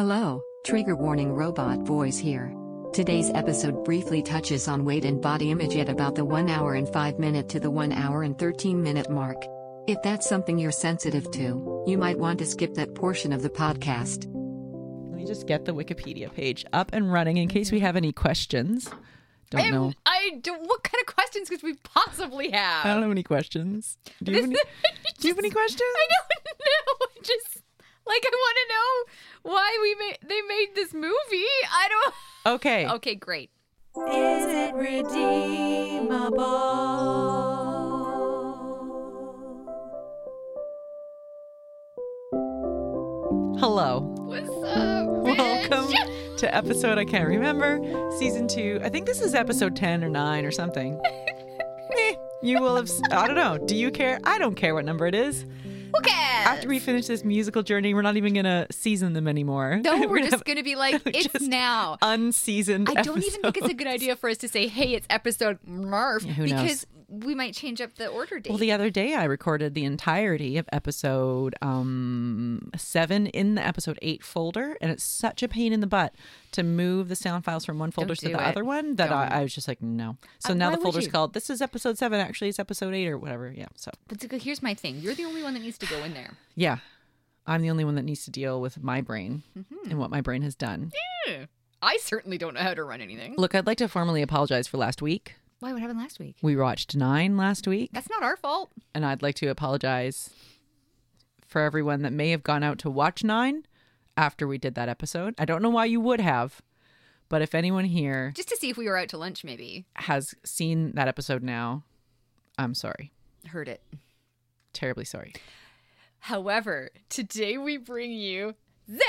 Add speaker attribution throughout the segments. Speaker 1: Hello, trigger warning robot voice here. Today's episode briefly touches on weight and body image at about the 1 hour and 5 minute to the 1 hour and 13 minute mark. If that's something you're sensitive to, you might want to skip that portion of the podcast.
Speaker 2: Let me just get the Wikipedia page up and running in case we have any questions. Don't
Speaker 3: I,
Speaker 2: know.
Speaker 3: I do, what kind of questions could we possibly have?
Speaker 2: I don't have any questions. Do you have any, do you have any questions?
Speaker 3: I don't know. Just like I want to know why we made they made this movie. I don't.
Speaker 2: Okay.
Speaker 3: Okay, great.
Speaker 4: Is it redeemable?
Speaker 2: Hello.
Speaker 3: What's up?
Speaker 2: Welcome
Speaker 3: bitch?
Speaker 2: to episode I can't remember, season two. I think this is episode 10 or 9 or something. Eh, you will have, s- I don't know. Do you care? I don't care what number it is.
Speaker 3: Who cares?
Speaker 2: After we finish this musical journey, we're not even going to season them anymore.
Speaker 3: no, we're
Speaker 2: gonna
Speaker 3: just gonna be like
Speaker 2: have
Speaker 3: it's
Speaker 2: just
Speaker 3: now.
Speaker 2: Unseasoned.
Speaker 3: I don't even think it's a good idea for us to say, "Hey, it's episode Murph,"
Speaker 2: who knows?
Speaker 3: because we might change up the order date.
Speaker 2: Well, the other day I recorded the entirety of episode um, seven in the episode eight folder, and it's such a pain in the butt to move the sound files from one folder to
Speaker 3: do
Speaker 2: the
Speaker 3: it.
Speaker 2: other one that I, I was just like, no. So
Speaker 3: Uh,
Speaker 2: now
Speaker 3: why
Speaker 2: the
Speaker 3: would
Speaker 2: folder's
Speaker 3: you?
Speaker 2: called "This is episode seven. Actually, it's episode eight or whatever." Yeah. So
Speaker 3: but here's my thing: you're the only one that needs to go in there.
Speaker 2: yeah, I'm the only one that needs to deal with my brain
Speaker 3: Mm-hmm.
Speaker 2: and what my brain has done.
Speaker 3: I certainly don't know how to run anything.
Speaker 2: Look, I'd like to formally apologize for last week.
Speaker 3: Why? What happened last week?
Speaker 2: We watched nine last week.
Speaker 3: That's not our fault.
Speaker 2: and I'd like to apologize for everyone that may have gone out to watch Nine after we did that episode. I don't know why you would have, but if anyone here
Speaker 3: Just to see if we were out to lunch, maybe.
Speaker 2: has seen that episode now, I'm sorry.
Speaker 3: Heard it.
Speaker 2: Terribly sorry.
Speaker 3: However, today we bring you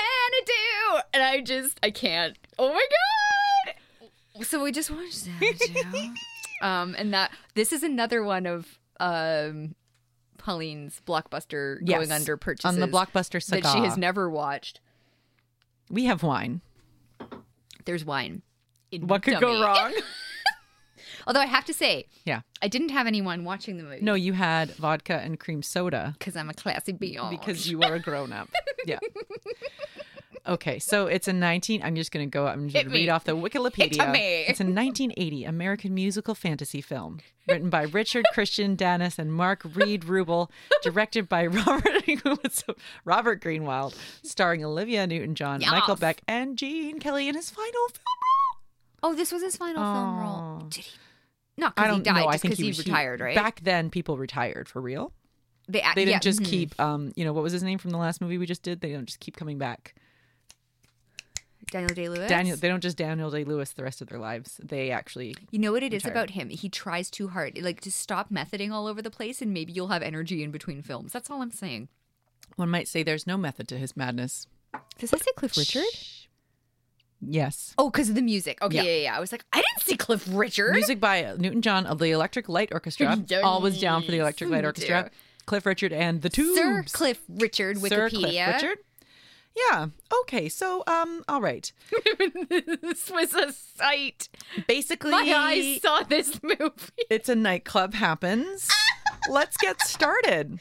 Speaker 3: Xanadu! And I just, I can't. Oh my God! So we just watched Xanadu. um, and that, this is another one of um, Pauline's blockbuster
Speaker 2: Yes,
Speaker 3: going under purchases.
Speaker 2: on the blockbuster saga.
Speaker 3: That she has never watched.
Speaker 2: we have wine.
Speaker 3: There's wine. in
Speaker 2: What could
Speaker 3: Dummy.
Speaker 2: go wrong?
Speaker 3: Although I have to say,
Speaker 2: yeah.
Speaker 3: I didn't have anyone watching the movie.
Speaker 2: No, you had vodka and cream soda
Speaker 3: Because I'm a classy beyond.
Speaker 2: because you are a grown up. Yeah. Okay, so it's a 19. I'm just going to go. I'm just
Speaker 3: Hit
Speaker 2: going
Speaker 3: me.
Speaker 2: to read off the Wikipedia.
Speaker 3: Hit me.
Speaker 2: It's a 1980 American musical fantasy film written by Richard Christian Dennis and Mark Reed Rubel, directed by Robert Robert Greenwald, starring Olivia Newton-John, Michael
Speaker 3: Yes.
Speaker 2: Beck, and Gene Kelly in his final film.
Speaker 3: Oh, this was his final film
Speaker 2: Oh.
Speaker 3: role. Did he? Not
Speaker 2: I
Speaker 3: because
Speaker 2: don't
Speaker 3: he died,
Speaker 2: know. I
Speaker 3: just
Speaker 2: think
Speaker 3: because he,
Speaker 2: was-
Speaker 3: retired, right?
Speaker 2: Back then, people retired for real.
Speaker 3: they,
Speaker 2: They didn't
Speaker 3: yeah,
Speaker 2: just
Speaker 3: mhm.
Speaker 2: keep, um, you know, what was his name from the last movie we just did? They don't just keep coming back.
Speaker 3: Daniel Day Lewis.
Speaker 2: Daniel, they don't just Daniel Day Lewis the rest of their lives. They actually
Speaker 3: you know what it is
Speaker 2: retired.
Speaker 3: about him? He tries too hard. Like, just stop methoding all over the place, and maybe you'll have energy in between films. That's all I'm saying.
Speaker 2: One might say there's no method to his madness.
Speaker 3: Does that say Cliff Richard?
Speaker 2: Yes.
Speaker 3: Oh, because of the music. Okay,
Speaker 2: Yeah.
Speaker 3: yeah. yeah, yeah. I was like, I didn't see Cliff Richard.
Speaker 2: Music by Newton John of the Electric Light Orchestra.
Speaker 3: Yes,
Speaker 2: Always down for the Electric Light Orchestra.
Speaker 3: dear.
Speaker 2: Cliff Richard and the Tubes.
Speaker 3: Sir Cliff Richard,
Speaker 2: Sir
Speaker 3: Wikipedia.
Speaker 2: Cliff Richard. Yeah. Okay. So, um, all right.
Speaker 3: this was a sight.
Speaker 2: Basically,
Speaker 3: My eyes saw this movie.
Speaker 2: it's a nightclub happens. Let's get started.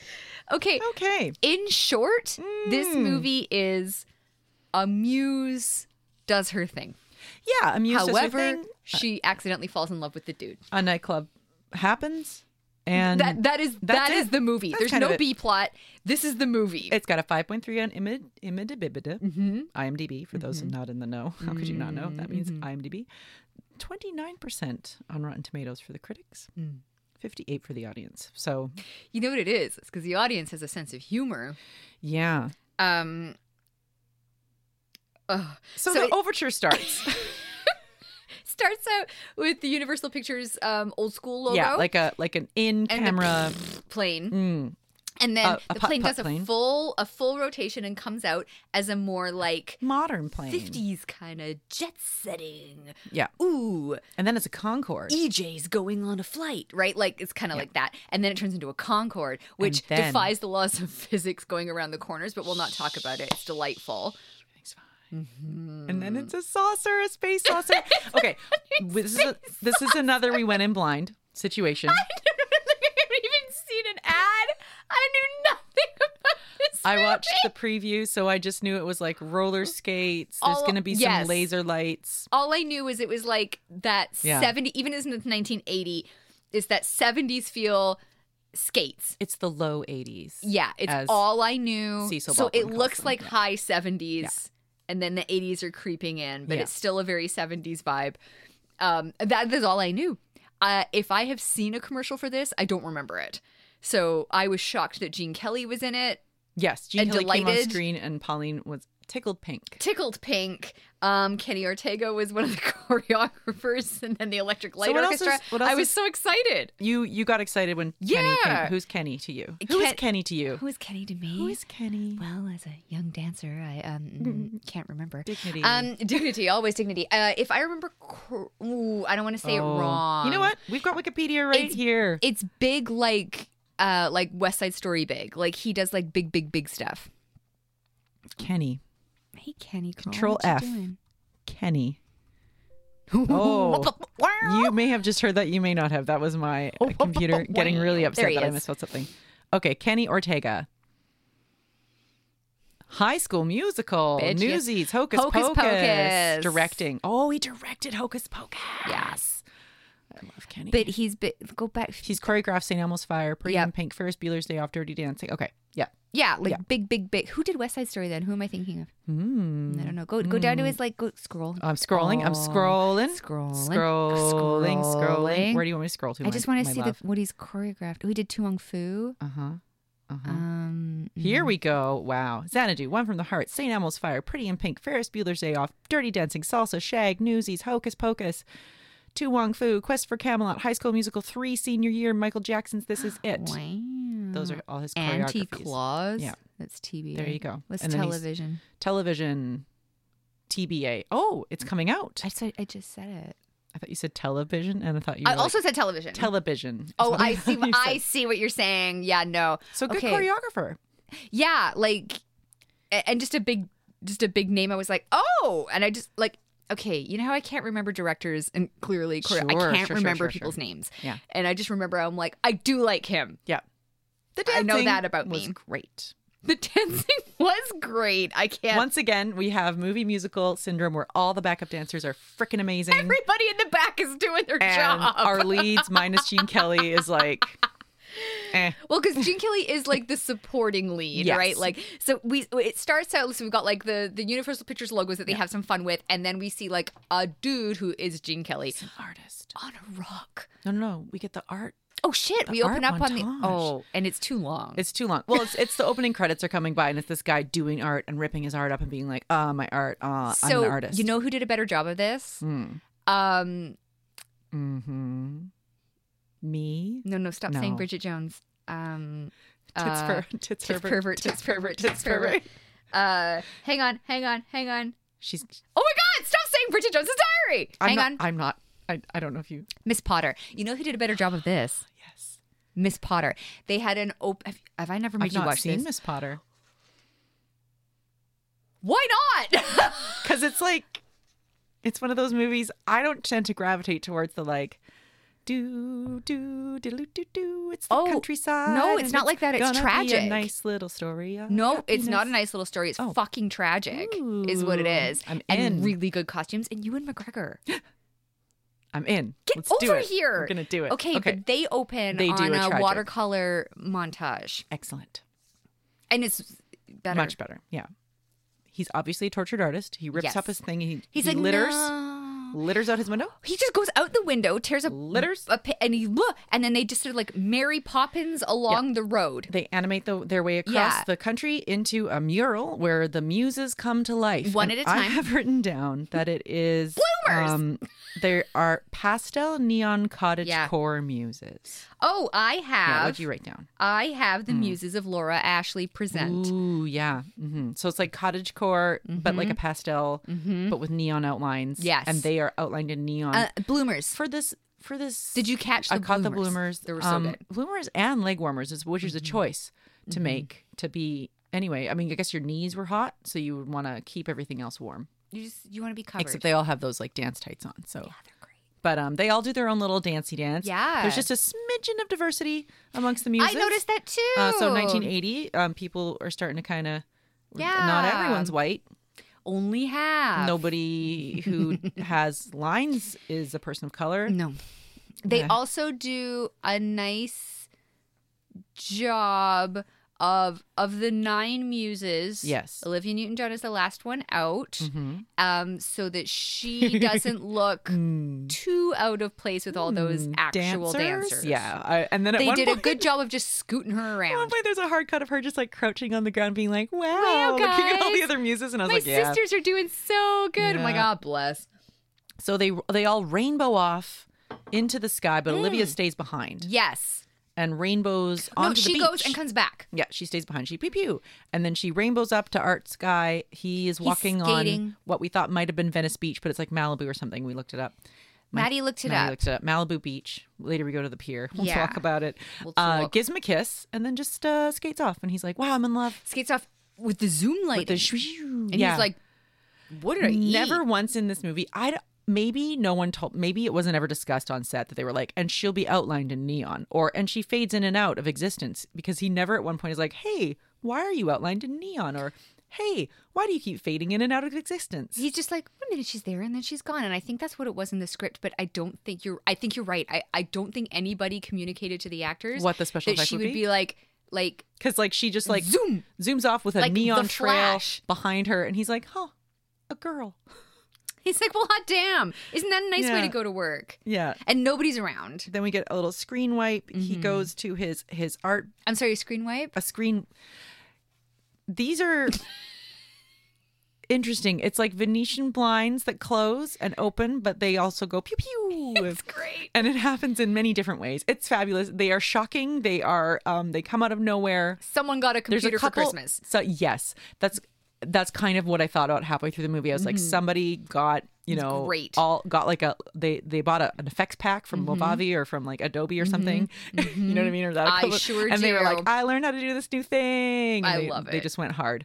Speaker 3: Okay,
Speaker 2: Okay.
Speaker 3: in short, this
Speaker 2: Mm.
Speaker 3: movie is a muse does her thing.
Speaker 2: Yeah. I'm used
Speaker 3: However,
Speaker 2: to thing.
Speaker 3: she accidentally falls in love with the dude.
Speaker 2: a nightclub happens, and
Speaker 3: that that is
Speaker 2: that's
Speaker 3: that is
Speaker 2: it.
Speaker 3: the movie.
Speaker 2: That's
Speaker 3: There's
Speaker 2: kind of
Speaker 3: no
Speaker 2: it.
Speaker 3: B plot. This is the movie.
Speaker 2: It's got a 5.3 on imid, imid,
Speaker 3: Mm-hmm.
Speaker 2: IMDb for those not in the know. How could you not know? That means
Speaker 3: Mm-hmm.
Speaker 2: IMDb. 29% on Rotten Tomatoes for the critics,
Speaker 3: Mm.
Speaker 2: 58 for the audience. So,
Speaker 3: you know what it is? It's because the audience has a sense of humor.
Speaker 2: yeah.
Speaker 3: Um. ugh.
Speaker 2: So,
Speaker 3: So
Speaker 2: the
Speaker 3: it-
Speaker 2: overture starts.
Speaker 3: Starts out with the Universal Pictures um, old school logo.
Speaker 2: yeah, like a like an in
Speaker 3: and the
Speaker 2: camera.
Speaker 3: plane.
Speaker 2: Mm,
Speaker 3: And then
Speaker 2: Uh, a
Speaker 3: the
Speaker 2: putt-putt
Speaker 3: plane does a
Speaker 2: plane.
Speaker 3: full a full rotation and comes out as a more like
Speaker 2: modern plane.
Speaker 3: 50s kind of jet setting.
Speaker 2: Yeah.
Speaker 3: Ooh, E.
Speaker 2: And then it's a Concorde.
Speaker 3: EJ's going on a flight, right? Like it's kind of like that. And then it turns into a Concorde, which
Speaker 2: then-
Speaker 3: defies the laws of physics going around the corners, but we'll not talk about it. It's delightful.
Speaker 2: and then
Speaker 3: Mm.
Speaker 2: it's a saucer, a space saucer. okay. This is, a, this is another we went in blind situation.
Speaker 3: I haven't even seen an ad. I knew nothing about this
Speaker 2: I watched the preview, so I just knew it was like roller skates. There's
Speaker 3: All-
Speaker 2: going to be
Speaker 3: yes.
Speaker 2: some laser lights.
Speaker 3: all I knew was it was like that
Speaker 2: Yeah.
Speaker 3: 70, even as in 1980, is that 70s feel skates.
Speaker 2: It's the low 80s.
Speaker 3: Yeah, it's
Speaker 2: As
Speaker 3: all I knew.
Speaker 2: Cecil
Speaker 3: so
Speaker 2: Baldwin
Speaker 3: it
Speaker 2: calls
Speaker 3: looks
Speaker 2: them,
Speaker 3: like
Speaker 2: yeah.
Speaker 3: high 70s, and then the 80s are creeping in, but
Speaker 2: Yeah.
Speaker 3: it's still a very 70s vibe. Um, that is all I knew. Uh, if I have seen a commercial for this, I don't remember it. So I was shocked that Gene Kelly was in it.
Speaker 2: Yes. Gene
Speaker 3: And
Speaker 2: Kelly came on
Speaker 3: delighted.
Speaker 2: screen and Pauline was tickled pink.
Speaker 3: Tickled Pink. Um, Kenny Ortega was one of the choreographers, and then the Electric Light
Speaker 2: what else
Speaker 3: Orchestra.
Speaker 2: is- what else
Speaker 3: I was
Speaker 2: is-
Speaker 3: so excited.
Speaker 2: You you got excited when Kenny
Speaker 3: Yeah.
Speaker 2: came. Who's Kenny to you? Who is
Speaker 3: Ken-
Speaker 2: Kenny to you?
Speaker 3: Who is Kenny to me?
Speaker 2: Who is Mm-hmm. Kenny?
Speaker 3: well, as a young dancer, I um can't remember.
Speaker 2: Dignity.
Speaker 3: Um, dignity, always dignity. Uh, if I remember, cor- ooh, I don't want to say
Speaker 2: Oh.
Speaker 3: it wrong.
Speaker 2: You know what? We've got Wikipedia right
Speaker 3: It's-
Speaker 2: here.
Speaker 3: It's big, like uh, like West Side Story big. Like he does like big, big, big stuff.
Speaker 2: Kenny.
Speaker 3: Hey, Kenny, girl,
Speaker 2: Control
Speaker 3: what you
Speaker 2: F.
Speaker 3: doing?
Speaker 2: Kenny. Oh, you may have just heard that. You may not have. That was my uh, computer getting really
Speaker 3: Oh, There
Speaker 2: upset
Speaker 3: he
Speaker 2: that I
Speaker 3: is.
Speaker 2: misspelled something. Okay, Kenny Ortega. High School Musical,
Speaker 3: Bitch, yes.
Speaker 2: Newsies, Hocus,
Speaker 3: Hocus
Speaker 2: Pocus,
Speaker 3: Pocus.
Speaker 2: directing. Oh, he directed Hocus Pocus.
Speaker 3: Yes.
Speaker 2: I love Kenny.
Speaker 3: But he's bi- go back.
Speaker 2: he's choreographed St. Elmo's Fire, Pretty
Speaker 3: Yep.
Speaker 2: in Pink, Ferris Bueller's Day Off, Dirty Dancing. Okay, yeah.
Speaker 3: Yeah, like big, big, big. Who did West Side Story then? Who am I thinking of? Mm. I don't know. Go go down to his like go scroll.
Speaker 2: Hmm. I'm scrolling. I'm
Speaker 3: Oh,
Speaker 2: scrolling.
Speaker 3: scrolling,
Speaker 2: Scrolling. Scrolling.
Speaker 3: scrolling.
Speaker 2: Where do you want me to scroll to?
Speaker 3: I just want to see the, what he's choreographed. Oh, he did Tuong Fu.
Speaker 2: Uh huh. Uh huh.
Speaker 3: Um,
Speaker 2: Here we go. Wow. Xanadu, One from the Heart, St. Elmo's Fire, Pretty in Pink, Ferris Bueller's Day Off, Dirty Dancing, Salsa, Shag, Newsies, Hocus Pocus, Tu Wong Fu, Quest for Camelot, High School Musical 3, Senior Year, Michael Jackson's This Is It.
Speaker 3: wow.
Speaker 2: Those are all his
Speaker 3: anti
Speaker 2: choreographies.
Speaker 3: claws.
Speaker 2: Yeah.
Speaker 3: that's TV.
Speaker 2: There you go.
Speaker 3: What's
Speaker 2: And then he's-
Speaker 3: television?
Speaker 2: Television, TBA. Oh, it's coming out.
Speaker 3: I said I just said it.
Speaker 2: I thought you said television, and I thought you
Speaker 3: I
Speaker 2: were like,
Speaker 3: also said television.
Speaker 2: television. is
Speaker 3: oh,
Speaker 2: what
Speaker 3: I see.
Speaker 2: thought you
Speaker 3: I
Speaker 2: said.
Speaker 3: see what you're saying. Yeah, no.
Speaker 2: So good
Speaker 3: Okay.
Speaker 2: choreographer.
Speaker 3: Yeah, like, a- and just a big, just a big name. I was like, oh, and I just like. Okay, you know how I can't remember directors and clearly chore-
Speaker 2: Sure,
Speaker 3: I can't
Speaker 2: sure, sure, sure,
Speaker 3: remember people's
Speaker 2: sure.
Speaker 3: names.
Speaker 2: Yeah.
Speaker 3: And I just remember I'm like, I do like him.
Speaker 2: Yeah. The
Speaker 3: I know
Speaker 2: dancing
Speaker 3: that about
Speaker 2: was
Speaker 3: me.
Speaker 2: great.
Speaker 3: The dancing was great. I can't
Speaker 2: Once again, we have movie musical syndrome where all the backup dancers are freaking amazing.
Speaker 3: everybody in the back is doing their
Speaker 2: and
Speaker 3: job.
Speaker 2: our leads minus Gene Kelly is like, eh.
Speaker 3: Well, because Gene Kelly is like the supporting lead,
Speaker 2: Yes.
Speaker 3: right? Like, so we it starts out. So we've got like the the Universal Pictures logos that they have some fun with, and then we see like a dude who is Gene Kelly
Speaker 2: artist.
Speaker 3: on a rock.
Speaker 2: No, no, no. We get the art.
Speaker 3: Oh shit!
Speaker 2: The
Speaker 3: we open
Speaker 2: art
Speaker 3: up on
Speaker 2: montage.
Speaker 3: the oh, and it's too long.
Speaker 2: It's too long. Well, it's, it's the opening credits are coming by, and it's this guy doing art and ripping his art up and being like, "Ah, my art. Ah,
Speaker 3: so
Speaker 2: I'm an artist." Hmm.
Speaker 3: you know who did a better job of this? Um,
Speaker 2: Mm-hmm. Me.
Speaker 3: no, no, stop saying
Speaker 2: No.
Speaker 3: Bridget Jones. Um,
Speaker 2: Tits,
Speaker 3: uh,
Speaker 2: per- tits,
Speaker 3: tits pervert, tits pervert, tits
Speaker 2: pervert.
Speaker 3: pervert. Uh, hang on, hang on, hang on.
Speaker 2: She's.
Speaker 3: Oh my God! Stop saying Bridget Jones's Diary.
Speaker 2: I'm
Speaker 3: hang
Speaker 2: not,
Speaker 3: on.
Speaker 2: I'm not. I, I don't know if you.
Speaker 3: Miss Potter. You know who did a better job of this?
Speaker 2: Yes.
Speaker 3: Miss Potter. They had an op Have, have I never made
Speaker 2: I've
Speaker 3: you
Speaker 2: not
Speaker 3: watch
Speaker 2: seen
Speaker 3: this?
Speaker 2: Miss Potter
Speaker 3: Why not?
Speaker 2: because it's like, it's one of those movies I don't tend to gravitate towards the like. Do do do do do. It's the
Speaker 3: Oh,
Speaker 2: countryside.
Speaker 3: no, it's
Speaker 2: and
Speaker 3: not like that. It's
Speaker 2: gonna be
Speaker 3: tragic.
Speaker 2: a nice little story. of
Speaker 3: no, it's not a
Speaker 2: happiness.
Speaker 3: nice little story. It's
Speaker 2: Oh.
Speaker 3: fucking tragic, is what it
Speaker 2: Ooh,
Speaker 3: is.
Speaker 2: I'm
Speaker 3: and
Speaker 2: in.
Speaker 3: really good costumes. And you and McGregor. Get
Speaker 2: I'm in. Let's do
Speaker 3: over
Speaker 2: it.
Speaker 3: here.
Speaker 2: We're gonna do it.
Speaker 3: Okay, but they open
Speaker 2: They do
Speaker 3: on
Speaker 2: a
Speaker 3: a,
Speaker 2: tragic.
Speaker 3: watercolor montage.
Speaker 2: excellent.
Speaker 3: And it's better.
Speaker 2: Much better. Yeah. He's obviously a tortured artist. He rips
Speaker 3: Yes.
Speaker 2: up his thing. And he
Speaker 3: He's
Speaker 2: he
Speaker 3: like,
Speaker 2: litters
Speaker 3: "No."
Speaker 2: litters out his window.
Speaker 3: He just goes out the window, tears up
Speaker 2: Litters.
Speaker 3: a pi- and he look, and then they just sort of like Mary Poppins along the road.
Speaker 2: They animate the, their way across
Speaker 3: Yeah.
Speaker 2: the country into a mural where the muses come to life.
Speaker 3: One
Speaker 2: And
Speaker 3: at a
Speaker 2: I
Speaker 3: time.
Speaker 2: have written down that it is
Speaker 3: Bloomers!
Speaker 2: Um, there are pastel neon cottage
Speaker 3: Yeah.
Speaker 2: core muses.
Speaker 3: Oh, I
Speaker 2: Yeah,
Speaker 3: have.
Speaker 2: what'd you write down?
Speaker 3: I have the Muses of Laura Ashley present.
Speaker 2: Mm. Ooh, yeah. hmm So it's like cottage core, but like a pastel, but with neon outlines.
Speaker 3: Mm-hmm. Yes.
Speaker 2: and they are outlined in neon.
Speaker 3: Uh, bloomers.
Speaker 2: for this, for this,
Speaker 3: Did you catch the
Speaker 2: I caught the bloomers. um,
Speaker 3: bloomers? They were so good. Mm-hmm.
Speaker 2: Bloomers and leg warmers, is which is a choice to make to be. Anyway, I mean, I guess your knees were hot, so you would want to keep everything else warm.
Speaker 3: You just you want to be covered. Ah,
Speaker 2: Except they all have those like dance tights on, so
Speaker 3: They're great.
Speaker 2: But um, they all do their own little dancey dance.
Speaker 3: Yeah.
Speaker 2: There's just a smidgen of diversity amongst the
Speaker 3: I
Speaker 2: music.
Speaker 3: noticed that too.
Speaker 2: Uh, so 1980, um, people are starting to kind of. Not
Speaker 3: Yeah.
Speaker 2: everyone's white.
Speaker 3: Only half.
Speaker 2: Nobody who has lines is a person of color.
Speaker 3: No. They
Speaker 2: Yeah.
Speaker 3: also do a nice job of of the nine muses.
Speaker 2: Yes.
Speaker 3: Olivia Newton John is the last one out.
Speaker 2: Mhm.
Speaker 3: Um, so that she doesn't look
Speaker 2: Hmm.
Speaker 3: too out of place with all those actual dancers.
Speaker 2: Mm, Yeah. I, and then at
Speaker 3: They
Speaker 2: one
Speaker 3: did
Speaker 2: point,
Speaker 3: a good job of just scooting her
Speaker 2: At one
Speaker 3: around.
Speaker 2: point, there's a hard cut of her just like crouching on the ground, being like, "Wow,
Speaker 3: Wow,
Speaker 2: looking at all the
Speaker 3: guys.
Speaker 2: other muses," and I was
Speaker 3: My
Speaker 2: like, "Yeah."
Speaker 3: sisters are doing so good. I'm like,
Speaker 2: Yeah.
Speaker 3: God bless.
Speaker 2: So they they all rainbow off into the sky,
Speaker 3: Mm.
Speaker 2: but Olivia stays behind
Speaker 3: Yes.
Speaker 2: and rainbows
Speaker 3: no,
Speaker 2: onto
Speaker 3: she
Speaker 2: the beach.
Speaker 3: goes and comes back.
Speaker 2: yeah, she stays behind. She pew pew, and then she rainbows up to Art Sky. He is walking on
Speaker 3: skating.
Speaker 2: what we thought might have been Venice Beach, but it's like Malibu or something. We looked it up.
Speaker 3: Maddie looked it
Speaker 2: Maddie
Speaker 3: up.
Speaker 2: looked it up. Malibu Beach. Later we go to the pier. We'll
Speaker 3: Yeah.
Speaker 2: talk about it.
Speaker 3: We'll
Speaker 2: uh,
Speaker 3: talk.
Speaker 2: gives him a kiss and then just uh, skates off. And he's like, "Wow, I'm in love."
Speaker 3: Skates off with the zoom light.
Speaker 2: The shoo-
Speaker 3: and
Speaker 2: yeah.
Speaker 3: he's like, What did I eat?
Speaker 2: never once in this movie i d- maybe no one told maybe it wasn't ever discussed on set that they were like and she'll be outlined in neon or and she fades in and out of existence because he never at one point is like hey why are you outlined in neon or hey why do you keep fading in and out of existence
Speaker 3: He's just like, one minute she's there and then she's gone. And I think that's what it was in the script, but I don't think you're I think you're right. I, I don't think anybody communicated to the actors
Speaker 2: What the special
Speaker 3: that
Speaker 2: effect
Speaker 3: she
Speaker 2: would
Speaker 3: would
Speaker 2: be?
Speaker 3: be like like
Speaker 2: because like she just like
Speaker 3: Zoom.
Speaker 2: zooms off with a
Speaker 3: Like the
Speaker 2: neon trail
Speaker 3: Flash.
Speaker 2: behind her and he's like huh a girl
Speaker 3: He's like, Well hot damn. Isn't that a nice way
Speaker 2: Yeah.
Speaker 3: to go to work?
Speaker 2: yeah
Speaker 3: And nobody's around.
Speaker 2: then we get a little screen wipe he
Speaker 3: Mm-hmm.
Speaker 2: goes to his his art
Speaker 3: I'm sorry, screen wipe?
Speaker 2: a screen. These are interesting. It's like Venetian blinds that close and open, but they also go pew pew.
Speaker 3: It's great.
Speaker 2: And it happens in many different ways. It's fabulous. They are shocking. They are. Um, they come out of nowhere.
Speaker 3: Someone got a
Speaker 2: There's
Speaker 3: computer
Speaker 2: a couple.
Speaker 3: for Christmas.
Speaker 2: So yes, that's that's kind of what I thought about halfway through the movie. I was like, somebody got you know
Speaker 3: Mm-hmm. great. Mm-hmm.
Speaker 2: all got like a they they bought a, an effects pack from Movavi or from like Adobe or something. you know what I mean? Or that
Speaker 3: I
Speaker 2: equivalent.
Speaker 3: sure
Speaker 2: And they were like,
Speaker 3: do.
Speaker 2: I learned how to do this new thing. And
Speaker 3: I
Speaker 2: they,
Speaker 3: love
Speaker 2: They
Speaker 3: it.
Speaker 2: just went hard.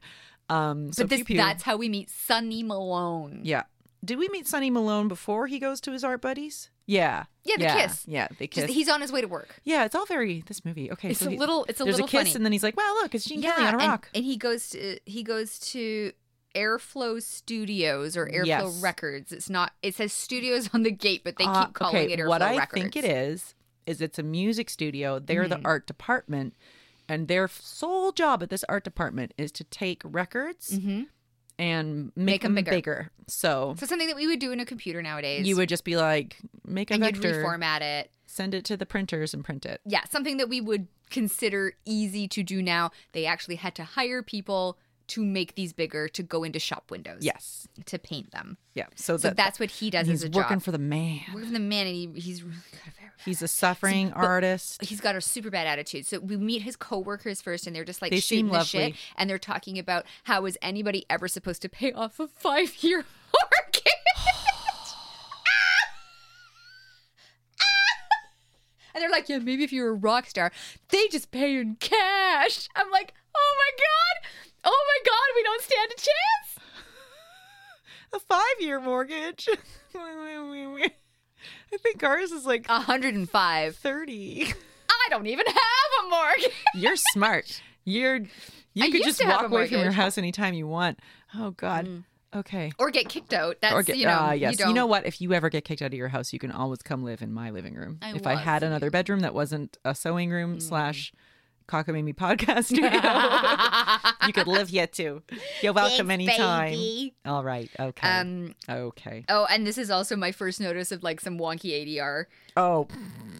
Speaker 2: Um, so
Speaker 3: but this,
Speaker 2: pew, pew.
Speaker 3: that's how we meet Sonny Malone.
Speaker 2: yeah. Did we meet Sonny Malone before he goes to his art buddies? Yeah.
Speaker 3: Yeah, the kiss.
Speaker 2: Yeah, they kiss.
Speaker 3: Just- He's on his way to work.
Speaker 2: yeah, it's all very this movie. Okay,
Speaker 3: It's
Speaker 2: so
Speaker 3: a
Speaker 2: he-
Speaker 3: little- it's a
Speaker 2: there's
Speaker 3: little
Speaker 2: a kiss,
Speaker 3: funny.
Speaker 2: and then he's like, "Wow, look, it's Gene Kelly on a
Speaker 3: and-
Speaker 2: rock."
Speaker 3: And, he goes to he goes to Airflow Studios or Airflow
Speaker 2: Yes.
Speaker 3: Records. It's not it says studios on the gate, but they
Speaker 2: Uh,
Speaker 3: keep calling
Speaker 2: okay,
Speaker 3: it Airflow
Speaker 2: what I
Speaker 3: Records. Mm-hmm.
Speaker 2: think it is is it's a music studio. They're the art department, and their sole job at this art department is to take records and make,
Speaker 3: Mm-hmm. Make 'em
Speaker 2: them
Speaker 3: bigger.
Speaker 2: So
Speaker 3: So something that we would do in a computer nowadays.
Speaker 2: you would just be like, make a
Speaker 3: and you'd
Speaker 2: vector,
Speaker 3: reformat it.
Speaker 2: send it to the printers, and print it.
Speaker 3: Yeah, something that we would consider easy to do now. They actually had to hire people to make these bigger to go into shop windows.
Speaker 2: Yes,
Speaker 3: To paint them.
Speaker 2: yeah. So,
Speaker 3: So
Speaker 2: that,
Speaker 3: that's what he does
Speaker 2: he's
Speaker 3: as a
Speaker 2: working
Speaker 3: job.
Speaker 2: for the man.
Speaker 3: Working for the man and he, he's really good at everything.
Speaker 2: He's a suffering artist.
Speaker 3: he's got a super bad attitude. So we meet his coworkers first, and they're just like
Speaker 2: They
Speaker 3: shooting
Speaker 2: seem
Speaker 3: the shit,
Speaker 2: lovely.
Speaker 3: and they're talking about how is anybody ever supposed to pay off a five year mortgage? and they're like, yeah, maybe if you're a rock star, they just pay in cash. I'm like, oh my god, oh my god, we don't stand a chance.
Speaker 2: A five-year mortgage. I think ours is like
Speaker 3: A hundred and five.
Speaker 2: thirty.
Speaker 3: I don't even have a mortgage.
Speaker 2: You're smart. You're you
Speaker 3: I
Speaker 2: could
Speaker 3: used
Speaker 2: just
Speaker 3: to have
Speaker 2: walk
Speaker 3: a
Speaker 2: away from your
Speaker 3: mortgage.
Speaker 2: house anytime you want. Oh God. Okay.
Speaker 3: Or get kicked out. That's
Speaker 2: Or get,
Speaker 3: you know,
Speaker 2: ah, yes.
Speaker 3: you,
Speaker 2: You,
Speaker 3: don't.
Speaker 2: know what? If you ever get kicked out of your house, you can always come live in my living room.
Speaker 3: I Mm.
Speaker 2: if I
Speaker 3: love
Speaker 2: had another bedroom that wasn't a sewing room slash cockamamie podcast studio, you could live here too. You're welcome
Speaker 3: Thanks,
Speaker 2: anytime.
Speaker 3: baby.
Speaker 2: All right. Okay.
Speaker 3: Um,
Speaker 2: okay.
Speaker 3: Oh, and this is also my first notice of like some wonky ADR.
Speaker 2: Oh,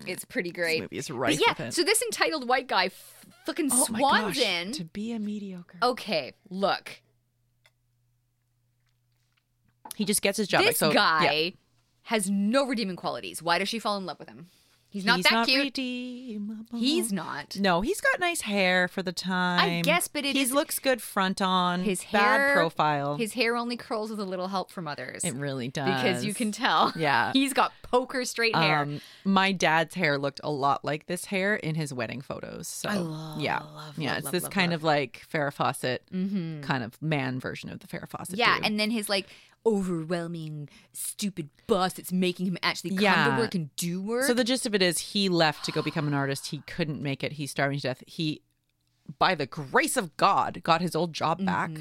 Speaker 3: It's pretty
Speaker 2: this
Speaker 3: great.
Speaker 2: movie is right.
Speaker 3: but yeah, so this entitled white guy f- fucking
Speaker 2: oh my
Speaker 3: swans
Speaker 2: gosh,
Speaker 3: in. Oh,
Speaker 2: to be a mediocre.
Speaker 3: Okay, look,
Speaker 2: he just gets his job.
Speaker 3: this
Speaker 2: back. So, yeah.
Speaker 3: guy has no redeeming qualities. Why does she fall in love with him? He's not
Speaker 2: He's
Speaker 3: that
Speaker 2: not
Speaker 3: cute.
Speaker 2: redeemable.
Speaker 3: He's not.
Speaker 2: No, he's got nice hair for the time.
Speaker 3: guess, but it
Speaker 2: he
Speaker 3: is-
Speaker 2: looks good front on.
Speaker 3: His
Speaker 2: bad
Speaker 3: hair,
Speaker 2: profile.
Speaker 3: His hair only curls with a little help from others.
Speaker 2: it really does
Speaker 3: because you can tell.
Speaker 2: Yeah.
Speaker 3: He's got poker straight hair.
Speaker 2: Um, my dad's hair looked a lot like this hair in his wedding photos. So yeah,
Speaker 3: love,
Speaker 2: yeah,
Speaker 3: love,
Speaker 2: it's
Speaker 3: love,
Speaker 2: this
Speaker 3: love,
Speaker 2: kind
Speaker 3: love.
Speaker 2: of like Farrah Fawcett kind of man version of the Farrah Fawcett.
Speaker 3: yeah,
Speaker 2: dude.
Speaker 3: and then his like overwhelming, stupid boss that's making him actually come
Speaker 2: Yeah.
Speaker 3: to work and do work.
Speaker 2: So the gist of it is he left to go become an artist. He couldn't make it. He's starving to death. He, by the grace of God, got his old job back.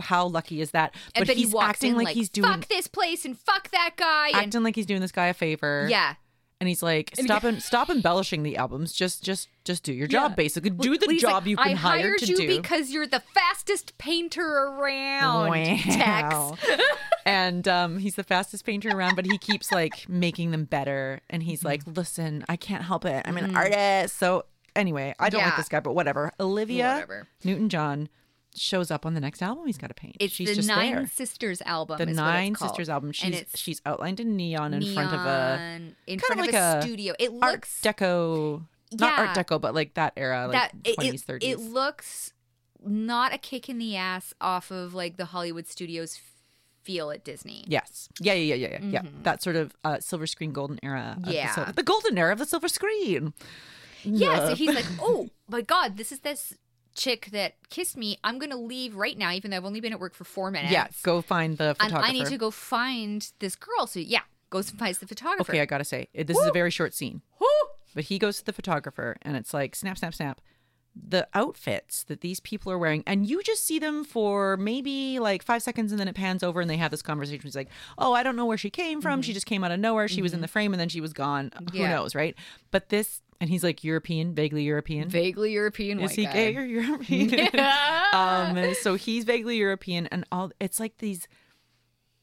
Speaker 2: How lucky is that?
Speaker 3: Mm-hmm. And
Speaker 2: But
Speaker 3: then
Speaker 2: he's
Speaker 3: he walks
Speaker 2: acting
Speaker 3: in
Speaker 2: like, he's doing
Speaker 3: fuck this place and fuck that guy.
Speaker 2: acting like he's doing this guy a favor.
Speaker 3: and, yeah.
Speaker 2: And he's like, stop and stop embellishing the albums. Just just just do your job basically.
Speaker 3: Well,
Speaker 2: Do the
Speaker 3: well, he's
Speaker 2: job
Speaker 3: like,
Speaker 2: you've been
Speaker 3: I
Speaker 2: hired,
Speaker 3: hired
Speaker 2: to
Speaker 3: you
Speaker 2: do.
Speaker 3: because you're the fastest painter around. Tex.
Speaker 2: Wow. and um, he's the fastest painter around, but he keeps like making them better. And he's like,
Speaker 3: Mm-hmm.
Speaker 2: listen, I can't help it. I'm an artist. So anyway, I don't like
Speaker 3: Yeah.
Speaker 2: this guy, but whatever. Olivia
Speaker 3: Whatever.
Speaker 2: Newton John shows up on the next album he's got to paint.
Speaker 3: It's
Speaker 2: she's
Speaker 3: the
Speaker 2: just
Speaker 3: Nine
Speaker 2: there.
Speaker 3: Sisters album.
Speaker 2: The
Speaker 3: is what it's
Speaker 2: Nine
Speaker 3: called.
Speaker 2: Sisters album.
Speaker 3: and
Speaker 2: She's
Speaker 3: it's
Speaker 2: she's outlined in neon in front of a
Speaker 3: neon, in
Speaker 2: kind
Speaker 3: front
Speaker 2: of
Speaker 3: of,
Speaker 2: like
Speaker 3: a
Speaker 2: a
Speaker 3: studio. It
Speaker 2: Art
Speaker 3: looks
Speaker 2: Deco, not Art
Speaker 3: Yeah.
Speaker 2: Deco, but like that era, like
Speaker 3: that it-
Speaker 2: twenties,
Speaker 3: it,
Speaker 2: thirties.
Speaker 3: it looks not a kick in the ass off of like the Hollywood studios f- feel at Disney.
Speaker 2: Yes. Yeah, yeah, yeah, yeah, yeah. yeah. That sort of uh, silver screen golden era. of the
Speaker 3: Mm-hmm. Yeah.
Speaker 2: sil- the golden era of the silver screen.
Speaker 3: Yeah, so he's like, "Oh my god, this is this chick that kissed me. I'm gonna leave right now, even though I've only been at work for four minutes.
Speaker 2: Yeah, go find the
Speaker 3: and
Speaker 2: photographer.
Speaker 3: I need to go find this girl." So yeah, goes and finds the photographer.
Speaker 2: Okay, I gotta say, it- this is a very short scene,
Speaker 3: Whew.
Speaker 2: but he goes to the photographer and it's like snap, snap, snap. The outfits that these people are wearing, and you just see them for maybe like five seconds, and then it pans over and they have this conversation. He's like, Oh, I don't know where she came from. She just came out of nowhere. She was in the frame and then she was gone. Who
Speaker 3: Mm-hmm. Yeah.
Speaker 2: knows, right? But this, and he's like European, vaguely European.
Speaker 3: Vaguely European
Speaker 2: Is
Speaker 3: white
Speaker 2: he
Speaker 3: guy.
Speaker 2: gay or European? um, so he's vaguely European, and all it's like these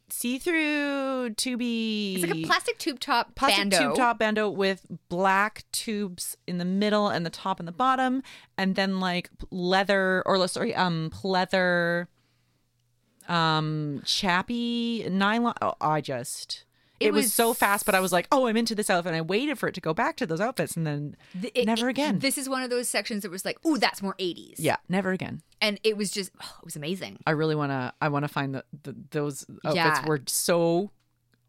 Speaker 2: see-through tubey.
Speaker 3: It's like a plastic tube top
Speaker 2: plastic
Speaker 3: bando.
Speaker 2: tube top bando with black tubes in the middle and the top and the bottom, and then like leather or sorry, um, pleather, um, chappy nylon. Oh, I just. It,
Speaker 3: It
Speaker 2: was,
Speaker 3: was-
Speaker 2: so fast, but I was like, "Oh, I'm into this outfit." And I waited for it to go back to those outfits, and then
Speaker 3: Th- it-
Speaker 2: never
Speaker 3: it-
Speaker 2: again.
Speaker 3: This is one of those sections that was like, "Ooh, that's more 80s."
Speaker 2: yeah, never again.
Speaker 3: and it was just, oh, it was amazing.
Speaker 2: I really want to. I want to find the, the those outfits
Speaker 3: Yeah.
Speaker 2: were so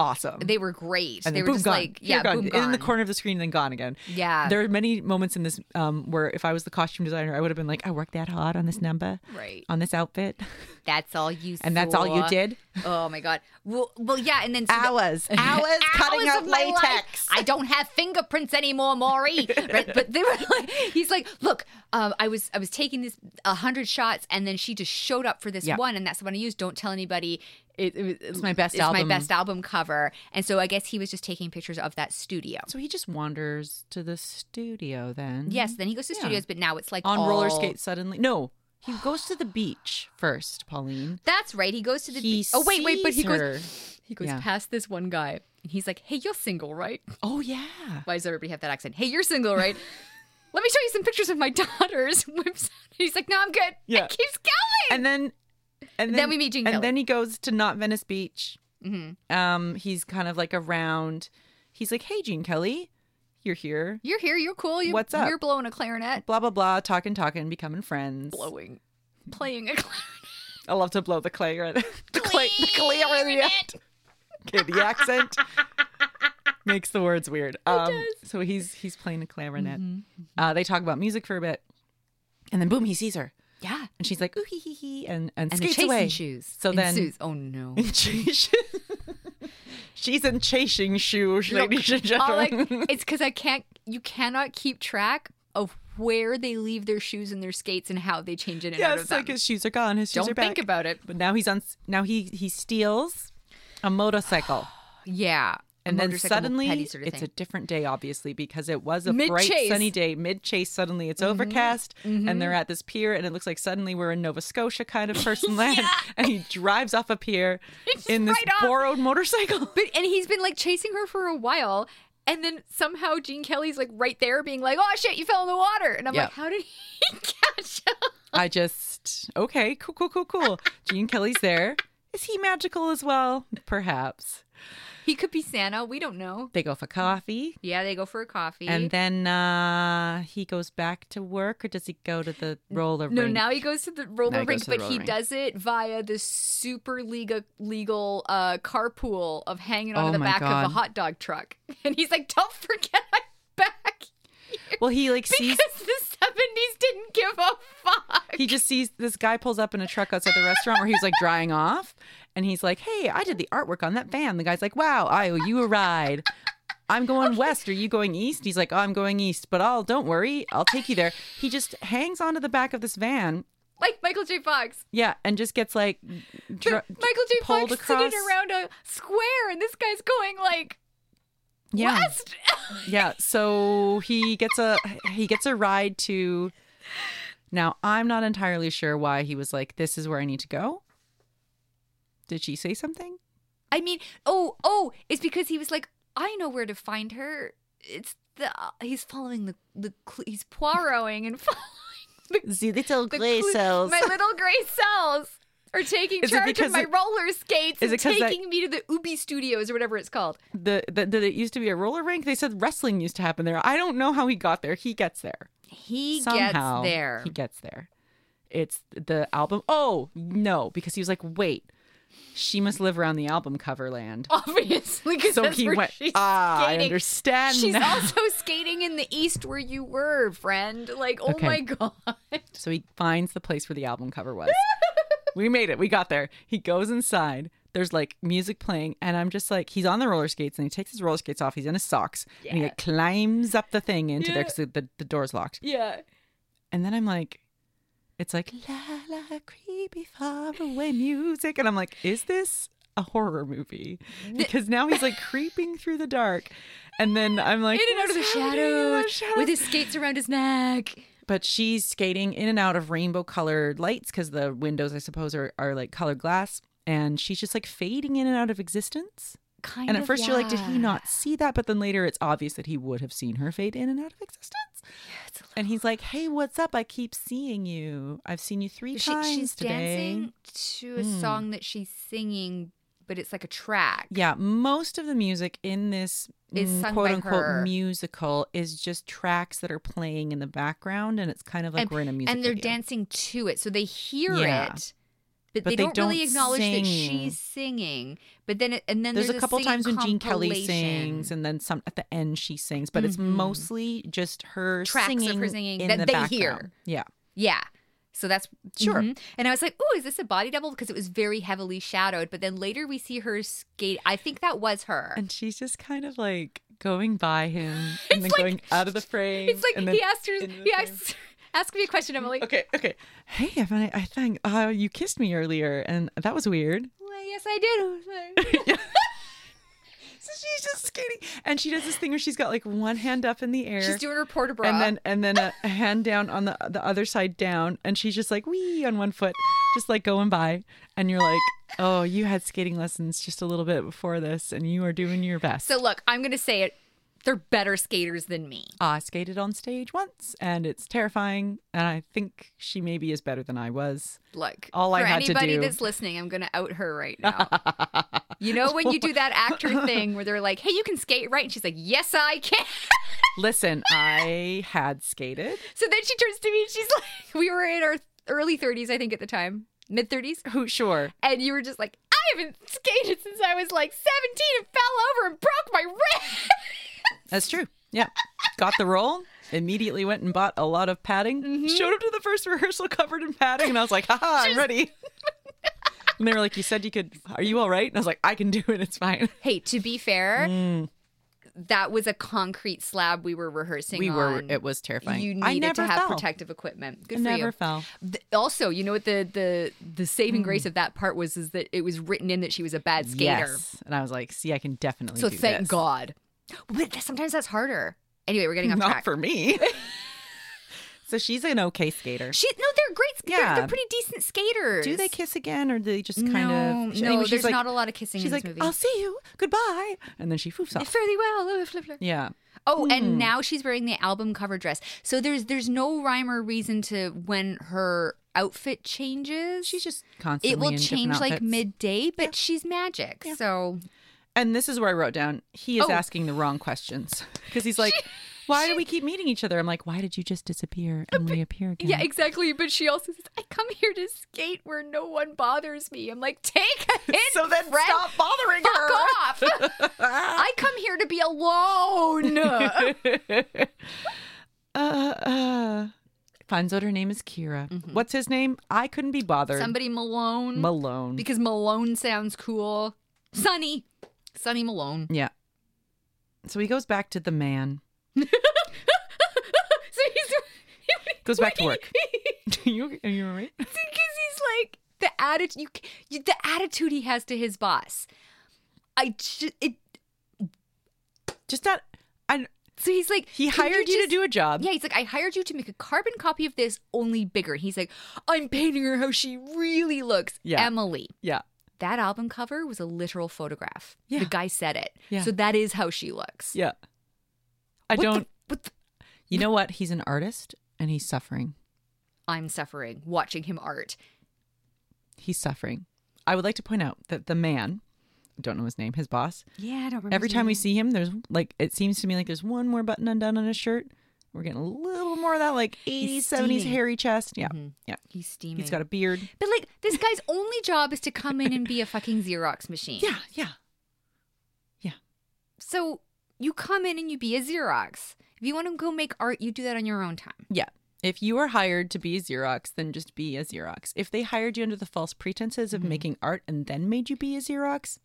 Speaker 2: awesome.
Speaker 3: They were great.
Speaker 2: and
Speaker 3: they
Speaker 2: then
Speaker 3: were
Speaker 2: boom,
Speaker 3: just
Speaker 2: gone.
Speaker 3: like,
Speaker 2: Here,
Speaker 3: yeah,
Speaker 2: gone.
Speaker 3: boom,
Speaker 2: in the
Speaker 3: gone.
Speaker 2: corner of the screen, and then gone again.
Speaker 3: Yeah.
Speaker 2: there are many moments in this um, where if I was the costume designer, I would have been like, I worked that hard on this number,
Speaker 3: Right.
Speaker 2: on this outfit,
Speaker 3: That's all you
Speaker 2: and that's all you
Speaker 3: saw.
Speaker 2: did.
Speaker 3: Oh my god. Well, well yeah, and then so the-
Speaker 2: Hours, hours cutting
Speaker 3: Hours
Speaker 2: out
Speaker 3: of my life.
Speaker 2: latex.
Speaker 3: I don't have fingerprints anymore, Maury. right? But they were like, he's like, look, um, I was I was taking this a hundred shots, and then she just showed up for this
Speaker 2: Yeah.
Speaker 3: one, and that's the one I used. Don't tell anybody. It, it was, it's
Speaker 2: my best
Speaker 3: it's
Speaker 2: album.
Speaker 3: my best album cover, and so I guess he was just taking pictures of that studio.
Speaker 2: So he just wanders to the studio then.
Speaker 3: Yes, then he goes to
Speaker 2: Mm-hmm. Yeah.
Speaker 3: studios, but now it's like
Speaker 2: on roller
Speaker 3: all-
Speaker 2: skates suddenly. No, he goes to the beach first, Pauline.
Speaker 3: That's right. He goes to the.
Speaker 2: He
Speaker 3: be- oh wait, wait, but he
Speaker 2: sees
Speaker 3: goes.
Speaker 2: her.
Speaker 3: He goes
Speaker 2: Yeah.
Speaker 3: past this one guy, and he's like, "Hey, you're single, right?
Speaker 2: Oh yeah.
Speaker 3: Why does everybody have that accent? Hey, you're single, right? Let me show you some pictures of my daughters." Whips- he's like, "No, I'm good."
Speaker 2: Yeah.
Speaker 3: It keeps going.
Speaker 2: and then and then,
Speaker 3: Then we meet Gene
Speaker 2: and
Speaker 3: Kelly. Mm-hmm.
Speaker 2: then he goes to not Venice Beach. Um, he's kind of like around. He's like, "Hey, Gene Kelly, you're here."
Speaker 3: you're here. You're cool. You,
Speaker 2: What's up?
Speaker 3: You're blowing a clarinet.
Speaker 2: Blah blah blah, talking talking, becoming friends.
Speaker 3: Blowing. Playing a clarinet.
Speaker 2: I love to blow the clay right. the clay, the clay
Speaker 3: Clarinet.
Speaker 2: Okay, the accent makes the words weird. Um, So he's he's playing a clarinet.
Speaker 3: Mm-hmm,
Speaker 2: Uh, they talk about music for a bit, and then boom, he sees her,
Speaker 3: Yeah.
Speaker 2: and she's like, "Ooh hee hee hee," and and,
Speaker 3: And the
Speaker 2: skates
Speaker 3: chasing
Speaker 2: away.
Speaker 3: shoes.
Speaker 2: So then
Speaker 3: ensues. oh no.
Speaker 2: Chasing- She's in chasing shoes, ladies and
Speaker 3: All I-
Speaker 2: gentlemen.
Speaker 3: it's because I can't. You cannot keep track of where they leave their shoes and their skates and how they change in and out of
Speaker 2: yes,
Speaker 3: them.
Speaker 2: like his shoes are gone. His shoes
Speaker 3: Don't
Speaker 2: are back.
Speaker 3: think about it.
Speaker 2: but now he's on. Now he he steals a motorcycle,
Speaker 3: Yeah. A
Speaker 2: and then
Speaker 3: motorcycle
Speaker 2: suddenly
Speaker 3: petty sort of
Speaker 2: it's a
Speaker 3: thing.
Speaker 2: different day, obviously, because it was a bright
Speaker 3: Mid-chase. Mm-hmm.
Speaker 2: sunny day. Mid chase, suddenly it's overcast, and they're at this pier, and it looks like suddenly we're in Nova Scotia kind of person land, and he drives off a pier
Speaker 3: He's
Speaker 2: in this
Speaker 3: right off.
Speaker 2: borrowed motorcycle.
Speaker 3: But and he's been like chasing her for a while, and then somehow Gene Kelly's like right there, being like, "Oh shit, you fell in the water," and I'm
Speaker 2: Yeah.
Speaker 3: like, "How did he catch up?"
Speaker 2: I just okay, cool, cool, cool, cool. Gene Kelly's there. Is he magical as well? Perhaps
Speaker 3: He could be Santa. We don't know.
Speaker 2: they go for coffee,
Speaker 3: Yeah, they go for a coffee,
Speaker 2: and then uh he goes back to work, or does he go to the roller?
Speaker 3: no,
Speaker 2: rink?
Speaker 3: now he goes to the
Speaker 2: Now he
Speaker 3: roller
Speaker 2: goes
Speaker 3: rink,
Speaker 2: to the
Speaker 3: but
Speaker 2: roller
Speaker 3: he
Speaker 2: rink.
Speaker 3: does it via this super legal legal uh, carpool of hanging
Speaker 2: Oh
Speaker 3: onto the
Speaker 2: my
Speaker 3: back
Speaker 2: God.
Speaker 3: of a hot dog truck, and he's like, "Don't forget I'm back."
Speaker 2: Well, he like sees.
Speaker 3: Because the seventies didn't give a fuck.
Speaker 2: He just sees this guy pulls up in a truck outside the restaurant where he's like drying off, And he's like, Hey, I did the artwork on that van. The guy's like, Wow, I owe you a ride. I'm going west. Are you going east? He's like, oh, I'm going east, but I'll, don't worry, I'll take you there. He just hangs onto the back of this van.
Speaker 3: Like Michael J. Fox.
Speaker 2: Yeah. And just gets like dr-
Speaker 3: Michael J.
Speaker 2: pulled
Speaker 3: Fox
Speaker 2: across.
Speaker 3: sitting around a square, and this guy's going like
Speaker 2: yeah.
Speaker 3: west.
Speaker 2: yeah so he gets a he gets a ride to now i'm not entirely sure why he was like this is where i need to go did she say something
Speaker 3: I mean, oh, oh, it's because he was like, I know where to find her. It's the uh, he's following the the cl- he's poiroting and following
Speaker 2: the little
Speaker 3: the clue- My little gray cells are taking
Speaker 2: Is it
Speaker 3: charge
Speaker 2: because
Speaker 3: of my
Speaker 2: it-
Speaker 3: roller skates
Speaker 2: is
Speaker 3: and
Speaker 2: it 'cause that-
Speaker 3: taking me to the Ubi Studios or whatever it's called.
Speaker 2: the, the, the it used to be a roller rink they said wrestling used to happen there i don't know how he got there he gets there
Speaker 3: He
Speaker 2: Somehow,
Speaker 3: gets there.
Speaker 2: he gets there it's the album oh no because he was like wait she must live around the album cover land
Speaker 3: Obviously, because
Speaker 2: so
Speaker 3: that's
Speaker 2: he
Speaker 3: where
Speaker 2: went
Speaker 3: she's
Speaker 2: ah i
Speaker 3: skating.
Speaker 2: understand
Speaker 3: She's
Speaker 2: now."
Speaker 3: also skating in the east where you were, friend. Like, oh
Speaker 2: Okay.
Speaker 3: my god.
Speaker 2: So he finds the place where the album cover was. we made it. We got there. He goes inside. There's like music playing, and I'm just like, he's on the roller skates, and he takes his roller skates off. He's in his socks, and he
Speaker 3: Yeah.
Speaker 2: like climbs up the thing into there because the, the door's locked.
Speaker 3: Yeah.
Speaker 2: And then I'm like, it's like la la creepy far away music, and I'm like, is this a horror movie? Because now he's like creeping through the dark, and then I'm like,
Speaker 3: In and out of the
Speaker 2: "What's happening in the
Speaker 3: shadows
Speaker 2: shadows?"
Speaker 3: with his skates around his neck.
Speaker 2: but she's skating in and out of rainbow colored lights because the windows i suppose are, are like colored glass and she's just like fading in and out of existence
Speaker 3: Kind
Speaker 2: and
Speaker 3: of.
Speaker 2: at first you're like did he
Speaker 3: yeah.
Speaker 2: not see that but then later it's obvious that he would have seen her fade in and out of existence
Speaker 3: it's a
Speaker 2: and he's like hey what's up i keep seeing you i've seen you three
Speaker 3: She-
Speaker 2: times
Speaker 3: she's
Speaker 2: today Hmm.
Speaker 3: dancing to a song that she's singing, but it's like a track.
Speaker 2: yeah most of the music in this
Speaker 3: Is
Speaker 2: mm,
Speaker 3: sung by
Speaker 2: quote unquote
Speaker 3: her.
Speaker 2: musical is just tracks that are playing in the background and it's kind of like
Speaker 3: and,
Speaker 2: we're in a music
Speaker 3: and they're
Speaker 2: video.
Speaker 3: dancing to it, so they hear
Speaker 2: Yeah.
Speaker 3: it, but,
Speaker 2: But
Speaker 3: they,
Speaker 2: they
Speaker 3: don't,
Speaker 2: don't
Speaker 3: really acknowledge that
Speaker 2: sing.
Speaker 3: she's singing. But then, it, and then
Speaker 2: there's, a couple
Speaker 3: singing
Speaker 2: times when Gene Kelly
Speaker 3: compilation. Mm-hmm.
Speaker 2: sings, and then some at the end she sings, but it's mostly just her
Speaker 3: Tracks of her
Speaker 2: singing,
Speaker 3: singing
Speaker 2: in
Speaker 3: that
Speaker 2: the
Speaker 3: they
Speaker 2: background.
Speaker 3: hear.
Speaker 2: Yeah,
Speaker 3: Yeah. So that's
Speaker 2: Sure.
Speaker 3: mhm. And I was like, "Oh, is this a body double?" Because it was very heavily shadowed. But then later we see her skate. I think that was her.
Speaker 2: and she's just kind of like going by him and then
Speaker 3: like-
Speaker 2: going out of the frame.
Speaker 3: it's like
Speaker 2: and
Speaker 3: he
Speaker 2: then
Speaker 3: asked her.
Speaker 2: into the
Speaker 3: He
Speaker 2: frame.
Speaker 3: asked, asked me a question, Emily.
Speaker 2: Okay, okay. Hey, Evan, I, I think uh, you kissed me earlier, and that was weird.
Speaker 3: Well, yes, I did.
Speaker 2: So she's just skating, and she does this thing where she's got like one hand up in the air.
Speaker 3: She's doing her porta bra.
Speaker 2: and then and then a, a hand down on the the other side down and she's just like wee on one foot just like going by and you're like oh you had skating lessons just a little bit before this and you are doing your best
Speaker 3: So look, I'm gonna say it. They're better skaters than me.
Speaker 2: i skated on stage once and it's terrifying and i think she maybe is better than i was
Speaker 3: Look,
Speaker 2: All I
Speaker 3: for
Speaker 2: had to
Speaker 3: anybody
Speaker 2: do-
Speaker 3: that's listening, I'm gonna out her right now. you know when you do that actor thing where they're like, "Hey, you can skate, right?" And she's like, "Yes, I can."
Speaker 2: listen i had skated
Speaker 3: so then she turns to me and she's like, "We were in our early 30s, I think, at the time, mid 30s,
Speaker 2: who sure
Speaker 3: and you were just like." I haven't skated since I was like 17 and fell over and broke my wrist.
Speaker 2: that's true yeah got the role immediately went and bought a lot of padding
Speaker 3: Mm-hmm.
Speaker 2: showed up to the first rehearsal covered in padding and i was like haha i'm ready and they were like you said you could are you all right and i was like i can do it it's fine
Speaker 3: hey, to be fair,
Speaker 2: Mm.
Speaker 3: that was a concrete slab we were rehearsing
Speaker 2: we were
Speaker 3: on.
Speaker 2: it was terrifying
Speaker 3: You needed
Speaker 2: i never
Speaker 3: to have
Speaker 2: fell.
Speaker 3: protective equipment. Good
Speaker 2: I
Speaker 3: for
Speaker 2: never
Speaker 3: you.
Speaker 2: fell
Speaker 3: Th- also, you know what the the the saving grace of that part was is that it was written in that she was a bad skater.
Speaker 2: Mm. yes and i was like see i can definitely
Speaker 3: so
Speaker 2: do
Speaker 3: thank
Speaker 2: this.
Speaker 3: God. But that- sometimes that's harder. Anyway, we're getting off
Speaker 2: not
Speaker 3: track.
Speaker 2: for me so she's an okay skater
Speaker 3: she no, they're great. sk- They're,
Speaker 2: Yeah.
Speaker 3: they're pretty decent skaters.
Speaker 2: do they kiss again or do they just
Speaker 3: No,
Speaker 2: kind of
Speaker 3: no.
Speaker 2: anyway, she's
Speaker 3: there's
Speaker 2: like-
Speaker 3: not a lot of kissing
Speaker 2: she's
Speaker 3: in this
Speaker 2: like
Speaker 3: movie.
Speaker 2: i'll see you goodbye and then she foofs off
Speaker 3: Fairly well. Oh, flip, flip.
Speaker 2: yeah
Speaker 3: Oh,
Speaker 2: Mm.
Speaker 3: and now she's wearing the album cover dress. So there's there's no rhyme or reason to when her outfit changes.
Speaker 2: she's just constantly
Speaker 3: it will
Speaker 2: in different
Speaker 3: change like
Speaker 2: outfits.
Speaker 3: midday, but she's magic. So
Speaker 2: And this is where I wrote down he is
Speaker 3: Oh.
Speaker 2: asking the wrong questions because he's like, "Why do we keep meeting each other?" I'm like, "Why did you just disappear and reappear again?"
Speaker 3: Yeah, exactly. But she also says, I come here to skate where no one bothers me. I'm like, take a hint,
Speaker 2: so then
Speaker 3: friend.
Speaker 2: stop bothering
Speaker 3: Fuck
Speaker 2: her.
Speaker 3: off. I come here to be alone.
Speaker 2: Uh, uh, finds out her name is Kira. What's his name? I couldn't be bothered.
Speaker 3: Mm-hmm. Somebody Malone.
Speaker 2: Malone.
Speaker 3: because Malone sounds cool. Sonny. Sonny Malone.
Speaker 2: yeah. So he goes back to the man.
Speaker 3: So he's
Speaker 2: Goes back to work. you okay? are you all right?
Speaker 3: because he's like the attitude you, c- you the attitude he has to his boss. I just it
Speaker 2: Just not. I.
Speaker 3: so he's like
Speaker 2: He
Speaker 3: "Can
Speaker 2: hired you,
Speaker 3: just-
Speaker 2: to do a job.
Speaker 3: Yeah, he's like, I hired you to make a carbon copy of this, only bigger. He's like, I'm painting her how she really looks.
Speaker 2: Yeah.
Speaker 3: Emily.
Speaker 2: Yeah.
Speaker 3: That album cover was a literal photograph.
Speaker 2: Yeah.
Speaker 3: The guy said it.
Speaker 2: Yeah.
Speaker 3: So that is how she looks.
Speaker 2: Yeah. I
Speaker 3: What the-
Speaker 2: don't.
Speaker 3: what the-
Speaker 2: you know what? He's an artist and he's suffering.
Speaker 3: I'm suffering watching him art.
Speaker 2: He's suffering. I would like to point out that the man, I don't know his name, his boss,
Speaker 3: Yeah, I don't remember.
Speaker 2: every time we see him, there's like, it seems to me like there's one more button undone on his shirt. We're getting a little more of that like 80s, 70s
Speaker 3: steaming.
Speaker 2: hairy chest. Yeah. Yeah.
Speaker 3: he's steaming.
Speaker 2: He's got a beard.
Speaker 3: But like this guy's only job is to come in and be a fucking Xerox machine.
Speaker 2: Yeah. Yeah.
Speaker 3: So you come in and you be a Xerox. If you want to go make art, you do that on your own time.
Speaker 2: Yeah. If you are hired to be a Xerox, then just be a Xerox. If they hired you under the false pretenses of making art and then made you be a Xerox,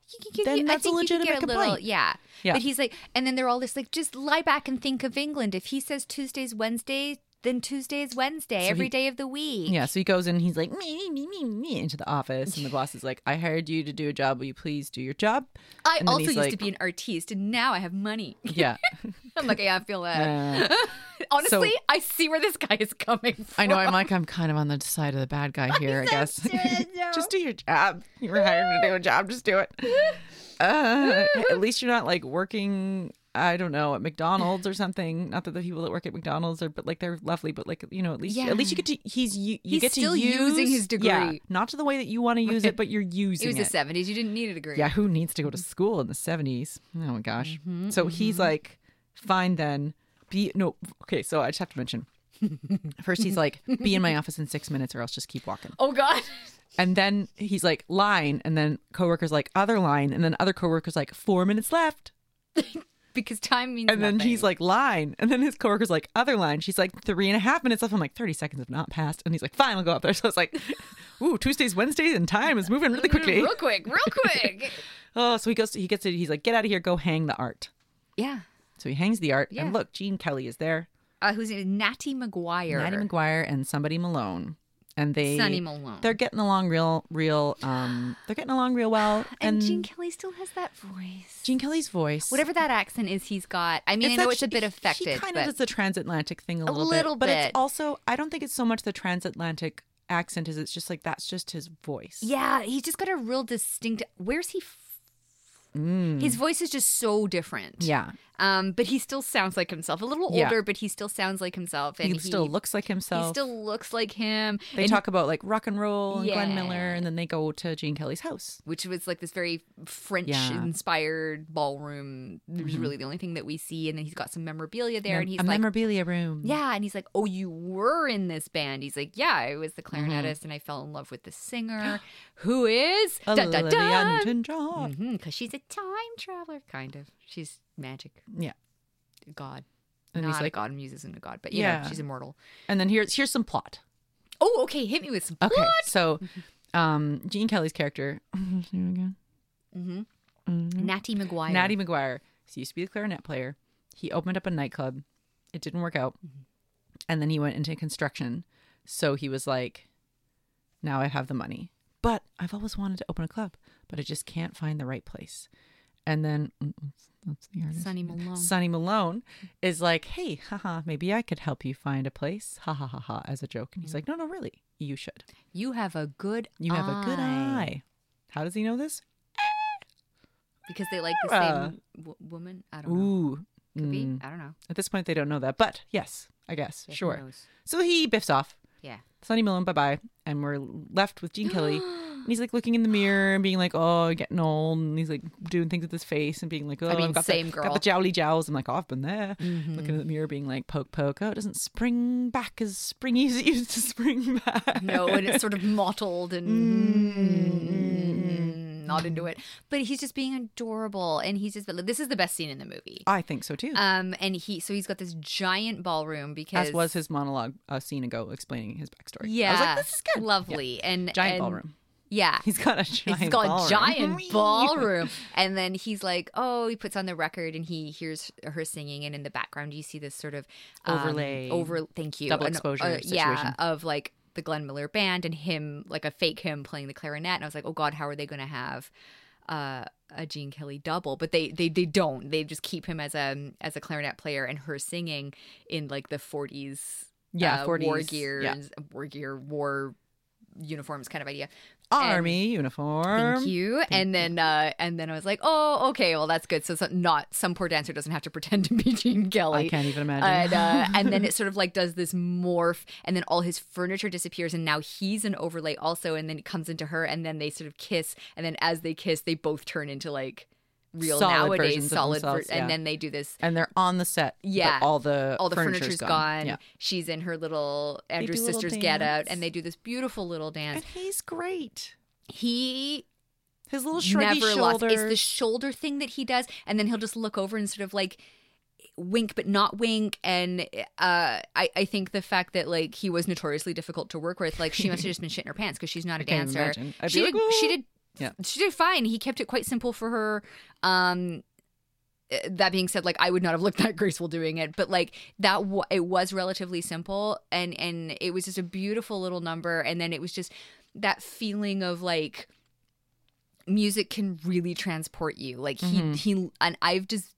Speaker 2: Then that's a
Speaker 3: you could
Speaker 2: legitimate complaint.
Speaker 3: yeah.
Speaker 2: Yeah.
Speaker 3: But he's like, and then they're all just like, just lie back and think of England. If he says Tuesday's Wednesday, then Tuesday is Wednesday every day
Speaker 2: he-
Speaker 3: of the week.
Speaker 2: Yeah, so he goes in and he's like, me, me, me, me, me, into the office. And the boss is like, I hired you to do a job. Will you please do your job?
Speaker 3: I
Speaker 2: And then
Speaker 3: also
Speaker 2: he's
Speaker 3: used
Speaker 2: like-
Speaker 3: to be an artiste, and now I have money.
Speaker 2: Yeah.
Speaker 3: I'm like, yeah, I feel that.
Speaker 2: Uh,
Speaker 3: Honestly, I see where this guy is coming from.
Speaker 2: I know. I'm like, I'm kind of on the side of the bad guy here, I guess. just do your job. You were hired to do a job. Just do it. Uh, at least you're not like working. I don't know at McDonald's or something. Not that the people that work at McDonald's are, but like they're lovely. But like you know, at least at least you get to. He's you. you
Speaker 3: He's
Speaker 2: get to
Speaker 3: still
Speaker 2: use,
Speaker 3: using his
Speaker 2: Yeah,
Speaker 3: degree.
Speaker 2: not to the way that you want to use it, but you're using
Speaker 3: It was the 70s. You didn't need a degree.
Speaker 2: Yeah, who needs to go to school in the 70s? Oh my gosh. so he's like, fine then. Be no, okay, so I just have to mention. First he's like, be in my office in 6 minutes or else just keep walking.
Speaker 3: Oh God.
Speaker 2: And then he's like, line, and then coworkers like other line, and then other coworkers like 4 minutes left.
Speaker 3: Because time means.
Speaker 2: And then he's
Speaker 3: nothing.
Speaker 2: like, line. And then his coworker's like, other line. She's like, three and a half minutes left. I'm like, 30 seconds have not passed. And he's like, fine, I'll go up there. So it's like, ooh, Tuesdays, Wednesdays, and time is moving really quickly.
Speaker 3: Mm, real quick, real quick.
Speaker 2: Oh, so he goes, he gets it. He's like, get out of here, go hang the art.
Speaker 3: yeah.
Speaker 2: So he hangs the art,
Speaker 3: Yeah.
Speaker 2: and look, Gene Kelly is there,
Speaker 3: Uh, who's it? Natty McGuire?
Speaker 2: Maddie McGuire, and somebody Malone, and they
Speaker 3: Sonny Malone.
Speaker 2: They're getting along real, real. Um, they're getting along real well,
Speaker 3: and
Speaker 2: and,
Speaker 3: Gene Kelly still has that voice.
Speaker 2: Gene Kelly's voice,
Speaker 3: Whatever that accent is, he's got. I mean, I know
Speaker 2: that
Speaker 3: it's a
Speaker 2: she-
Speaker 3: bit affected,
Speaker 2: She kind
Speaker 3: but
Speaker 2: of does the transatlantic thing a little,
Speaker 3: little
Speaker 2: bit, but it's
Speaker 3: bit.
Speaker 2: also I don't think it's so much the transatlantic accent as it's just like that's just his voice.
Speaker 3: yeah, he's just got a real distinct. Where's he? F- His voice is just so different.
Speaker 2: Mm. yeah.
Speaker 3: Um, but he still sounds like himself. A little
Speaker 2: Yeah.
Speaker 3: older, but he still sounds like himself, and
Speaker 2: He still looks like
Speaker 3: He
Speaker 2: himself.
Speaker 3: still looks like him.
Speaker 2: they
Speaker 3: and-
Speaker 2: talk about like rock and roll and Glenn Miller,
Speaker 3: Yeah.
Speaker 2: and then they go to Gene Kelly's house.
Speaker 3: which was like this very French
Speaker 2: Yeah. Mm-hmm.
Speaker 3: inspired ballroom. It was really the only thing that we see. And then he's got some memorabilia there. and he's
Speaker 2: a
Speaker 3: like,
Speaker 2: memorabilia room.
Speaker 3: Yeah. And he's like, Oh, you were in this band. He's like, Yeah, I was the
Speaker 2: Mm-hmm.
Speaker 3: clarinetist and I fell in love with the singer who is. Dun, dun,
Speaker 2: Olivia
Speaker 3: dun.
Speaker 2: Newton-John.
Speaker 3: Because she's a time traveler, kind of. She's magic.
Speaker 2: Yeah.
Speaker 3: God.
Speaker 2: And
Speaker 3: Not
Speaker 2: he's
Speaker 3: a
Speaker 2: like,
Speaker 3: god. Muse isn't a god, but yeah,
Speaker 2: Yeah.
Speaker 3: she's immortal.
Speaker 2: and then here's here's some plot.
Speaker 3: Oh, okay. Hit me with some.
Speaker 2: Okay, so um, Gene Kelly's character, again,
Speaker 3: Natty McGuire.
Speaker 2: Natty McGuire, he used to be a clarinet player. He opened up a nightclub. It didn't work out,
Speaker 3: Mm-hmm.
Speaker 2: and then he went into construction. So he was like, "Now I have the money, but I've always wanted to open a club, but I just can't find the right place." And then mm, that's- that's the artist.
Speaker 3: Sonny Malone.
Speaker 2: Sonny Malone is like, hey, haha, maybe I could help you find a place. Ha ha ha ha, as a joke. And he's
Speaker 3: Mm-hmm.
Speaker 2: like, no, no, really, you should.
Speaker 3: you have a good
Speaker 2: You have a good eye. How does he know this?
Speaker 3: Because they like the
Speaker 2: Sarah.
Speaker 3: same w- woman. I don't know.
Speaker 2: Ooh.
Speaker 3: Could be.
Speaker 2: Mm.
Speaker 3: I don't know.
Speaker 2: At this point, they don't know that. But yes, I guess.
Speaker 3: Yeah, who
Speaker 2: sure.
Speaker 3: knows?
Speaker 2: So he biffs off.
Speaker 3: Yeah.
Speaker 2: Sonny Malone, bye bye. And we're left with Gene Kelly. And he's like looking in the mirror and being like, oh, getting old. And he's like doing things with his face and being like, oh,
Speaker 3: mean,
Speaker 2: have got,
Speaker 3: same
Speaker 2: the,
Speaker 3: girl. Mm-hmm.
Speaker 2: got the jowly jowls. I'm like, oh, I've been there. Looking in the mirror, being like, poke, poke. Oh, it doesn't spring back as springy as it used to spring back. Mm.
Speaker 3: No, and it's sort of mottled and. mm, not into it. But he's just being adorable, and he's just this is the best scene in the movie.
Speaker 2: I think so too.
Speaker 3: Um, and he so he's got this giant ballroom because
Speaker 2: As was his monologue a scene ago explaining his backstory.
Speaker 3: yeah,
Speaker 2: I was like, this is good.
Speaker 3: lovely and
Speaker 2: Giant
Speaker 3: and-
Speaker 2: ballroom.
Speaker 3: Yeah,
Speaker 2: He's got a giant
Speaker 3: he's got
Speaker 2: ballroom.
Speaker 3: a giant ballroom and then he's like oh he puts on the record and he hears her singing and in the background you see this sort of um,
Speaker 2: Overlay.
Speaker 3: over thank you
Speaker 2: Double
Speaker 3: an- uh,
Speaker 2: exposure
Speaker 3: yeah
Speaker 2: situation.
Speaker 3: of like the Glenn Miller band and him like a fake him playing the clarinet and I was like oh god how are they going to have uh, a Gene Kelly double but they, they they don't they just keep him as a as a clarinet player and her singing in like the 40s
Speaker 2: Yeah,
Speaker 3: uh,
Speaker 2: 40s.
Speaker 3: war
Speaker 2: Yeah.
Speaker 3: gear war gear war uniforms kind of idea
Speaker 2: Army uniform.
Speaker 3: Thank you. and then uh, and then I was like, oh, okay, well that's good. So some, not some poor dancer doesn't have to pretend to be Gene Kelly.
Speaker 2: I can't even
Speaker 3: And,
Speaker 2: imagine.
Speaker 3: uh, and then it sort of like does this morph, and then all his furniture disappears, and now he's an overlay also, and then it comes into her, and then they sort of kiss, and then as they kiss, they both turn into like real
Speaker 2: Solid versions
Speaker 3: nowadays
Speaker 2: of
Speaker 3: solid, ver-
Speaker 2: themselves, yeah.
Speaker 3: and then they do this.
Speaker 2: and they're on the set. but
Speaker 3: Yeah.
Speaker 2: all the
Speaker 3: All the
Speaker 2: furniture's
Speaker 3: furniture's gone.
Speaker 2: Yeah.
Speaker 3: She's in her little Andrew's
Speaker 2: do a little
Speaker 3: sisters get out,
Speaker 2: dance.
Speaker 3: and they do this beautiful little dance.
Speaker 2: And he's great.
Speaker 3: He
Speaker 2: His little shruggy
Speaker 3: never lost.
Speaker 2: shoulder.
Speaker 3: It's the shoulder thing that he does, and then he'll just look over and sort of like wink but not wink and uh I, I think the fact that like he was notoriously difficult to work with like she must have just been shitting her pants because she's not a
Speaker 2: can't even
Speaker 3: dancer
Speaker 2: imagine. I'd
Speaker 3: she,
Speaker 2: be like,
Speaker 3: did, she
Speaker 2: "Whoa."
Speaker 3: did
Speaker 2: Yeah.
Speaker 3: she did fine he kept it quite simple for her um uh, that being said like i would not have looked that graceful doing it but like that w- it was relatively simple and and it was just a beautiful little number and then it was just that feeling of like music can really transport you like he
Speaker 2: Mhm.
Speaker 3: he and i've just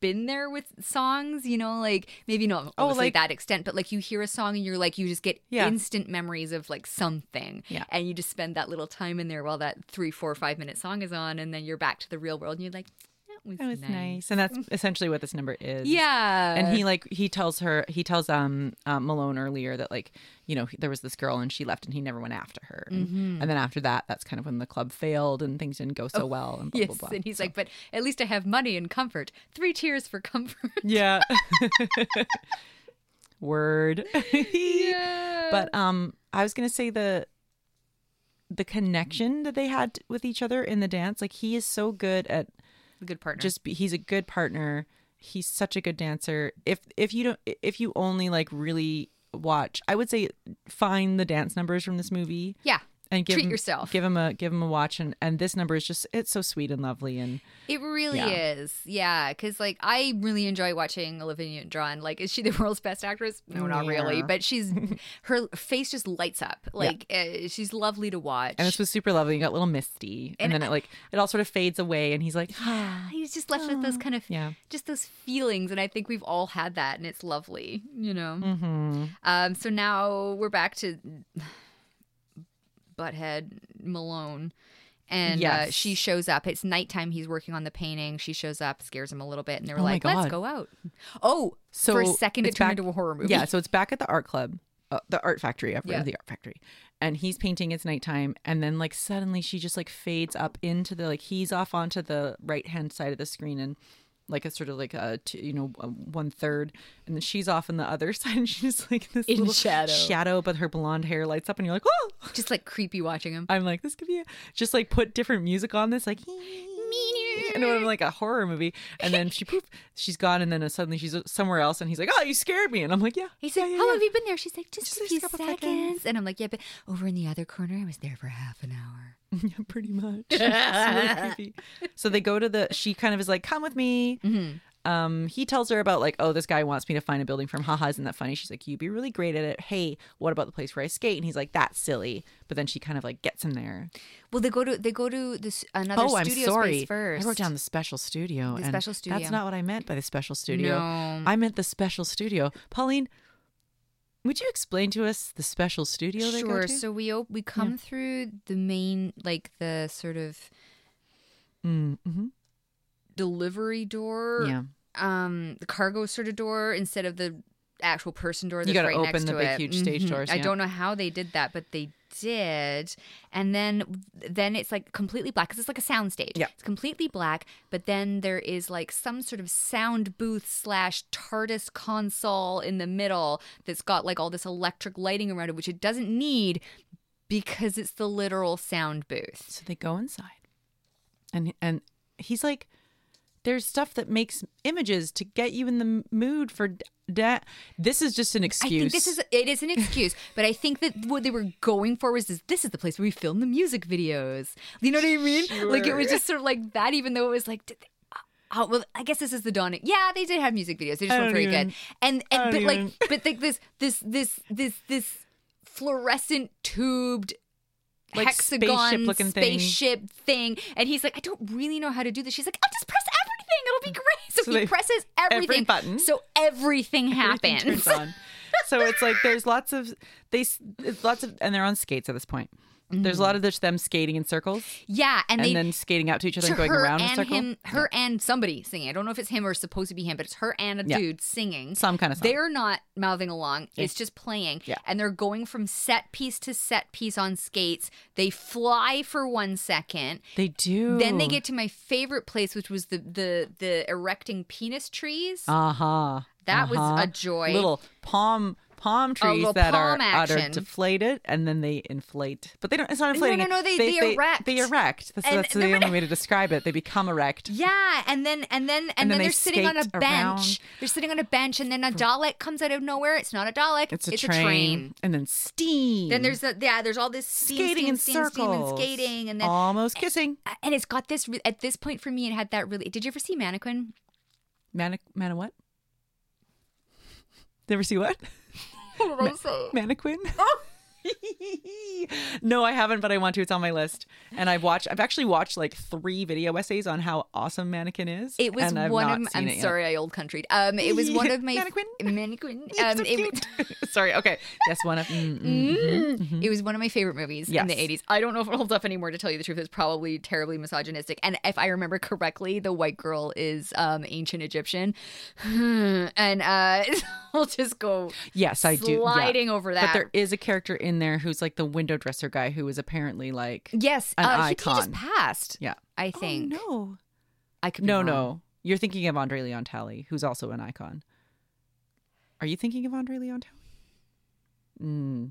Speaker 3: been there with songs you know like maybe not
Speaker 2: Oh,
Speaker 3: oh, like
Speaker 2: like-
Speaker 3: that extent but like you hear a song and you're like you just get
Speaker 2: Yeah.
Speaker 3: instant memories of like something
Speaker 2: Yeah.
Speaker 3: and you just spend that little time in there while that three four five minute song is on and then you're back to the real world and you're like that was,
Speaker 2: That was
Speaker 3: nice.
Speaker 2: nice. And that's essentially what this number is.
Speaker 3: yeah
Speaker 2: And he like he tells her he tells um, um Malone earlier that like you know he- there was this girl and she left and he never went after her and,
Speaker 3: Mm-hmm.
Speaker 2: and then after that that's kind of when the club failed and things didn't go so well and blah
Speaker 3: Oh, yes
Speaker 2: blah blah
Speaker 3: and he's like but at least i have money and comfort three tears for comfort
Speaker 2: yeah word but um I was gonna say the the connection that they had with each other in the dance like he is so good at
Speaker 3: a good partner
Speaker 2: just be, he's a good partner he's such a good dancer if if you don't if you only like really watch i would say find the dance numbers from this movie
Speaker 3: yeah
Speaker 2: and give
Speaker 3: Treat
Speaker 2: him,
Speaker 3: yourself.
Speaker 2: give him a give him a watch and and this number is just it's so sweet and lovely and
Speaker 3: It really
Speaker 2: Yeah.
Speaker 3: is. Yeah. Because, like, I really enjoy watching Olivia Drawn. Like, is she the world's best actress? No, not really.
Speaker 2: Yeah.
Speaker 3: But she's, her face just lights up. Like, uh, she's lovely to watch.
Speaker 2: and this was super lovely you got a little misty and,
Speaker 3: And
Speaker 2: then it like it all sort of fades away and he's like
Speaker 3: He's just left with those kind of,
Speaker 2: Oh, yeah
Speaker 3: just those feelings. And I think we've all had that. And it's lovely, you know?
Speaker 2: hmm
Speaker 3: Um, so now we're back to Butthead Malone. And uh,
Speaker 2: Yes.
Speaker 3: she shows up. It's nighttime. He's working on the painting. She shows up, scares him a little bit, and they were
Speaker 2: Oh my
Speaker 3: like, "Let's
Speaker 2: God.
Speaker 3: go out." Oh,
Speaker 2: so
Speaker 3: for a second, it
Speaker 2: it's
Speaker 3: turned
Speaker 2: back-
Speaker 3: into a horror movie.
Speaker 2: yeah so it's back at the art club uh, the art factory i've heard
Speaker 3: Yeah.
Speaker 2: of the art factory and he's painting it's nighttime and then like suddenly she just like fades up into the like he's off onto the right hand side of the screen and like a sort of like a t- you know a one third and then she's off on the other side and she's like this
Speaker 3: In
Speaker 2: little
Speaker 3: shadow.
Speaker 2: shadow but her blonde hair lights up and you're like oh
Speaker 3: just like creepy watching him.
Speaker 2: i'm like this could be a, just like put different music on this like and it would have been like a horror movie and then she poof she's gone and then uh, suddenly she's somewhere else and he's like oh you scared me and i'm like yeah
Speaker 3: He's like,
Speaker 2: yeah, yeah,
Speaker 3: "How
Speaker 2: yeah."
Speaker 3: long have you been there?" She's like, "Just,
Speaker 2: Just
Speaker 3: a
Speaker 2: a
Speaker 3: few
Speaker 2: couple
Speaker 3: seconds.
Speaker 2: seconds."
Speaker 3: And I'm like, "Yeah, but over in the other corner, I was there for half an hour."
Speaker 2: Yeah, pretty much. It's really creepy. So they go to the. She kind of is like, "Come with me."
Speaker 3: Mm-hmm.
Speaker 2: Um, he tells her about like, "Oh, this guy wants me to find a building for him. Haha, isn't that funny?" She's like, "You'd be really great at it." Hey, what about the place where I skate? And he's like, "That's silly." But then she kind of like gets him there.
Speaker 3: Well, they go to they go to this another
Speaker 2: oh, I'm
Speaker 3: studio
Speaker 2: sorry.
Speaker 3: space first.
Speaker 2: I wrote down the special studio.
Speaker 3: The
Speaker 2: and
Speaker 3: special studio.
Speaker 2: That's not what I meant by the special studio.
Speaker 3: No.
Speaker 2: I meant the special studio. Pauline, would you explain to us the special studio they go
Speaker 3: Sure.
Speaker 2: to?
Speaker 3: So we op- we come through the main like the sort of
Speaker 2: mm-hmm.
Speaker 3: delivery door,
Speaker 2: Yeah.
Speaker 3: um, the cargo sort of door instead of the actual person door. That's
Speaker 2: gotta
Speaker 3: right
Speaker 2: open
Speaker 3: next
Speaker 2: the
Speaker 3: to
Speaker 2: big,
Speaker 3: it.
Speaker 2: huge stage
Speaker 3: Mhm.
Speaker 2: doors,
Speaker 3: I
Speaker 2: yeah.
Speaker 3: don't know how they did that, but they did. And then then it's like completely black because it's like a sound stage.
Speaker 2: Yeah.
Speaker 3: it's completely black. But then there is like some sort of sound booth slash TARDIS console in the middle that's got like all this electric lighting around it, which it doesn't need because it's the literal sound booth.
Speaker 2: So they go inside. and and he's like there's stuff that makes images to get you in the m- mood for d- da- this is just an excuse
Speaker 3: I think this is it is an excuse, but I think that what they were going for was this, this is the place where we film the music videos. You know what I mean? Like it was just sort of like that, even though it was like. Did they, Oh well, I guess this is the dawn. Yeah, they did have music videos. They just
Speaker 2: I
Speaker 3: weren't
Speaker 2: don't
Speaker 3: very good.
Speaker 2: even-
Speaker 3: And
Speaker 2: I
Speaker 3: and but
Speaker 2: don't
Speaker 3: like
Speaker 2: even-
Speaker 3: but like this this this this this fluorescent tubed
Speaker 2: Like
Speaker 3: hexagon
Speaker 2: spaceship-looking thing.
Speaker 3: spaceship thing. And he's like, I don't really know how to do this. She's like, I'll just press everything. It'll be great. So,
Speaker 2: Mm. So
Speaker 3: he
Speaker 2: they-
Speaker 3: presses
Speaker 2: every
Speaker 3: everything.
Speaker 2: button.
Speaker 3: So everything
Speaker 2: Everything
Speaker 3: happens.
Speaker 2: turns on. so it's like there's lots of they s- it's lots of and they're on skates at this point there's a
Speaker 3: Mm.
Speaker 2: lot of this them skating in circles
Speaker 3: Yeah, and,
Speaker 2: and,
Speaker 3: they
Speaker 2: then skating out to each other and
Speaker 3: to
Speaker 2: going
Speaker 3: her
Speaker 2: around in a
Speaker 3: and
Speaker 2: circle
Speaker 3: him, her and somebody singing. I don't know if it's him or it's supposed to be him, but it's her and a
Speaker 2: Yeah.
Speaker 3: dude singing.
Speaker 2: some kind of song.
Speaker 3: They're not mouthing along. It's just playing.
Speaker 2: Yeah.
Speaker 3: And they're going from set piece to set piece on skates. They fly for one second.
Speaker 2: they do
Speaker 3: Then they get to my favorite place, which was the the the erecting penis trees.
Speaker 2: uh-huh
Speaker 3: That was
Speaker 2: uh-huh.
Speaker 3: a joy.
Speaker 2: little palm palm trees
Speaker 3: little
Speaker 2: that
Speaker 3: palm
Speaker 2: are that are
Speaker 3: action.
Speaker 2: deflated and then they inflate but they don't it's not inflating
Speaker 3: no,
Speaker 2: it.
Speaker 3: no, they- they erect.
Speaker 2: they erect that's,
Speaker 3: And
Speaker 2: that's the
Speaker 3: they're-
Speaker 2: only way to describe it they become erect
Speaker 3: Yeah, and then and then
Speaker 2: then
Speaker 3: and, then,
Speaker 2: they
Speaker 3: they are sitting on a
Speaker 2: skate
Speaker 3: bench.
Speaker 2: around.
Speaker 3: They're sitting on a bench, and then a Dalek comes out of nowhere. It's not a Dalek.
Speaker 2: it's a, train. and then steam
Speaker 3: Then there's the, yeah, there's all this steam,
Speaker 2: skating
Speaker 3: steam,
Speaker 2: in
Speaker 3: steam, steam, and
Speaker 2: circles
Speaker 3: skating, and then
Speaker 2: almost kissing
Speaker 3: and it's got this re- at this point for me. It had that really. Did you ever see Mannequin?
Speaker 2: Manic, mana what? Never see what?
Speaker 3: What did I say?
Speaker 2: Mannequin?
Speaker 3: Oh.
Speaker 2: no, I haven't, but I want to. It's on my list. And I've watched, I've actually watched like three video essays on how awesome Mannequin is.
Speaker 3: It was
Speaker 2: and I've
Speaker 3: one
Speaker 2: not
Speaker 3: of.
Speaker 2: seen
Speaker 3: I'm
Speaker 2: it yet.
Speaker 3: sorry, I old country. Um, it was one of my
Speaker 2: Mannequin?
Speaker 3: Mannequin.
Speaker 2: It's
Speaker 3: Um,
Speaker 2: so
Speaker 3: it, Mm-hmm.
Speaker 2: cute. sorry. Okay. That's one of. mm, mm.
Speaker 3: It was one of my favorite movies in the
Speaker 2: Yes.
Speaker 3: 80s. I don't know if it holds up anymore, to tell you the truth. It's probably terribly misogynistic. And if I remember correctly, the white girl is um, ancient Egyptian. and uh, I'll just go
Speaker 2: Yes, I do. yeah.
Speaker 3: sliding over that.
Speaker 2: But there is a character in there who's like the window dresser guy who is apparently like.
Speaker 3: yes,
Speaker 2: an
Speaker 3: uh, he- He, just
Speaker 2: icon. Oh,
Speaker 3: passed,
Speaker 2: Yeah.
Speaker 3: I think.
Speaker 2: no.
Speaker 3: I could be
Speaker 2: No,
Speaker 3: wrong.
Speaker 2: no. You're thinking of Andre Leon Talley, who's also an icon. Are you thinking of Andre Leon Talley? Mm,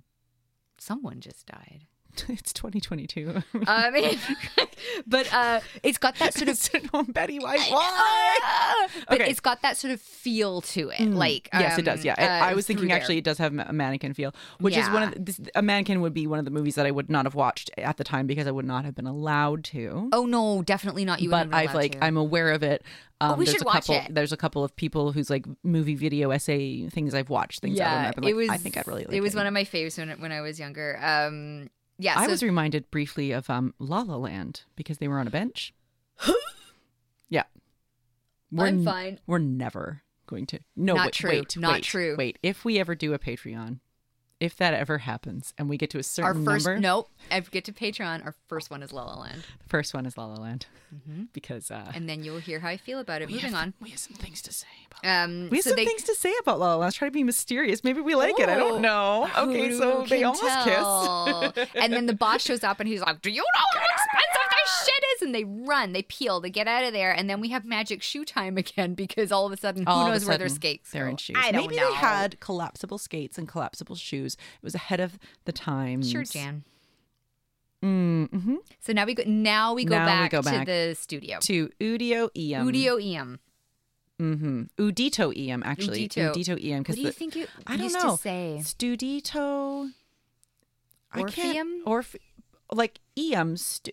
Speaker 3: Someone just died.
Speaker 2: it's 2022.
Speaker 3: I mean, but uh, it's got that sort of
Speaker 2: It's no Betty White. Why?
Speaker 3: but
Speaker 2: Okay.
Speaker 3: it's got that sort of feel to it.
Speaker 2: Mm.
Speaker 3: Like
Speaker 2: yes, it does.
Speaker 3: um,
Speaker 2: Yeah, I-
Speaker 3: uh,
Speaker 2: I was
Speaker 3: through
Speaker 2: thinking
Speaker 3: there.
Speaker 2: actually it does have a mannequin feel, which is one of
Speaker 3: Yeah.
Speaker 2: the, this, a mannequin would be one of the movies that I would not have watched at the time because I would not have been allowed to.
Speaker 3: Oh no, definitely not you.
Speaker 2: but
Speaker 3: wouldn't have
Speaker 2: I've
Speaker 3: allowed
Speaker 2: like
Speaker 3: to. Oh,
Speaker 2: I'm aware of it. Um,
Speaker 3: we
Speaker 2: there's
Speaker 3: should
Speaker 2: a
Speaker 3: watch
Speaker 2: couple,
Speaker 3: it.
Speaker 2: There's a couple of people who's like movie video essay things I've watched things. out of, and I've been like, I think I'd really. Like
Speaker 3: it was one of my faves when when I was younger. Um, yeah,
Speaker 2: I
Speaker 3: so
Speaker 2: was reminded briefly of um, La La Land because they were on a bench. yeah, we're
Speaker 3: I'm
Speaker 2: n-
Speaker 3: fine.
Speaker 2: We're never going to. No,
Speaker 3: Not
Speaker 2: wait,
Speaker 3: true.
Speaker 2: Wait,
Speaker 3: Not
Speaker 2: wait,
Speaker 3: true.
Speaker 2: Wait, if we ever do a Patreon, if that ever happens, and we get to a
Speaker 3: our
Speaker 2: certain
Speaker 3: first
Speaker 2: number,
Speaker 3: nope. I get to Patreon. Our first one is La La Land,
Speaker 2: the first one is La La Land because uh,
Speaker 3: and then you'll hear how I feel about it.
Speaker 2: we
Speaker 3: Moving
Speaker 2: have-
Speaker 3: on.
Speaker 2: we have some things to say. About
Speaker 3: Um,
Speaker 2: We have
Speaker 3: so
Speaker 2: some
Speaker 3: they,
Speaker 2: things to say about La La Land. Let's try to be mysterious. Maybe we like it. I
Speaker 3: Oh,
Speaker 2: don't know. Okay,
Speaker 3: who
Speaker 2: so they
Speaker 3: can
Speaker 2: almost
Speaker 3: tell? and then the boss shows up and he's like, "Do you know how expensive this shit is?" And they run, they peel, they get out of there, and then we have magic shoe time again because all of a sudden,
Speaker 2: kiss.
Speaker 3: who
Speaker 2: All of a
Speaker 3: knows where their
Speaker 2: sudden,
Speaker 3: skates?
Speaker 2: They're
Speaker 3: go?
Speaker 2: in shoes.
Speaker 3: I don't
Speaker 2: Maybe
Speaker 3: know.
Speaker 2: they had collapsible skates and collapsible shoes. It was ahead of the time.
Speaker 3: sure, Jan.
Speaker 2: Mm-hmm.
Speaker 3: So now we go. Now we go,
Speaker 2: Now we
Speaker 3: back,
Speaker 2: go back
Speaker 3: to the studio. E
Speaker 2: To um, Udio Em.
Speaker 3: Udio Em.
Speaker 2: Mm-hmm. Udito Em, actually.
Speaker 3: Udito.
Speaker 2: Udito, Em.
Speaker 3: What
Speaker 2: Because
Speaker 3: do you think it
Speaker 2: I don't
Speaker 3: used
Speaker 2: know.
Speaker 3: to say?
Speaker 2: Studito.
Speaker 3: Orpheum?
Speaker 2: Or like Em. Stu-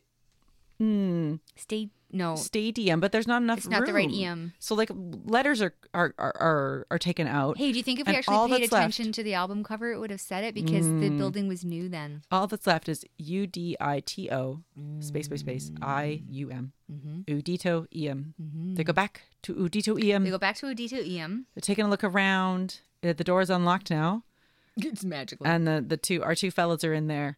Speaker 2: mm,
Speaker 3: Stay no.
Speaker 2: stadium, but there's not enough.
Speaker 3: Oh. It's not the right
Speaker 2: room.
Speaker 3: em.
Speaker 2: So like letters are are are are, are taken out.
Speaker 3: Hey, do you think if we
Speaker 2: and all
Speaker 3: actually paid
Speaker 2: that's left- Mm.
Speaker 3: attention to the album cover, it would have said it because the building was new then.
Speaker 2: All that's left is U D I T O space space space
Speaker 3: Mm.
Speaker 2: I U M.
Speaker 3: Mm-hmm.
Speaker 2: Udito Em. E They go back to Udito Em.
Speaker 3: We Mm-hmm. go back to E Udito Em.
Speaker 2: E They're taking a look around. Uh, The door is unlocked now,
Speaker 3: It's magical.
Speaker 2: and the the two our two fellas are in there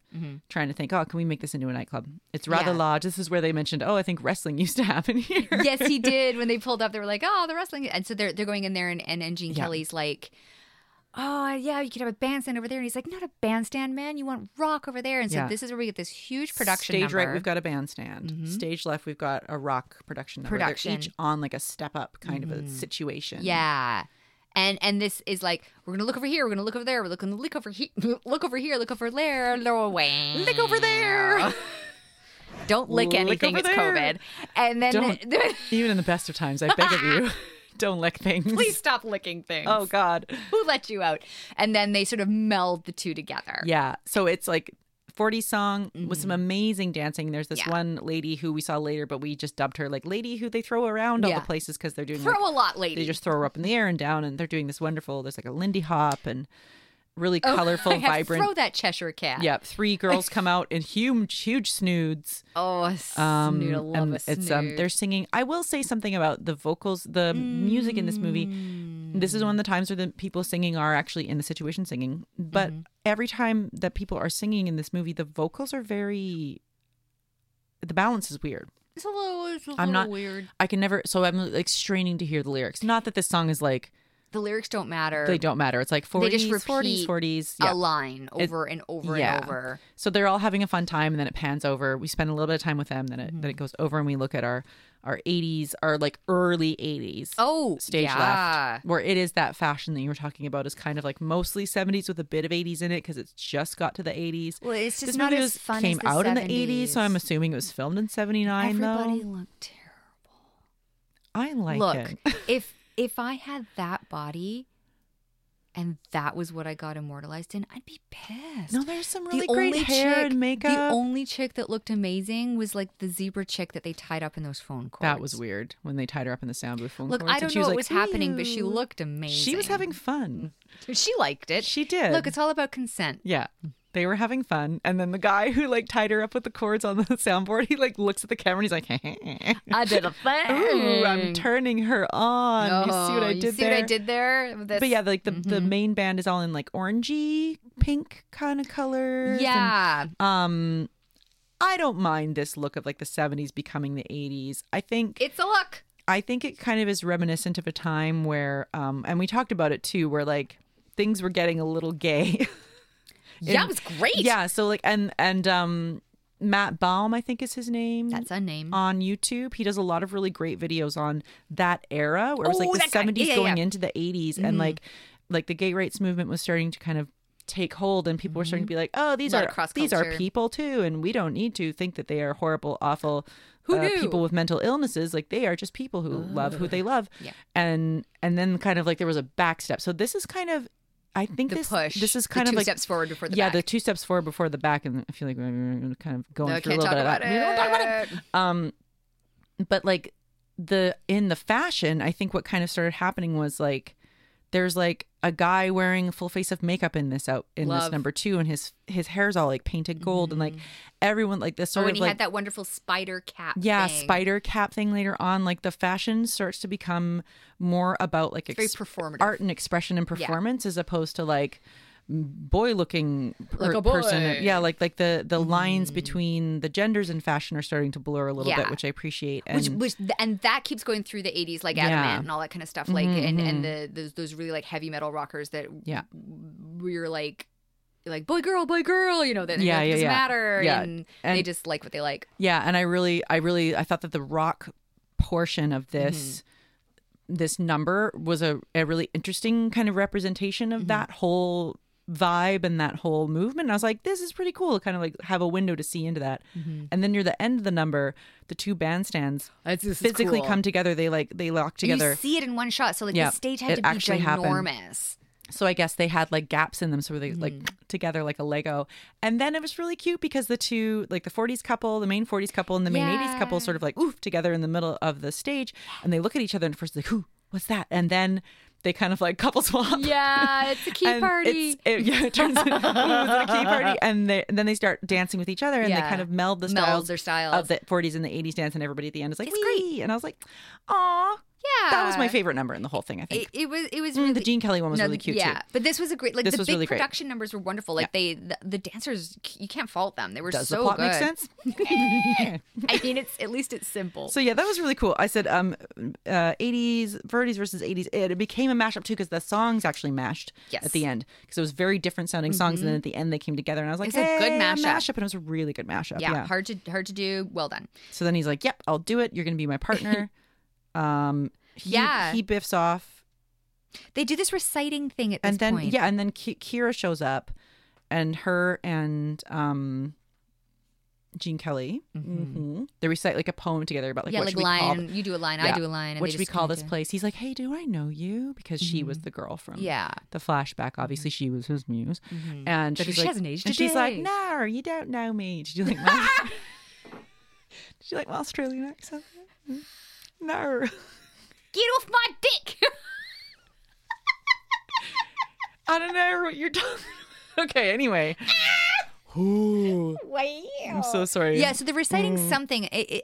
Speaker 2: trying to think. Oh, can we make this into a nightclub? It's rather
Speaker 3: Mm-hmm. Yeah.
Speaker 2: large. This is where they mentioned. Oh, I think wrestling used to happen here.
Speaker 3: yes, he did. When they pulled up, they were like, "Oh, the wrestling," and so they're they're going in there, and and, and Gene
Speaker 2: Yeah.
Speaker 3: Kelly's like. Oh yeah, you could have a bandstand over there, and he's like, "Not a bandstand, man. You want rock over there." And so
Speaker 2: Yeah.
Speaker 3: this is where we get this huge production.
Speaker 2: Stage right,
Speaker 3: number. Mm-hmm.
Speaker 2: we've got a bandstand. Stage left, we've got a rock production. Number. They're each
Speaker 3: Production. Mm-hmm.
Speaker 2: on like a step up kind of a situation.
Speaker 3: Yeah. And and this is like we're gonna look over here, we're gonna look over there, we're looking look over here, look over here, look over there, look away,
Speaker 2: Look over there.
Speaker 3: Don't lick
Speaker 2: Lick
Speaker 3: anything.
Speaker 2: over
Speaker 3: it's
Speaker 2: there.
Speaker 3: COVID. And then
Speaker 2: Don't. Even in the best of times, I beg of you, don't lick things.
Speaker 3: please stop licking things.
Speaker 2: Oh God.
Speaker 3: Who let you out? And then they sort of meld the two together.
Speaker 2: Yeah. So it's like 40 song with some amazing dancing. There's this
Speaker 3: Mm-hmm. Yeah.
Speaker 2: one lady who we saw later, but we just dubbed her like lady who they throw around all
Speaker 3: Yeah.
Speaker 2: the places because they're doing
Speaker 3: Throw
Speaker 2: like,
Speaker 3: a lot, lady.
Speaker 2: they just throw her up in the air and down and they're doing this wonderful there's like a Lindy Hop and really colorful,
Speaker 3: Oh, I have
Speaker 2: vibrant.
Speaker 3: Throw that Cheshire cat.
Speaker 2: yeah. Three girls come out in huge huge snoods.
Speaker 3: Oh, a snoot. I love
Speaker 2: and
Speaker 3: a snoot.
Speaker 2: it's um they're singing. I will say something about the vocals, the music in this movie. This is one of the times where the people singing are actually in the situation singing. But
Speaker 3: Mm-hmm.
Speaker 2: every time that people are singing in this movie, the vocals are very the balance is weird.
Speaker 3: it's a little, it's a
Speaker 2: I'm
Speaker 3: little
Speaker 2: not-
Speaker 3: weird.
Speaker 2: I can never so I'm like straining to hear the lyrics. Not that this song is like
Speaker 3: The lyrics don't matter.
Speaker 2: they don't matter. It's like
Speaker 3: They
Speaker 2: 40s,
Speaker 3: just
Speaker 2: 40s,
Speaker 3: repeat
Speaker 2: 40s. Yeah.
Speaker 3: A line over and over
Speaker 2: yeah.
Speaker 3: and over.
Speaker 2: So they're all having a fun time, and then it pans over. We spend a little bit of time with them, then it then it goes over, and we look at our our 80s, our like early 80s.
Speaker 3: Oh,
Speaker 2: stage
Speaker 3: yeah.
Speaker 2: left where it is that fashion that you were talking about is kind of like mostly 70s with a bit of 80s in it because it's just got to the 80s
Speaker 3: Well, it's just
Speaker 2: this
Speaker 3: not
Speaker 2: movie
Speaker 3: as
Speaker 2: was-
Speaker 3: fun
Speaker 2: came
Speaker 3: as the
Speaker 2: out
Speaker 3: 70s.
Speaker 2: in the 80s so i'm assuming it was filmed in 79
Speaker 3: Everybody
Speaker 2: though
Speaker 3: looked terrible.
Speaker 2: i like
Speaker 3: Look,
Speaker 2: it
Speaker 3: if if I had that body and that was what I got immortalized in, I'd be pissed.
Speaker 2: no there's some really great hair
Speaker 3: chick,
Speaker 2: and makeup
Speaker 3: The only chick that looked amazing was like the zebra chick that they tied up in those phone cords.
Speaker 2: that was weird when they tied her up in the sound booth phone
Speaker 3: Look,
Speaker 2: cords,
Speaker 3: I
Speaker 2: and
Speaker 3: don't
Speaker 2: she
Speaker 3: know
Speaker 2: was
Speaker 3: what
Speaker 2: like,
Speaker 3: was happening, but she
Speaker 2: "Ew."
Speaker 3: looked amazing.
Speaker 2: she was having fun
Speaker 3: She liked it.
Speaker 2: She did.
Speaker 3: Look, it's all about consent.
Speaker 2: yeah they were having fun and then the guy who like tied her up with the cords on the soundboard he like looks at the camera and he's like
Speaker 3: I did a thing.
Speaker 2: Ooh, I'm turning her on. you see what
Speaker 3: Oh,
Speaker 2: I did
Speaker 3: you see
Speaker 2: there?
Speaker 3: what I did there? This- Mm-hmm.
Speaker 2: But yeah, like the, the main band is all in like orangey pink kind of colors. and,
Speaker 3: yeah.
Speaker 2: um, I don't mind this look of like the 70s becoming the 80s. I think
Speaker 3: It's a look.
Speaker 2: I think it kind of is reminiscent of a time where, um, and we talked about it too, where like things were getting a little gay.
Speaker 3: Yeah, it was great.
Speaker 2: yeah. So like, and and um, Matt Baum, I think is his name
Speaker 3: That's a name.
Speaker 2: on YouTube. He does a lot of really great videos on that era where it was
Speaker 3: Oh,
Speaker 2: like the
Speaker 3: that guy. Yeah,
Speaker 2: 70s
Speaker 3: yeah,
Speaker 2: going
Speaker 3: yeah. Mm-hmm.
Speaker 2: into the 80s and like like the gay rights movement was starting to kind of take hold and people were starting to be like, "Oh, these
Speaker 3: Lot
Speaker 2: are
Speaker 3: of cross
Speaker 2: these are
Speaker 3: Mm-hmm. culture.
Speaker 2: people too and we don't need to think that they are horrible, awful
Speaker 3: Who
Speaker 2: uh,
Speaker 3: knew?
Speaker 2: people with mental illnesses. Like they are just people who love who they love."
Speaker 3: Yeah.
Speaker 2: And and then kind of like there was a backstep. So this is kind of I think
Speaker 3: The
Speaker 2: this
Speaker 3: push.
Speaker 2: this is
Speaker 3: The
Speaker 2: kind of
Speaker 3: two
Speaker 2: like
Speaker 3: steps forward before the
Speaker 2: yeah
Speaker 3: back.
Speaker 2: the two steps forward before the back and I feel like we're kind of going
Speaker 3: No, I
Speaker 2: through a
Speaker 3: can't
Speaker 2: little
Speaker 3: talk
Speaker 2: bit of
Speaker 3: about
Speaker 2: that. We don't talk about it
Speaker 3: it.
Speaker 2: um but like the in the fashion i think what kind of started happening was like there's like a guy wearing a full face of makeup in this out in
Speaker 3: Love.
Speaker 2: this number two and his his hair's all like painted gold and like everyone like this
Speaker 3: Mm-hmm. Or
Speaker 2: sort
Speaker 3: when
Speaker 2: of
Speaker 3: Oh, he
Speaker 2: like
Speaker 3: had that wonderful spider cap.
Speaker 2: yeah
Speaker 3: thing.
Speaker 2: spider cap thing later on like the fashion starts to become more about like
Speaker 3: very
Speaker 2: ex-
Speaker 3: performative.
Speaker 2: art and expression and performance as opposed to like boy looking
Speaker 3: Like a boy. Mm-hmm.
Speaker 2: person yeah like like the the lines between the genders in fashion are starting to blur a little
Speaker 3: Yeah.
Speaker 2: bit which i appreciate and
Speaker 3: which, which th- and that keeps going through the 80s like adamant
Speaker 2: Yeah. Mm-hmm,
Speaker 3: and all that kind of stuff like and and the those, those really like heavy metal rockers that
Speaker 2: Yeah.
Speaker 3: we were like like boy girl boy girl you know that
Speaker 2: Yeah,
Speaker 3: like,
Speaker 2: yeah,
Speaker 3: doesn't
Speaker 2: yeah.
Speaker 3: matter
Speaker 2: Yeah.
Speaker 3: and, they
Speaker 2: And-
Speaker 3: just like what they like
Speaker 2: Yeah, and I really, I really, I thought that the rock portion of this
Speaker 3: Mm-hmm.
Speaker 2: this number was a, a really interesting kind of representation
Speaker 3: Mm-hmm.
Speaker 2: of that whole vibe and that whole movement. And I was like, this is pretty cool. Kind of like have a window to see into that.
Speaker 3: Mm-hmm.
Speaker 2: And then near the end of the number, the two bandstands
Speaker 3: That's- this is
Speaker 2: physically
Speaker 3: cool.
Speaker 2: come together. They like they lock
Speaker 3: And
Speaker 2: together.
Speaker 3: you see it in one shot so like
Speaker 2: Yeah,
Speaker 3: the stage had
Speaker 2: it
Speaker 3: to be
Speaker 2: actually happened.
Speaker 3: ginormous
Speaker 2: so I guess they had like gaps in them, so they like
Speaker 3: Hmm.
Speaker 2: together like a Lego. And then it was really cute because the two, like the 40s couple, the main 40s couple, and the main 80s couple, sort of like oof together in the middle of the stage, and they look at each other and first like, "Who? What's that?" And then they kind of like couple swap.
Speaker 3: yeah it's a key
Speaker 2: And
Speaker 3: party
Speaker 2: it's- it, yeah, it turns into ooh, is it a key party, and, they, and then they start dancing with each other, and
Speaker 3: Yeah.
Speaker 2: they kind of meld the
Speaker 3: Melds
Speaker 2: styles
Speaker 3: their
Speaker 2: of
Speaker 3: styles.
Speaker 2: the 40s and the 80s dance, and everybody at the end is like,
Speaker 3: It's great. Uh,
Speaker 2: "Wee!" And I was like, "Aw,
Speaker 3: yeah
Speaker 2: that was my favorite number in the whole thing." I think
Speaker 3: it, it was it was
Speaker 2: Mm,
Speaker 3: really
Speaker 2: the Gene Kelly one was really cute
Speaker 3: yeah
Speaker 2: too.
Speaker 3: but this was a great like
Speaker 2: This
Speaker 3: the
Speaker 2: was
Speaker 3: big
Speaker 2: really great.
Speaker 3: production numbers were wonderful like they the, the dancers you can't fault them they were
Speaker 2: Does
Speaker 3: so
Speaker 2: the plot
Speaker 3: good
Speaker 2: make sense?
Speaker 3: I mean it's at least it's simple
Speaker 2: So yeah, that was really cool. I said um, uh, 80s Verdi's versus 80s. It, it became a mashup too because the songs actually mashed
Speaker 3: Yes. Mm-hmm.
Speaker 2: at the end because it was very different sounding songs, and then at the end they came together, and I was like,
Speaker 3: It's a good
Speaker 2: "Hey,
Speaker 3: mashup."
Speaker 2: and it was a really good mashup.
Speaker 3: yeah,
Speaker 2: Yeah.
Speaker 3: hard to hard to do. Well done.
Speaker 2: So then he's like, "Yep, I'll do it. You're gonna be my partner." um, he,
Speaker 3: Yeah.
Speaker 2: He biffs off,
Speaker 3: They do this reciting thing at this
Speaker 2: and then
Speaker 3: point.
Speaker 2: yeah, and then Ki- Kira shows up, and her and um, Gene Kelly. hmm They recite like a poem together about like
Speaker 3: Mm-hmm. yeah,
Speaker 2: what
Speaker 3: like
Speaker 2: should we call
Speaker 3: line. You do a line. I
Speaker 2: Yeah.
Speaker 3: do a line. And
Speaker 2: what
Speaker 3: they
Speaker 2: should we
Speaker 3: just
Speaker 2: call
Speaker 3: kinda
Speaker 2: this
Speaker 3: do-
Speaker 2: place? He's like, hey, do I know you? Because she was the girl from
Speaker 3: Yeah. Mm-hmm.
Speaker 2: the flashback. Obviously, she was his muse, and
Speaker 3: But
Speaker 2: she's
Speaker 3: she
Speaker 2: like,
Speaker 3: hasn't aged a
Speaker 2: and she's like,
Speaker 3: day.
Speaker 2: no, you don't know me. Did you like my? Did you like my Australian accent? No.
Speaker 3: Get off my dick.
Speaker 2: I don't know what you're talking. okay, anyway. Ooh, I'm so sorry.
Speaker 3: yeah. So they're reciting
Speaker 2: Mm.
Speaker 3: something. It, it,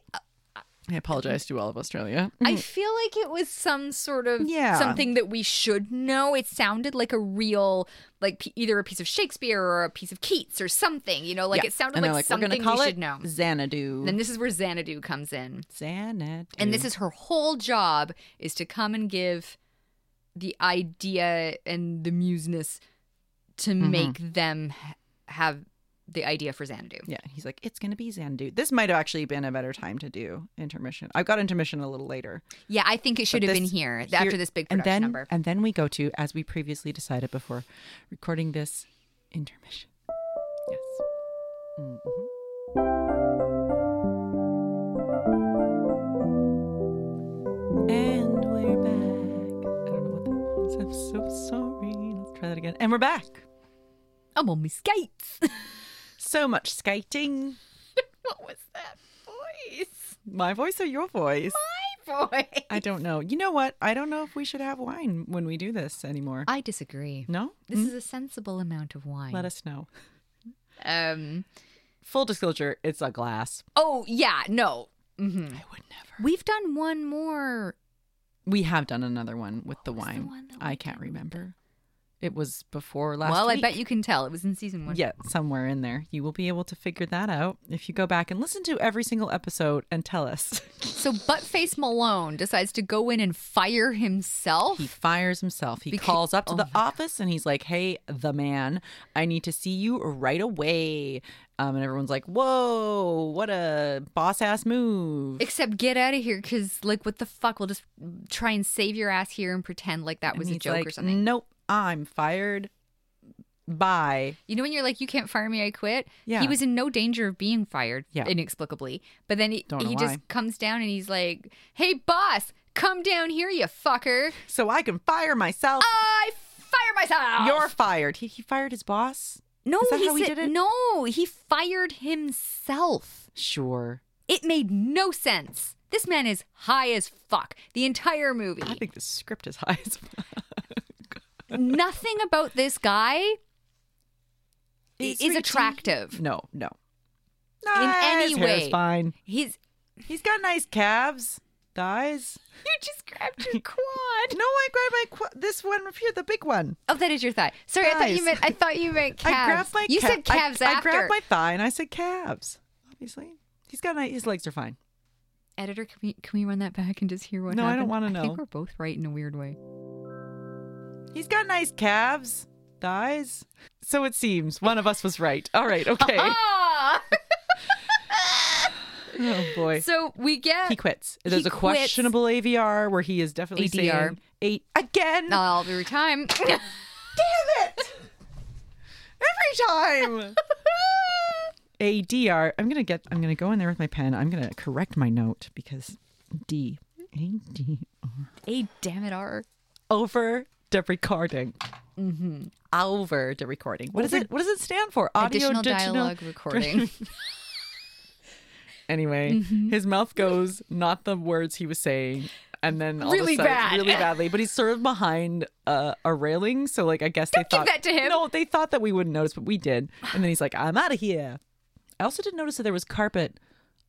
Speaker 2: I apologize to all of Australia.
Speaker 3: I feel like it was some sort of
Speaker 2: Mm. Yeah.
Speaker 3: something that we should know. It sounded like a real, like p- either a piece of Shakespeare or a piece of Keats or something. You know, like
Speaker 2: Yeah.
Speaker 3: it sounded
Speaker 2: And they're
Speaker 3: like,
Speaker 2: we're
Speaker 3: something
Speaker 2: gonna call
Speaker 3: we
Speaker 2: it
Speaker 3: should know.
Speaker 2: Xanadu.
Speaker 3: Then this is where Xanadu comes in,
Speaker 2: Xanadu.
Speaker 3: and this is her whole job is to come and give the idea and the museness to
Speaker 2: Mm-hmm.
Speaker 3: make them ha- have the idea for Xanadu.
Speaker 2: Yeah, he's like, it's gonna be Xanadu. This might have actually been a better time to do intermission. I've got intermission a little later.
Speaker 3: Yeah, I think it should have
Speaker 2: But
Speaker 3: been
Speaker 2: this-
Speaker 3: here, after this big production
Speaker 2: and then,
Speaker 3: number.
Speaker 2: And then we go to, as we previously decided before recording this, intermission. Yes. Mhm. And we're back. I don't know what that was. I'm so sorry. Let's try that again. And we're back.
Speaker 3: I'm on my skates.
Speaker 2: So much skating.
Speaker 3: what was that voice?
Speaker 2: My voice or your voice?
Speaker 3: Boy.
Speaker 2: I don't know. You know what? I don't know if we should have wine when we do this anymore.
Speaker 3: I disagree.
Speaker 2: no? Mm,
Speaker 3: This is a sensible amount of wine.
Speaker 2: Hmm? Let us know.
Speaker 3: Um.
Speaker 2: Full disclosure, it's a glass.
Speaker 3: Oh yeah. No. hmm
Speaker 2: I would never.
Speaker 3: We've done one more.
Speaker 2: We have done another one with the
Speaker 3: was the
Speaker 2: wine.
Speaker 3: one that we
Speaker 2: I can't remember. It was before last
Speaker 3: well, I
Speaker 2: week.
Speaker 3: bet you can tell it was in season one.
Speaker 2: Yeah, somewhere in there. You will be able to figure that out if you go back and listen to every single episode and tell us.
Speaker 3: So Buttface Malone decides to go in and fire himself.
Speaker 2: He fires himself. He
Speaker 3: Because-
Speaker 2: calls up to
Speaker 3: oh
Speaker 2: the office and he's like, "Hey, the man, I need to see you right away." Um, and everyone's like, "Whoa, what a boss ass move!"
Speaker 3: Except get out of here, because like, what the fuck? We'll just try and save your ass here and pretend like that
Speaker 2: And
Speaker 3: was a
Speaker 2: he's
Speaker 3: joke
Speaker 2: like, "Mm."
Speaker 3: or something.
Speaker 2: Nope, I'm fired. Bye.
Speaker 3: You know when you're like, you can't fire me, I quit.
Speaker 2: Yeah.
Speaker 3: He was in no danger of being fired,
Speaker 2: Yeah.
Speaker 3: inexplicably. But then he,
Speaker 2: Don't know
Speaker 3: he just
Speaker 2: why.
Speaker 3: comes down and he's like, "Hey, boss, come down here, you fucker!
Speaker 2: So I can fire myself.
Speaker 3: I fire myself."
Speaker 2: You're fired. He, he fired his boss.
Speaker 3: no,
Speaker 2: is that
Speaker 3: he
Speaker 2: how he
Speaker 3: said-
Speaker 2: did it?
Speaker 3: no. He fired himself.
Speaker 2: Sure.
Speaker 3: It made no sense. This man is high as fuck. The entire movie.
Speaker 2: I think the script is high as fuck.
Speaker 3: Nothing about this guy
Speaker 2: It's
Speaker 3: is
Speaker 2: sweet tea.
Speaker 3: attractive.
Speaker 2: No, no.
Speaker 3: any
Speaker 2: His hair's
Speaker 3: way.
Speaker 2: fine.
Speaker 3: He's
Speaker 2: He's got nice calves, thighs.
Speaker 3: you just grabbed your quad.
Speaker 2: No, I grabbed my qu- this one up here, the big one.
Speaker 3: Oh, that is your thigh. Sorry, I thought you
Speaker 2: Thighs.
Speaker 3: meant. I thought you meant calves.
Speaker 2: I grabbed my.
Speaker 3: You
Speaker 2: ca-
Speaker 3: said calves
Speaker 2: I,
Speaker 3: after.
Speaker 2: I grabbed my thigh and I said calves. Obviously, he's got nice, his legs are fine.
Speaker 3: Editor, can we can we run that back and just hear what?
Speaker 2: No, I don't
Speaker 3: happened?
Speaker 2: wanna
Speaker 3: I
Speaker 2: know.
Speaker 3: think we're both right in a weird way.
Speaker 2: He's got nice calves, thighs. So it seems one of us was right. All right, okay.
Speaker 3: Ah!
Speaker 2: oh boy.
Speaker 3: so we get.
Speaker 2: He quits. There's a
Speaker 3: quits.
Speaker 2: questionable AVR where he is definitely
Speaker 3: ADR.
Speaker 2: saying eight again.
Speaker 3: All every time.
Speaker 2: Damn it! Every time. ADR. I'm gonna get. I'm gonna go in there with my pen. I'm gonna correct my note because D A D
Speaker 3: hey, damn it, R.
Speaker 2: over the recording. Mm-hmm. Over the recording. What is it? What does it stand for?
Speaker 3: Additional
Speaker 2: digital-
Speaker 3: dialogue recording.
Speaker 2: Anyway,
Speaker 3: Mm-hmm.
Speaker 2: his mouth goes not the words he was saying, and then all
Speaker 3: Really
Speaker 2: of a sudden,
Speaker 3: bad.
Speaker 2: really badly. But he's sort of behind uh, a railing, so like I guess they
Speaker 3: give
Speaker 2: thought
Speaker 3: that to him.
Speaker 2: No, they thought that we wouldn't notice, but we did. And then he's like, "I'm out of here." I also did notice that there was carpet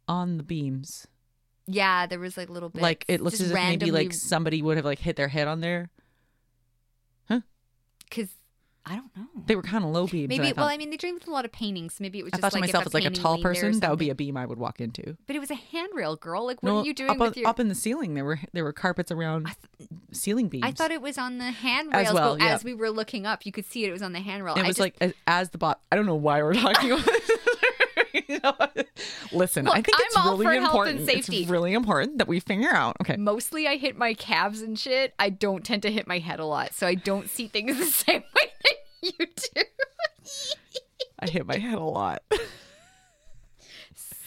Speaker 2: on the beams.
Speaker 3: yeah, there was like little bits.
Speaker 2: Like it looks
Speaker 3: just
Speaker 2: as if maybe
Speaker 3: randomly,
Speaker 2: like somebody would have like hit their head on there.
Speaker 3: because I don't know.
Speaker 2: They were kind of low beams. and I
Speaker 3: Maybe well,
Speaker 2: thought,
Speaker 3: I mean, they dream with a lot of paintings. So maybe it was
Speaker 2: I
Speaker 3: just
Speaker 2: thought to
Speaker 3: like if
Speaker 2: myself, as like a
Speaker 3: painting
Speaker 2: tall
Speaker 3: leaned there or
Speaker 2: person, that would be
Speaker 3: something.
Speaker 2: a beam I would walk into.
Speaker 3: But it was a handrail, girl. Like, what
Speaker 2: No,
Speaker 3: are you doing
Speaker 2: up,
Speaker 3: with
Speaker 2: on-
Speaker 3: your?
Speaker 2: up in the ceiling? There were there were carpets around ceiling beams.
Speaker 3: I thought it was on the handrails,
Speaker 2: well,
Speaker 3: but
Speaker 2: yeah.
Speaker 3: as we were looking up, you could see it, it was on the handrail.
Speaker 2: It
Speaker 3: I
Speaker 2: was
Speaker 3: just-
Speaker 2: like as, as the bot. I don't know why we're talking about this. You know, Listen, I
Speaker 3: Look,
Speaker 2: think it's
Speaker 3: I'm all
Speaker 2: really
Speaker 3: for health and
Speaker 2: important.
Speaker 3: safety.
Speaker 2: It's really important that we figure out. Okay,
Speaker 3: mostly I hit my calves and shit. I don't tend to hit my head a lot, so I don't see things the same way that you do.
Speaker 2: I hit my head a lot.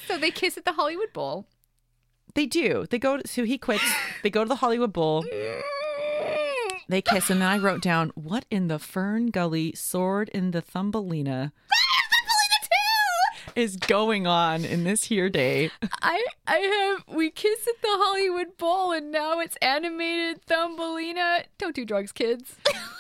Speaker 3: So they kiss at the Hollywood Bowl.
Speaker 2: They do. They go. To, so he quits. They go to the Hollywood Bowl. They kiss, and then I wrote down, "What in the Fern Gully, sword in the Thumbelina, is going on in this here day?"
Speaker 3: I I have we kiss at the Hollywood Bowl and now it's animated Thumbelina. Don't do drugs, kids.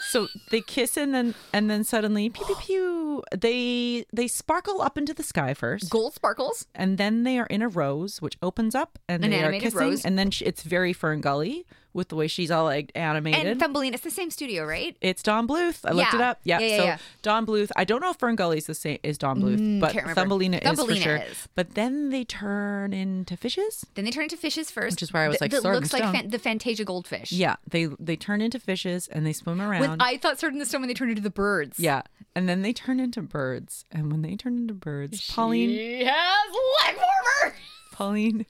Speaker 2: So they kiss, and then and then suddenly, pew pew pew. They they sparkle up into the sky first.
Speaker 3: Gold sparkles.
Speaker 2: and then they are in a rose, which opens up, and
Speaker 3: An
Speaker 2: they are
Speaker 3: animated
Speaker 2: kissing,
Speaker 3: rose.
Speaker 2: and then she, it's very Fern Gully with the way she's all like animated.
Speaker 3: And Thumbelina, it's the same studio, right?
Speaker 2: it's Don Bluth. I looked
Speaker 3: Yeah.
Speaker 2: it up. Yeah,
Speaker 3: Yeah, yeah,
Speaker 2: so
Speaker 3: yeah. Mm,
Speaker 2: Don Bluth. I don't know if Fern Gully's the same is Don Bluth, but
Speaker 3: can't remember.
Speaker 2: Thumbelina, is
Speaker 3: Thumbelina
Speaker 2: for sure.
Speaker 3: is.
Speaker 2: But then they turn into fishes.
Speaker 3: Then they turn into fishes first,
Speaker 2: Which is where I was
Speaker 3: Th-
Speaker 2: like,
Speaker 3: that
Speaker 2: sword
Speaker 3: looks
Speaker 2: and
Speaker 3: like
Speaker 2: stone.
Speaker 3: fan- the Fantasia goldfish.
Speaker 2: Yeah, they they turn into fishes and they swim around.
Speaker 3: With, I thought certain the stone when they turned into the birds.
Speaker 2: yeah, and then they turn into birds. And when they turn into birds, Pauline,
Speaker 3: He has leg warmer
Speaker 2: Pauline,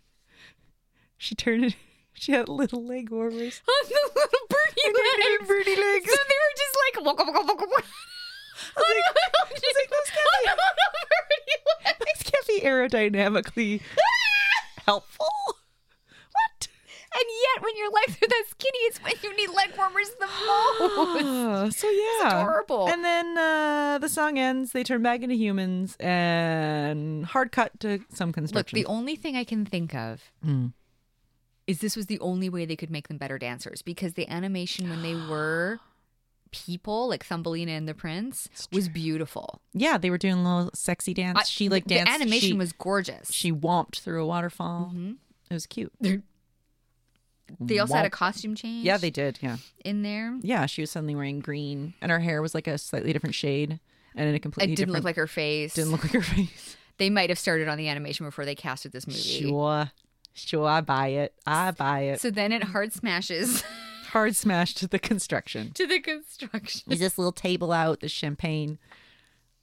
Speaker 2: she turned. She had little leg warmers.
Speaker 3: on the little birdie legs. birdie legs. So they were just like waka waka waka waka. On the little birdie legs.
Speaker 2: This can't be aerodynamically helpful. What?
Speaker 3: And yet, when your legs are that skinny, it's when you need leg warmers the most.
Speaker 2: Uh, so yeah,
Speaker 3: adorable.
Speaker 2: And then uh, the song ends. They turn back into humans, and hard cut to some
Speaker 3: Look,
Speaker 2: construction.
Speaker 3: the only thing I can think of
Speaker 2: Mm.
Speaker 3: is this was the only way they could make them better dancers because the animation when they were people, like Thumbelina and the Prince, was beautiful.
Speaker 2: yeah, they were doing a little sexy dance.
Speaker 3: I-
Speaker 2: she like
Speaker 3: the
Speaker 2: danced.
Speaker 3: animation
Speaker 2: she,
Speaker 3: was Mm-hmm. gorgeous.
Speaker 2: she womped through a waterfall. It was cute.
Speaker 3: they also had a
Speaker 2: Womp.
Speaker 3: costume change.
Speaker 2: Yeah, they did. Yeah,
Speaker 3: in there.
Speaker 2: yeah. She was suddenly wearing green, and her hair was like a slightly different shade, and in a
Speaker 3: It
Speaker 2: completely
Speaker 3: didn't
Speaker 2: different
Speaker 3: look like her face.
Speaker 2: didn't look like her face.
Speaker 3: they might have started on the animation before they casted this movie.
Speaker 2: Sure, sure. I buy it. I buy it.
Speaker 3: So then it hard smashes
Speaker 2: hard smash to the construction.
Speaker 3: to the construction.
Speaker 2: Is this little table out, the champagne.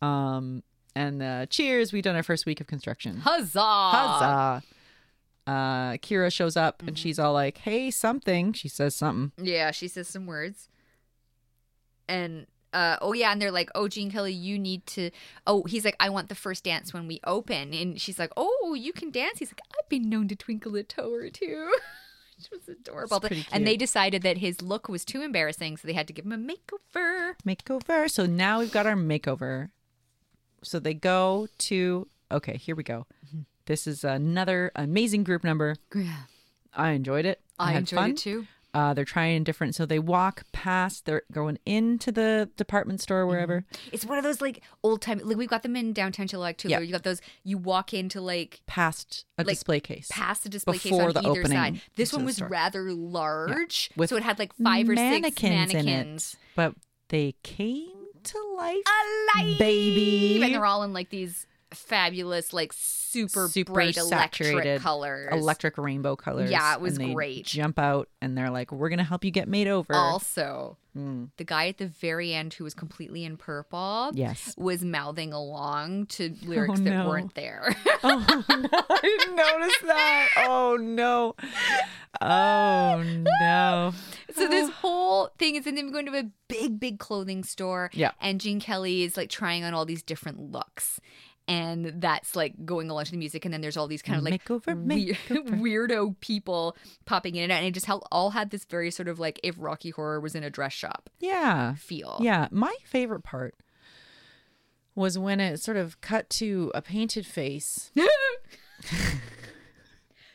Speaker 2: Um and uh cheers, we've done our first week of construction.
Speaker 3: Huzzah!
Speaker 2: Huzzah. Uh Kira shows up and she's all like, Hey, something. She says something.
Speaker 3: Yeah, she says some words. And uh, oh yeah, and they're like, "Oh, Gene Kelly, you need to." Oh, he's like, "I want the first dance when we open," and she's like, "Oh, you can dance." He's like, "I've been known to twinkle a toe or two. Which was adorable. But-
Speaker 2: pretty
Speaker 3: and they
Speaker 2: cute.
Speaker 3: decided that his look was too embarrassing, so they had to give him a makeover.
Speaker 2: Makeover. So now we've got our makeover. So they go to okay, here we go. This is another amazing group number.
Speaker 3: Yeah,
Speaker 2: I enjoyed it.
Speaker 3: I,
Speaker 2: had
Speaker 3: enjoyed
Speaker 2: fun.
Speaker 3: it too.
Speaker 2: Uh, they're trying different. So they walk past. They're going into the department store, wherever.
Speaker 3: It's one of those like old time. Like we've got them in downtown Chilliwack too.
Speaker 2: Yeah.
Speaker 3: Where you got those. You walk into like
Speaker 2: Past a
Speaker 3: Like,
Speaker 2: display case.
Speaker 3: past the display
Speaker 2: Before
Speaker 3: case on
Speaker 2: the
Speaker 3: either
Speaker 2: opening
Speaker 3: side. This
Speaker 2: to
Speaker 3: one
Speaker 2: the
Speaker 3: was
Speaker 2: store.
Speaker 3: rather large,
Speaker 2: With
Speaker 3: so it had like five or six mannequins.
Speaker 2: in it, but they came to life,
Speaker 3: Alive!
Speaker 2: baby.
Speaker 3: And they're all in like these fabulous, like super,
Speaker 2: Super
Speaker 3: bright electric
Speaker 2: saturated
Speaker 3: colors.
Speaker 2: electric rainbow colors.
Speaker 3: Yeah, it was
Speaker 2: and they
Speaker 3: great.
Speaker 2: Jump out, and they're like, "We're gonna help you get made over."
Speaker 3: Also,
Speaker 2: Mm.
Speaker 3: the guy at the very end who was completely in purple
Speaker 2: Yes. Oh,
Speaker 3: was mouthing along to lyrics that
Speaker 2: no.
Speaker 3: weren't there.
Speaker 2: Oh, no, I didn't notice that. Oh no. Oh no.
Speaker 3: So this whole thing is in them going to a big, big clothing store.
Speaker 2: Yeah.
Speaker 3: And Gene Kelly is like trying on all these different looks. And that's like going along to the music. And then there's all these kind of like
Speaker 2: Makeover,
Speaker 3: weir-
Speaker 2: makeover.
Speaker 3: weirdo people popping in and out. And it just hel- all had this very sort of like if Rocky Horror was in a dress shop
Speaker 2: Yeah.
Speaker 3: feel.
Speaker 2: Yeah, my favorite part was when it sort of cut to a painted face,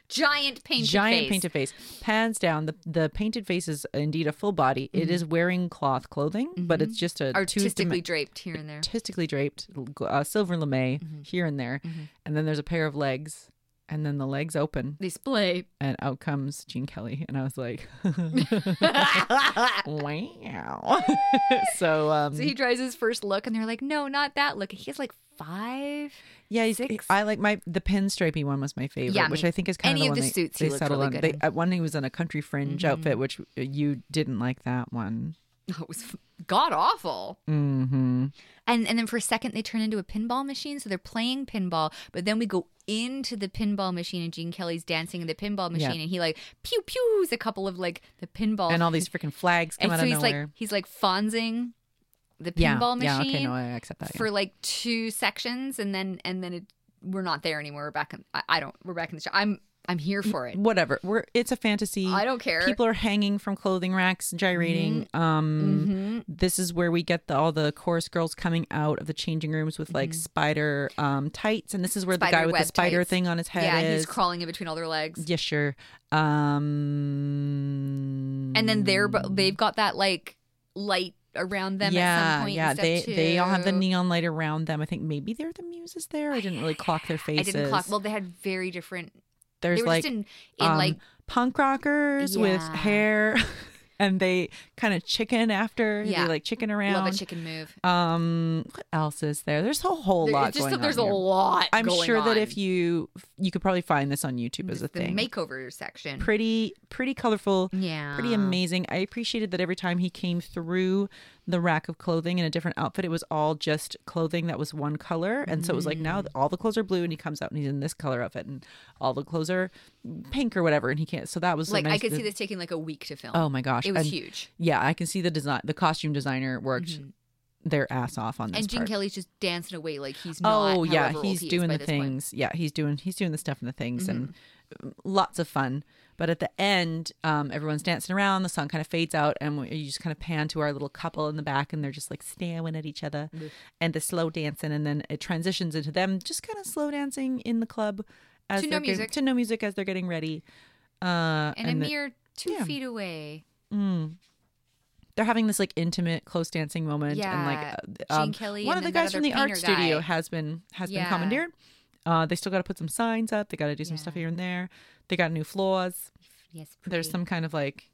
Speaker 3: Giant painted
Speaker 2: giant
Speaker 3: face.
Speaker 2: painted face, pans down. The the painted face is indeed a full body. It is wearing cloth clothing, but it's just a
Speaker 3: Mm-hmm. Artistically
Speaker 2: two-dim-
Speaker 3: draped here and there.
Speaker 2: artistically draped uh, silver lame
Speaker 3: Mm-hmm.
Speaker 2: here and there, and then there's a pair of legs, and then the legs open,
Speaker 3: They splay.
Speaker 2: and out comes Gene Kelly, and I was like, wow. so um,
Speaker 3: So he tries his first look and they're like, no, not that look. He has like five.
Speaker 2: Yeah, he's,
Speaker 3: Six?
Speaker 2: I like my the pinstripey one was my favorite,
Speaker 3: Yeah,
Speaker 2: which
Speaker 3: me-
Speaker 2: I think is kind
Speaker 3: any
Speaker 2: of
Speaker 3: of
Speaker 2: the
Speaker 3: the
Speaker 2: one they-
Speaker 3: suits he
Speaker 2: they,
Speaker 3: looked
Speaker 2: settled
Speaker 3: really
Speaker 2: on.
Speaker 3: good
Speaker 2: They,
Speaker 3: in. Mm-hmm.
Speaker 2: at one he was in a country fringe outfit, which uh, you didn't like that one.
Speaker 3: Oh, it was god awful.
Speaker 2: hmm
Speaker 3: And and then for a second they turn into a pinball machine, so they're playing pinball. But then we go into the pinball machine, and Gene Kelly's dancing in the pinball
Speaker 2: Yeah.
Speaker 3: machine, and he like pew pews a couple of like the pinball,
Speaker 2: And all these freaking flags come
Speaker 3: and
Speaker 2: out
Speaker 3: so
Speaker 2: of
Speaker 3: he's
Speaker 2: nowhere.
Speaker 3: like he's like fonzing the
Speaker 2: yeah,
Speaker 3: pinball
Speaker 2: yeah,
Speaker 3: machine
Speaker 2: okay, no, I accept that. yeah.
Speaker 3: for like two sections, and then and then it we're not there anymore. We're back in. I, I don't. We're back in the show. I'm. I'm here for it.
Speaker 2: Whatever. We're it's a fantasy.
Speaker 3: I don't care. Mm-hmm.
Speaker 2: People are hanging from clothing racks, gyrating. Um, this is where we get the, all the chorus girls coming out of the changing rooms with like spider um tights, and this is where the guy
Speaker 3: Mm-hmm. Spider
Speaker 2: with the
Speaker 3: web
Speaker 2: spider
Speaker 3: tights.
Speaker 2: thing on his head
Speaker 3: yeah, and
Speaker 2: is.
Speaker 3: he's crawling in between all their legs,
Speaker 2: yeah, sure. Um,
Speaker 3: and then they're but they've got that like light around them. at
Speaker 2: yeah,
Speaker 3: some point
Speaker 2: yeah.
Speaker 3: and stuff
Speaker 2: They they all have the
Speaker 3: too.
Speaker 2: neon light around them. I think maybe they're the muses there. I didn't really clock their
Speaker 3: I
Speaker 2: faces.
Speaker 3: didn't clock. Well, they had very different.
Speaker 2: There's
Speaker 3: they were
Speaker 2: like
Speaker 3: just in, in
Speaker 2: um,
Speaker 3: like
Speaker 2: punk rockers with
Speaker 3: Yeah.
Speaker 2: hair and they kind of chicken after
Speaker 3: Yeah.
Speaker 2: they like chicken around
Speaker 3: love a chicken move.
Speaker 2: um what else is there there's a whole
Speaker 3: There-
Speaker 2: lot
Speaker 3: it's just
Speaker 2: going
Speaker 3: that there's
Speaker 2: on
Speaker 3: a
Speaker 2: here.
Speaker 3: lot.
Speaker 2: i'm
Speaker 3: going
Speaker 2: sure that if
Speaker 3: on.
Speaker 2: you you could probably find this on youtube as a
Speaker 3: the
Speaker 2: thing
Speaker 3: makeover section,
Speaker 2: pretty pretty colorful
Speaker 3: yeah,
Speaker 2: pretty amazing i appreciated that every time he came through the rack of clothing in a different outfit it was all just clothing that was one color and so it was like
Speaker 3: Mm.
Speaker 2: now all the clothes are blue and he comes out and he's in this color outfit and all the clothes are pink or whatever and he can't so that was so
Speaker 3: Like I
Speaker 2: nice
Speaker 3: could
Speaker 2: that-
Speaker 3: see this taking like a week to film.
Speaker 2: Oh my gosh.
Speaker 3: it was
Speaker 2: And
Speaker 3: huge.
Speaker 2: Yeah, I can see the design the costume designer worked their ass off on this.
Speaker 3: Mm-hmm. And Gene
Speaker 2: part.
Speaker 3: Kelly's just dancing away like he's not.
Speaker 2: Oh yeah,
Speaker 3: however old
Speaker 2: he's
Speaker 3: he is
Speaker 2: doing
Speaker 3: by
Speaker 2: the
Speaker 3: this point. Mm-hmm.
Speaker 2: things. Yeah, he's doing he's doing the stuff and the things and um, lots of fun. But at the end, um, everyone's dancing around. The song kind of fades out, and we, you just kind of pan to our little couple in the back, and they're just like staring at each other, and the slow dancing, and then it transitions into them just kind of slow dancing in the club as
Speaker 3: To no
Speaker 2: they're getting-
Speaker 3: music.
Speaker 2: to no music as they're getting ready. Uh,
Speaker 3: And,
Speaker 2: and
Speaker 3: a
Speaker 2: the-
Speaker 3: mere two
Speaker 2: yeah.
Speaker 3: feet away.
Speaker 2: they're having this like intimate close dancing moment and
Speaker 3: Yeah,
Speaker 2: like uh,
Speaker 3: Gene
Speaker 2: um,
Speaker 3: Kelly
Speaker 2: one
Speaker 3: and
Speaker 2: of the
Speaker 3: then that
Speaker 2: guys from
Speaker 3: other
Speaker 2: the art
Speaker 3: painter
Speaker 2: studio
Speaker 3: guy.
Speaker 2: has been has been
Speaker 3: Yeah.
Speaker 2: commandeered uh, they still got to put some signs up they got to do some stuff
Speaker 3: Yeah.
Speaker 2: here and there they got new floors
Speaker 3: Yes,
Speaker 2: there's
Speaker 3: pretty.
Speaker 2: some kind of like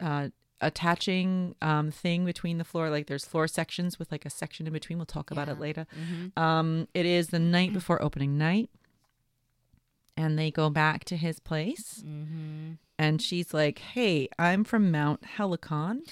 Speaker 2: uh, attaching um, thing between the floor like there's floor sections with like a section in between we'll talk about it
Speaker 3: Yeah.
Speaker 2: later
Speaker 3: Mhm.
Speaker 2: um, it is the night before opening night and they go back to his place
Speaker 3: Mm-hmm.
Speaker 2: and she's like hey i'm from mount helicon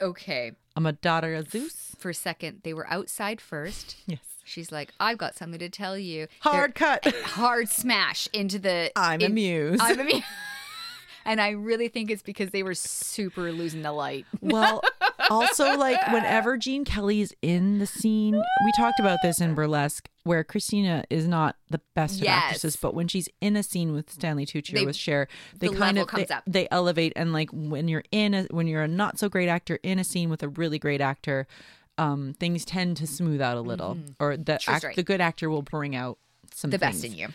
Speaker 3: Okay,
Speaker 2: i'm a daughter of zeus
Speaker 3: for a second they were outside first.
Speaker 2: Yes.
Speaker 3: She's like, "I've got something to tell you." They're-
Speaker 2: Hard cut.
Speaker 3: hard smash into the.
Speaker 2: I'm
Speaker 3: in-
Speaker 2: amused.
Speaker 3: I'm amused. and I really think it's because they were super losing the light.
Speaker 2: well, also like whenever Gene Kelly is in the scene, we talked about this in Burlesque, where Christina is not the best of
Speaker 3: Yes.
Speaker 2: actresses, but when she's in a scene with Stanley Tucci
Speaker 3: They-
Speaker 2: or with Cher, they
Speaker 3: the
Speaker 2: kind
Speaker 3: level
Speaker 2: of they,
Speaker 3: comes up.
Speaker 2: they elevate and like when you're in a when you're a not so great actor in a scene with a really great actor, um, things tend to smooth out a little, or the
Speaker 3: Sure,
Speaker 2: act,
Speaker 3: right.
Speaker 2: the good actor will bring out some
Speaker 3: Mm-hmm. The best
Speaker 2: things.
Speaker 3: in you.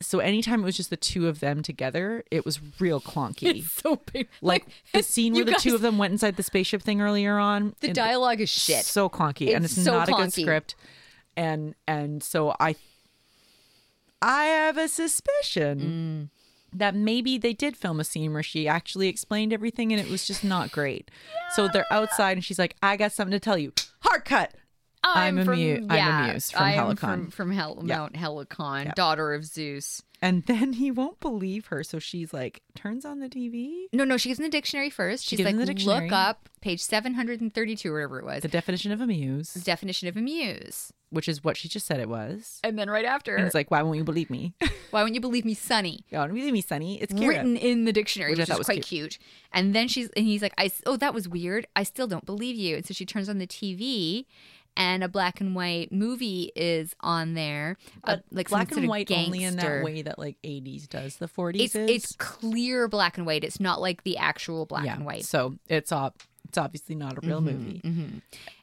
Speaker 2: So anytime it was just the two of them together, it was real clunky.
Speaker 3: So big.
Speaker 2: like the scene where
Speaker 3: you
Speaker 2: the two
Speaker 3: guys-
Speaker 2: of them went inside the spaceship thing earlier on.
Speaker 3: The
Speaker 2: it-
Speaker 3: dialogue is shit.
Speaker 2: So clunky, and
Speaker 3: It's
Speaker 2: it's
Speaker 3: so
Speaker 2: not a good
Speaker 3: clunky.
Speaker 2: script. And and so I, I have a suspicion
Speaker 3: Mm.
Speaker 2: that maybe they did film a scene where she actually explained everything, and it was just not great. So they're outside, and she's like, "I got something to tell you." Hard cut. I'm
Speaker 3: from-
Speaker 2: amu- I'm amused from
Speaker 3: I'm
Speaker 2: Helicon.
Speaker 3: From, from Hel- Mount Helicon, daughter of Zeus.
Speaker 2: And then he won't believe her, so she's like, turns on the TV.
Speaker 3: No, no, she gives him the dictionary first. She's
Speaker 2: gives
Speaker 3: like,
Speaker 2: him the dictionary.
Speaker 3: look up page 732 or whatever it was.
Speaker 2: The definition of a muse,
Speaker 3: definition of a muse.
Speaker 2: which is what she just said it was.
Speaker 3: And then right after,
Speaker 2: And it's like, why won't you believe me?
Speaker 3: why won't you believe me, Sonny?
Speaker 2: Yeah, don't believe me, Sunny. It's Kira.
Speaker 3: Written in the dictionary,
Speaker 2: Which
Speaker 3: which,
Speaker 2: I thought was
Speaker 3: is quite cute. And then she's and he's like, I s- oh that was weird. I still don't believe you. And so she turns on the TV, and a black and white movie is on there, uh, like some
Speaker 2: black
Speaker 3: sort
Speaker 2: and
Speaker 3: of
Speaker 2: white only in
Speaker 3: gangster.
Speaker 2: that way that like 80s does. The 40s
Speaker 3: It's
Speaker 2: is
Speaker 3: it's clear black and white. It's not like the actual black
Speaker 2: yeah.
Speaker 3: and white. Mm-hmm,
Speaker 2: So it's ob- it's obviously not a real movie.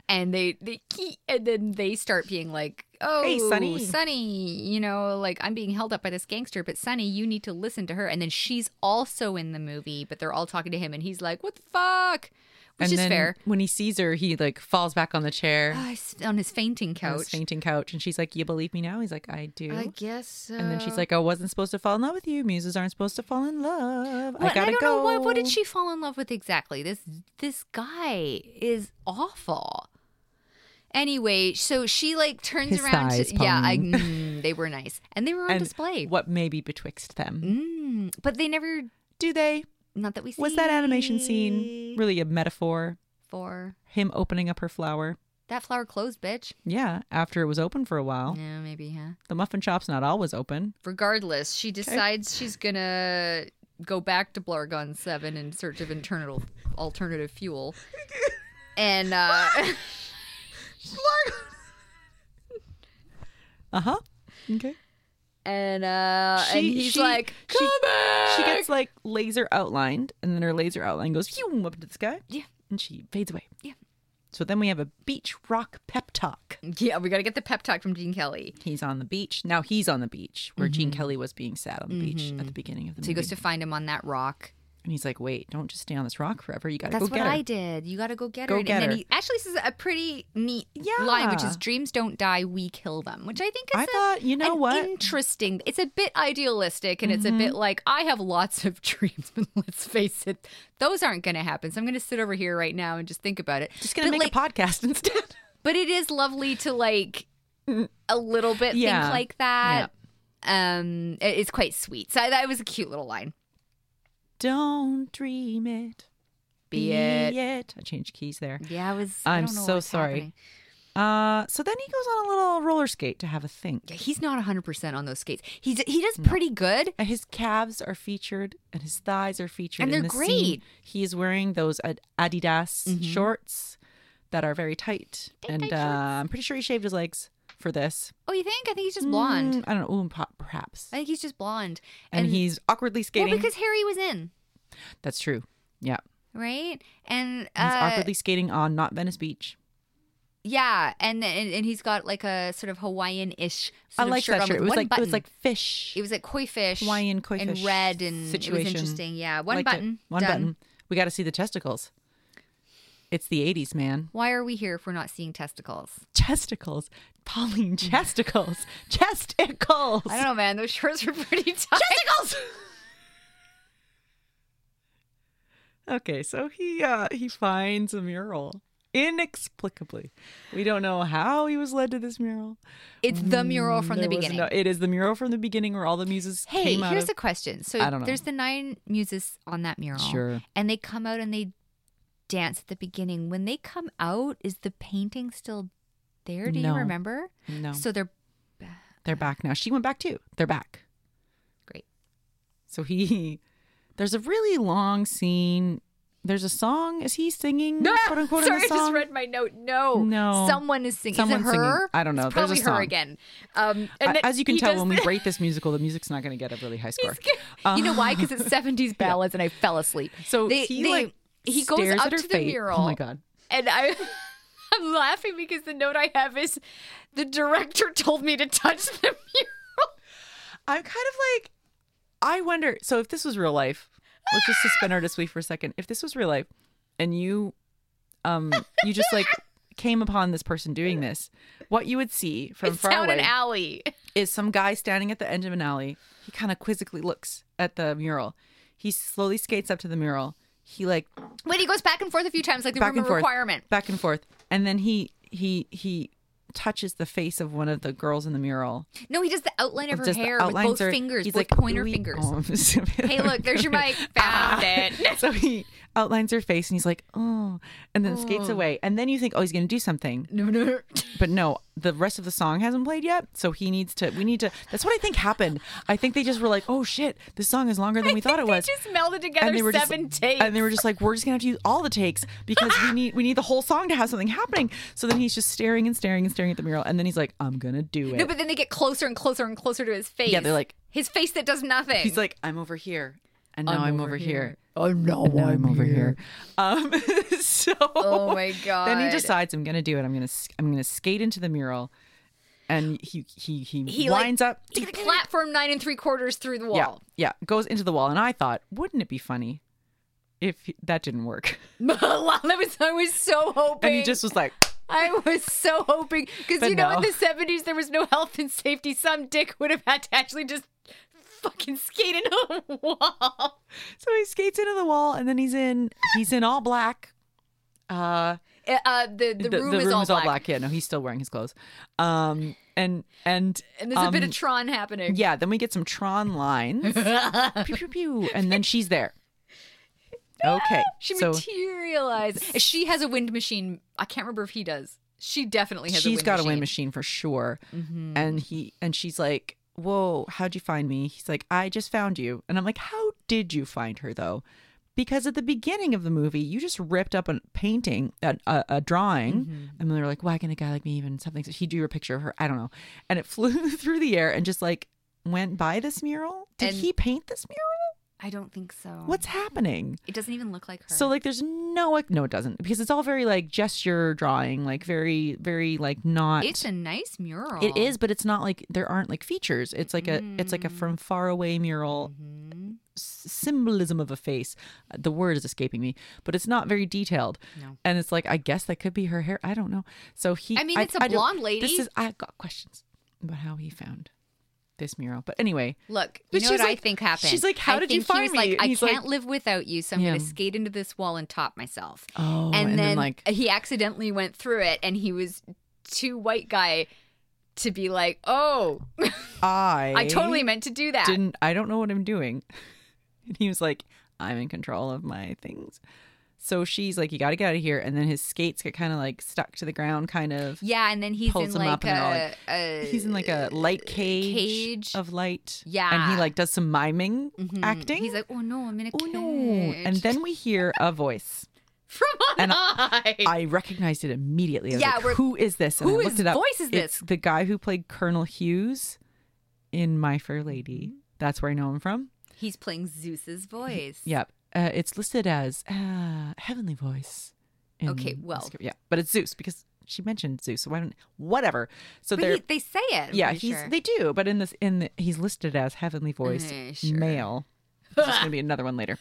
Speaker 3: and they they key- and then they start being like oh
Speaker 2: Hey, Sonny."
Speaker 3: Sonny, you know like i'm being held up by this gangster but Sonny, you need to listen to her and then she's also in the movie but they're all talking to him and he's like what the fuck which
Speaker 2: and
Speaker 3: is
Speaker 2: then
Speaker 3: fair
Speaker 2: When he sees her, he like falls back on the chair
Speaker 3: Ah, he's on his fainting
Speaker 2: on his
Speaker 3: couch
Speaker 2: fainting couch, and she's like, "You believe me now?" He's like, "I do."
Speaker 3: i guess so
Speaker 2: and then she's like, "I wasn't supposed to fall in love with you. Muses aren't supposed to fall in love.
Speaker 3: what?
Speaker 2: I gotta
Speaker 3: I don't
Speaker 2: go."
Speaker 3: know what, what did she fall in love with exactly. This this guy is awful. Anyway, so she like turns
Speaker 2: His
Speaker 3: around.
Speaker 2: thighs,
Speaker 3: to, yeah, I,
Speaker 2: Pauline.
Speaker 3: mm, they were nice, and they were on
Speaker 2: And
Speaker 3: display.
Speaker 2: What may be betwixt them?
Speaker 3: Mm, but they never
Speaker 2: Do they?
Speaker 3: Not that we see.
Speaker 2: Was that animation scene really a metaphor?
Speaker 3: for
Speaker 2: Him opening up her flower.
Speaker 3: that flower closed, bitch?
Speaker 2: Yeah, after it was open for a while.
Speaker 3: No, maybe, huh?
Speaker 2: The muffin shop's not always open.
Speaker 3: Regardless, she decides she's gonna go back to Blargon Seven in search of internal alternative fuel, and uh,
Speaker 2: Uh huh. Okay.
Speaker 3: and uh, and
Speaker 2: She-
Speaker 3: he's
Speaker 2: she-
Speaker 3: like,
Speaker 2: she-
Speaker 3: "Come back!"
Speaker 2: She gets like laser outlined, and then her laser outline goes phew, up into the sky.
Speaker 3: Yeah.
Speaker 2: And she fades away.
Speaker 3: Yeah. Mm-hmm.
Speaker 2: So then we have a beach rock pep talk.
Speaker 3: yeah, we gotta get the pep talk from Gene Kelly.
Speaker 2: He's on the beach. Now he's on the beach where Gene Kelly was being sad on the beach at the beginning of the
Speaker 3: Mm-hmm. So he
Speaker 2: movie.
Speaker 3: goes to find him on that rock.
Speaker 2: and he's like, wait, don't just stay on this rock forever. You got to
Speaker 3: That's
Speaker 2: go
Speaker 3: what
Speaker 2: get her.
Speaker 3: I did. You gotta go get
Speaker 2: Go
Speaker 3: her.
Speaker 2: get
Speaker 3: and then
Speaker 2: her.
Speaker 3: he actually says a pretty neat line, which
Speaker 2: Yeah.
Speaker 3: is "Dreams don't die, we kill them," which I think is
Speaker 2: I
Speaker 3: a-
Speaker 2: thought, you know
Speaker 3: an
Speaker 2: what? Mm-hmm.
Speaker 3: interesting. It's a bit idealistic, and it's a bit like I have lots of dreams, but let's face it, those aren't going to happen. So I'm going to sit over here right now and just think about it.
Speaker 2: just going to
Speaker 3: But,
Speaker 2: make
Speaker 3: like,
Speaker 2: a podcast instead.
Speaker 3: but it is lovely to like a little bit
Speaker 2: Yeah.
Speaker 3: think like that. Um, it- it's quite sweet. So that was a cute little line.
Speaker 2: don't dream it.
Speaker 3: Be it.
Speaker 2: I changed keys there.
Speaker 3: Yeah, I was. I
Speaker 2: I'm
Speaker 3: don't know what
Speaker 2: so
Speaker 3: was
Speaker 2: sorry.
Speaker 3: happening.
Speaker 2: Uh, so then he goes on a little roller skate to have a think.
Speaker 3: Yeah, he's not 100 percent on those skates. He's he does pretty good.
Speaker 2: And his calves are featured and his thighs are featured.
Speaker 3: And
Speaker 2: in
Speaker 3: they're
Speaker 2: this scene.
Speaker 3: great. Mm-hmm.
Speaker 2: He is wearing those Ad- Adidas shorts that are very tight. and uh, I'm pretty sure he shaved his legs for this.
Speaker 3: Oh, you think? I think he's just blonde.
Speaker 2: Mm, I don't know. Ooh, pop, perhaps.
Speaker 3: I think he's just blonde.
Speaker 2: and, he's awkwardly skating.
Speaker 3: well, because Harry was in.
Speaker 2: That's true. Yeah.
Speaker 3: right? And
Speaker 2: He's
Speaker 3: uh,
Speaker 2: awkwardly skating on not Venice Beach.
Speaker 3: yeah, and, and and he's got like a sort of Hawaiian-ish.
Speaker 2: I
Speaker 3: Sort of
Speaker 2: like
Speaker 3: shirt
Speaker 2: that
Speaker 3: on
Speaker 2: shirt.
Speaker 3: with
Speaker 2: It was
Speaker 3: one
Speaker 2: like it was
Speaker 3: button.
Speaker 2: like fish.
Speaker 3: it was like koi fish,
Speaker 2: Hawaiian koi
Speaker 3: and
Speaker 2: fish
Speaker 3: red, and it
Speaker 2: situation.
Speaker 3: was interesting. Yeah, one
Speaker 2: Liked it.
Speaker 3: button,
Speaker 2: One
Speaker 3: done.
Speaker 2: button. We got to see the testicles. It's the '80s, man.
Speaker 3: Why are we here if we're not seeing testicles?
Speaker 2: Testicles, Pauline. Chesticles, chesticles.
Speaker 3: Mm. I don't know, man. Those shorts were pretty tight.
Speaker 2: Testicles. okay, so he uh he finds a mural inexplicably. We don't know how he was led to this mural.
Speaker 3: It's the mural from the
Speaker 2: Mm, There was
Speaker 3: beginning.
Speaker 2: no- it is the mural from the beginning where all the muses
Speaker 3: Hey,
Speaker 2: came out.
Speaker 3: here's
Speaker 2: of-
Speaker 3: a question. So
Speaker 2: I don't know.
Speaker 3: there's the nine muses on that mural.
Speaker 2: Sure.
Speaker 3: And they come out and they dance at the beginning. When they come out, is the painting still there? Do
Speaker 2: No.
Speaker 3: you remember?
Speaker 2: no.
Speaker 3: So they're
Speaker 2: They're back now. She went back too. They're back.
Speaker 3: great.
Speaker 2: So he, there's a really long scene. There's a song. Is he singing? quote unquote,
Speaker 3: Sorry,
Speaker 2: in the
Speaker 3: I just
Speaker 2: song?
Speaker 3: read my note. No,
Speaker 2: No.
Speaker 3: someone is singing.
Speaker 2: Someone's
Speaker 3: is it
Speaker 2: singing.
Speaker 3: her?
Speaker 2: I don't know.
Speaker 3: It's
Speaker 2: There's a
Speaker 3: probably
Speaker 2: song.
Speaker 3: her again. Um, and
Speaker 2: A-
Speaker 3: it-
Speaker 2: As you can
Speaker 3: he
Speaker 2: tell,
Speaker 3: does
Speaker 2: when we
Speaker 3: the-
Speaker 2: rate this musical, the music's not going to get a really high score.
Speaker 3: you know why? Because it's seventies ballads, and I fell asleep.
Speaker 2: So
Speaker 3: They-
Speaker 2: he
Speaker 3: they-
Speaker 2: like
Speaker 3: he goes
Speaker 2: stares
Speaker 3: up
Speaker 2: at her
Speaker 3: to the
Speaker 2: fate.
Speaker 3: mural.
Speaker 2: Oh my god!
Speaker 3: and I. I'm laughing because the note I have is the director told me to touch the mural.
Speaker 2: I'm kind of like, I wonder. So if this was real life, let's just suspend our disbelief for a second. If this was real life, and you, um, you just like came upon this person doing this, what you would see from
Speaker 3: It's
Speaker 2: far
Speaker 3: down
Speaker 2: away
Speaker 3: an alley.
Speaker 2: is some guy standing at the end of an alley. He kind of quizzically looks at the mural. He slowly skates up to the mural. He like
Speaker 3: When he goes back and forth a few times, like the
Speaker 2: back
Speaker 3: room
Speaker 2: and
Speaker 3: of
Speaker 2: forth,
Speaker 3: requirement.
Speaker 2: back and forth, and then he he he touches the face of one of the girls in the mural.
Speaker 3: No, he does the outline of her
Speaker 2: Just the
Speaker 3: hair with both
Speaker 2: outlines are-
Speaker 3: fingers,
Speaker 2: he's
Speaker 3: both
Speaker 2: like,
Speaker 3: pointer
Speaker 2: "Ooh-wee."
Speaker 3: fingers.
Speaker 2: Oh, I'm just-
Speaker 3: Hey, look, there's your mic. Ah. Found it.
Speaker 2: so he outlines her face and he's like, oh, and then skates away. And then you think, oh, he's going to do something.
Speaker 3: No, no.
Speaker 2: But no, the rest of the song hasn't played yet. So he needs to, we need to, that's what I think happened. I think they just were like, oh shit, this song is longer than we thought it was.
Speaker 3: They just melded together seven
Speaker 2: just,
Speaker 3: takes.
Speaker 2: And they were just like, we're just gonna have to use all the takes because we need we need the whole song to have something happening. So then he's just staring and staring and staring at the mural, and then he's like, I'm gonna do it.
Speaker 3: No, but then they get closer and closer and closer to his face.
Speaker 2: Yeah, they're like-
Speaker 3: his face that does nothing.
Speaker 2: he's like, I'm over here, and now I'm, over here.
Speaker 3: oh no,
Speaker 2: and now I'm over here. Um, so
Speaker 3: Oh my god.
Speaker 2: then he decides I'm gonna do it. I'm gonna s- I'm gonna skate into the mural, and he he he,
Speaker 3: He, like,
Speaker 2: winds up.
Speaker 3: He platform nine and three quarters through the
Speaker 2: Yeah,
Speaker 3: wall.
Speaker 2: yeah, goes into the wall, and I thought, wouldn't it be funny if he- that didn't work?
Speaker 3: Wow, I was I was so hoping.
Speaker 2: And he just was like,
Speaker 3: I was so hoping because
Speaker 2: But
Speaker 3: you know
Speaker 2: no.
Speaker 3: in the seventies there was no health and safety. Some dick would have had to actually just fucking skate into a wall.
Speaker 2: so he skates into the wall, and then he's in he's in all black. Uh,
Speaker 3: Uh, Uh, the, the, room, is, all black.
Speaker 2: Yeah, no, he's still wearing his clothes. Um, and and
Speaker 3: and there's a bit of
Speaker 2: um,
Speaker 3: Tron happening.
Speaker 2: Yeah, then we get some Tron lines. pew, pew, pew, and then she's there. Okay.
Speaker 3: She
Speaker 2: so
Speaker 3: materialized. She has a wind machine. I can't remember if he does. She definitely has.
Speaker 2: she's
Speaker 3: a wind
Speaker 2: got
Speaker 3: machine. Mm-hmm.
Speaker 2: a wind machine for sure. And he and she's like, Whoa, how'd you find me? He's like, I just found you. And I'm like, How did you find her though? Because at the beginning of the movie, you just ripped up a painting, a, a, a drawing,
Speaker 3: Mm-hmm.
Speaker 2: and they're like, "Why can a guy like me even something?" So he drew a picture of her. I don't know, and it flew through the air and just like went by this mural? Did
Speaker 3: And-
Speaker 2: he paint this mural?
Speaker 3: I don't think so.
Speaker 2: What's happening?
Speaker 3: It doesn't even look like her.
Speaker 2: So like there's no like no it doesn't because it's all very like gesture drawing like very very like not
Speaker 3: it's a nice mural.
Speaker 2: It is but it's not like there aren't like features it's like a it's
Speaker 3: Mm-hmm.
Speaker 2: like a from far away mural
Speaker 3: Mhm.
Speaker 2: s- symbolism of a face Uh, the word is escaping me but it's not very detailed
Speaker 3: No.
Speaker 2: and it's like I guess that could be her hair I don't know so he
Speaker 3: I mean, it's a
Speaker 2: a
Speaker 3: blonde lady.
Speaker 2: this is I got questions about how he found this mural but anyway
Speaker 3: Look, you
Speaker 2: But
Speaker 3: know
Speaker 2: she's
Speaker 3: what I
Speaker 2: like-
Speaker 3: think happened.
Speaker 2: she's like, "How
Speaker 3: I
Speaker 2: did you
Speaker 3: think he
Speaker 2: find
Speaker 3: was
Speaker 2: me?"
Speaker 3: Like,
Speaker 2: And
Speaker 3: I
Speaker 2: he's
Speaker 3: can't
Speaker 2: like-
Speaker 3: live without you, so I'm
Speaker 2: Yeah.
Speaker 3: going to skate into this wall and top myself.
Speaker 2: oh
Speaker 3: and, then,
Speaker 2: like
Speaker 3: he accidentally went through it, and he was too white guy to be like, "Oh,
Speaker 2: I
Speaker 3: I totally meant to do that."
Speaker 2: didn't I don't know what I'm doing. And he was like, I'm in control of my things. So she's like, You gotta get out of here. And then his skates get kind of like stuck to the ground, kind of.
Speaker 3: Yeah, and then he's
Speaker 2: Pulls
Speaker 3: in
Speaker 2: him up
Speaker 3: like
Speaker 2: and they're all
Speaker 3: a,
Speaker 2: like-
Speaker 3: a
Speaker 2: He's in like a light cage,
Speaker 3: cage.
Speaker 2: of light. And
Speaker 3: Yeah.
Speaker 2: he like does some miming
Speaker 3: Mhm.
Speaker 2: acting.
Speaker 3: He's like, "Oh no, I'm in a
Speaker 2: Oh
Speaker 3: cage."
Speaker 2: no. And then we hear a voice.
Speaker 3: from on
Speaker 2: and
Speaker 3: high.
Speaker 2: I recognized it immediately. I was
Speaker 3: Yeah,
Speaker 2: like,
Speaker 3: we're-
Speaker 2: who is this? And I
Speaker 3: whose
Speaker 2: looked it up.
Speaker 3: voice is
Speaker 2: It's
Speaker 3: this?
Speaker 2: the guy who played Colonel Hughes in My Fair Lady. That's where I know him from.
Speaker 3: he's playing Zeus's voice.
Speaker 2: Yep. Uh, it's listed as uh, heavenly voice. in
Speaker 3: Okay,
Speaker 2: the
Speaker 3: well-
Speaker 2: script. yeah, but it's Zeus because she mentioned Zeus. So why don't whatever? So
Speaker 3: but
Speaker 2: they're
Speaker 3: he, they say it. I'm
Speaker 2: yeah,
Speaker 3: pretty
Speaker 2: he's
Speaker 3: sure.
Speaker 2: they do, but in this in the, he's listed as heavenly voice
Speaker 3: Eh, sure.
Speaker 2: male. There's gonna be another one later.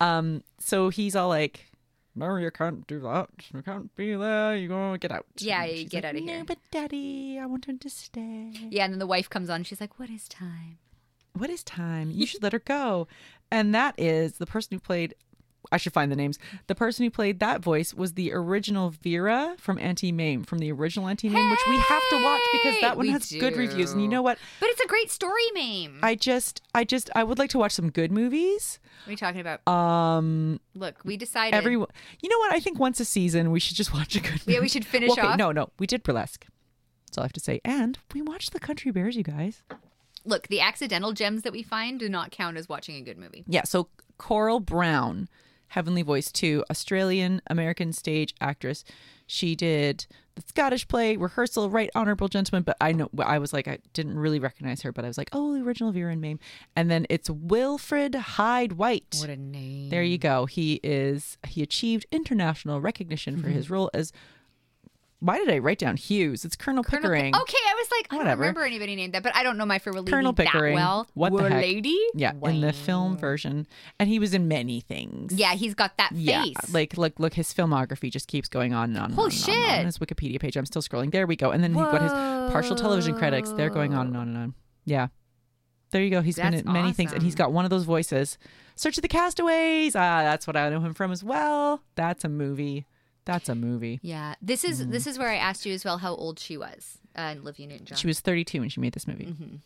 Speaker 2: um, so he's all like, "No, you can't do that. You can't be there. You gonna get out."
Speaker 3: Yeah,
Speaker 2: And
Speaker 3: you
Speaker 2: she's
Speaker 3: get
Speaker 2: like,
Speaker 3: outta
Speaker 2: "No,
Speaker 3: here."
Speaker 2: but Daddy, I want him to stay.
Speaker 3: Yeah, and then the wife comes on. She's like, "What is time?"
Speaker 2: what is time? You should let her go. And that is the person who played. I should find the names. The person who played that voice was the original Vera from Anti Mame, from the original Anti Mame, which we have to watch because that one
Speaker 3: We
Speaker 2: has good reviews. And you
Speaker 3: do.
Speaker 2: know what?
Speaker 3: But it's a great story, Mame.
Speaker 2: I just, I just, I would like to watch some good movies.
Speaker 3: what are you talking about?
Speaker 2: Um,
Speaker 3: Look, we decided.
Speaker 2: everyone, you know what? I think once a season we should just watch a good.
Speaker 3: Yeah, we
Speaker 2: movie.
Speaker 3: should finish
Speaker 2: okay,
Speaker 3: off.
Speaker 2: No, no, we did burlesque. That's all I have to say. And we watched The Country Bears, you guys.
Speaker 3: Look, the accidental gems that we find do not count as watching a good movie.
Speaker 2: Yeah, so Coral Brown, Heavenly Voice 2, Australian American stage actress. She did the Scottish play rehearsal, Right Honorable Gentleman. But I know I was like, I didn't really recognize her, but I was like, oh, the original Vera and Mame. And then it's Wilfred Hyde White.
Speaker 3: a name.
Speaker 2: there you go. He is he achieved international recognition for
Speaker 3: Mm-hmm.
Speaker 2: his role as. Why did I write down Hughes? It's Colonel,
Speaker 3: Colonel Pe-
Speaker 2: Pickering.
Speaker 3: okay, I was like, I don't
Speaker 2: Whatever.
Speaker 3: remember anybody named that, but I don't know my fair lady
Speaker 2: Colonel Pickering.
Speaker 3: that well.
Speaker 2: What the
Speaker 3: Were
Speaker 2: heck?
Speaker 3: lady?
Speaker 2: Yeah, in the film version, and he was in many things.
Speaker 3: Yeah, he's got that face.
Speaker 2: like look, look, his filmography just keeps going on and on. And
Speaker 3: Oh,
Speaker 2: on and on and on.
Speaker 3: shit.
Speaker 2: His Wikipedia page. I'm still scrolling. There we go. And then he got his partial television credits. They're going on and on and on. Yeah. There you go. He's been
Speaker 3: That's
Speaker 2: in many things, and he's
Speaker 3: awesome.
Speaker 2: got one of those voices. Search of the Castaways. Ah, that's what I know him from as well. That's a movie. That's a movie.
Speaker 3: yeah, this is
Speaker 2: Mm.
Speaker 3: this is where I asked you as well how old she was, uh, and Olivia Newton-John.
Speaker 2: She was 32 when she made this movie.
Speaker 3: Mm-hmm.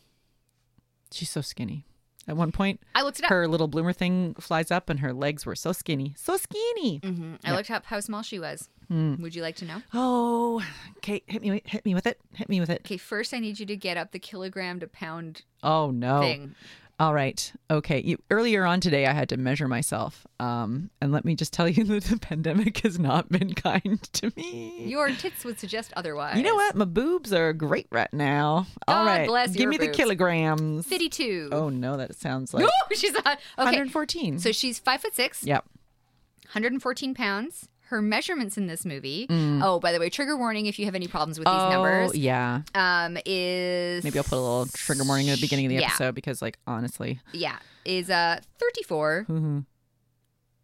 Speaker 2: She's so skinny. At one point,
Speaker 3: I looked it up.
Speaker 2: her little bloomer thing flies up, and her legs were so skinny, so skinny.
Speaker 3: Mhm. I looked up how small she was.
Speaker 2: Mm.
Speaker 3: Would you like to know?
Speaker 2: Oh, okay. Hit me, hit me with it. Hit me with it.
Speaker 3: Okay, first I need you to get up the kilogram to pound
Speaker 2: Oh no.
Speaker 3: thing.
Speaker 2: All right. Okay. You, earlier on today, I had to measure myself. Um, and let me just tell you that the pandemic has not been kind to me.
Speaker 3: Your tits would suggest otherwise.
Speaker 2: You know what? My boobs are great right now. All
Speaker 3: God
Speaker 2: right.
Speaker 3: bless
Speaker 2: Give
Speaker 3: your
Speaker 2: me the
Speaker 3: boobs.
Speaker 2: kilograms.
Speaker 3: Fifty-two.
Speaker 2: Oh no, that sounds like
Speaker 3: No, she's not. Okay.
Speaker 2: 114.
Speaker 3: So she's five foot six,
Speaker 2: yep.
Speaker 3: 114 pounds. Her measurements in this movie. Oh, by the way, trigger warning if you have any problems with these
Speaker 2: Mm. oh
Speaker 3: numbers.
Speaker 2: yeah.
Speaker 3: Um, is
Speaker 2: Maybe I'll put a little trigger warning at the beginning of the
Speaker 3: Yeah.
Speaker 2: episode because, like, honestly,
Speaker 3: yeah is uh 34,
Speaker 2: Mhm.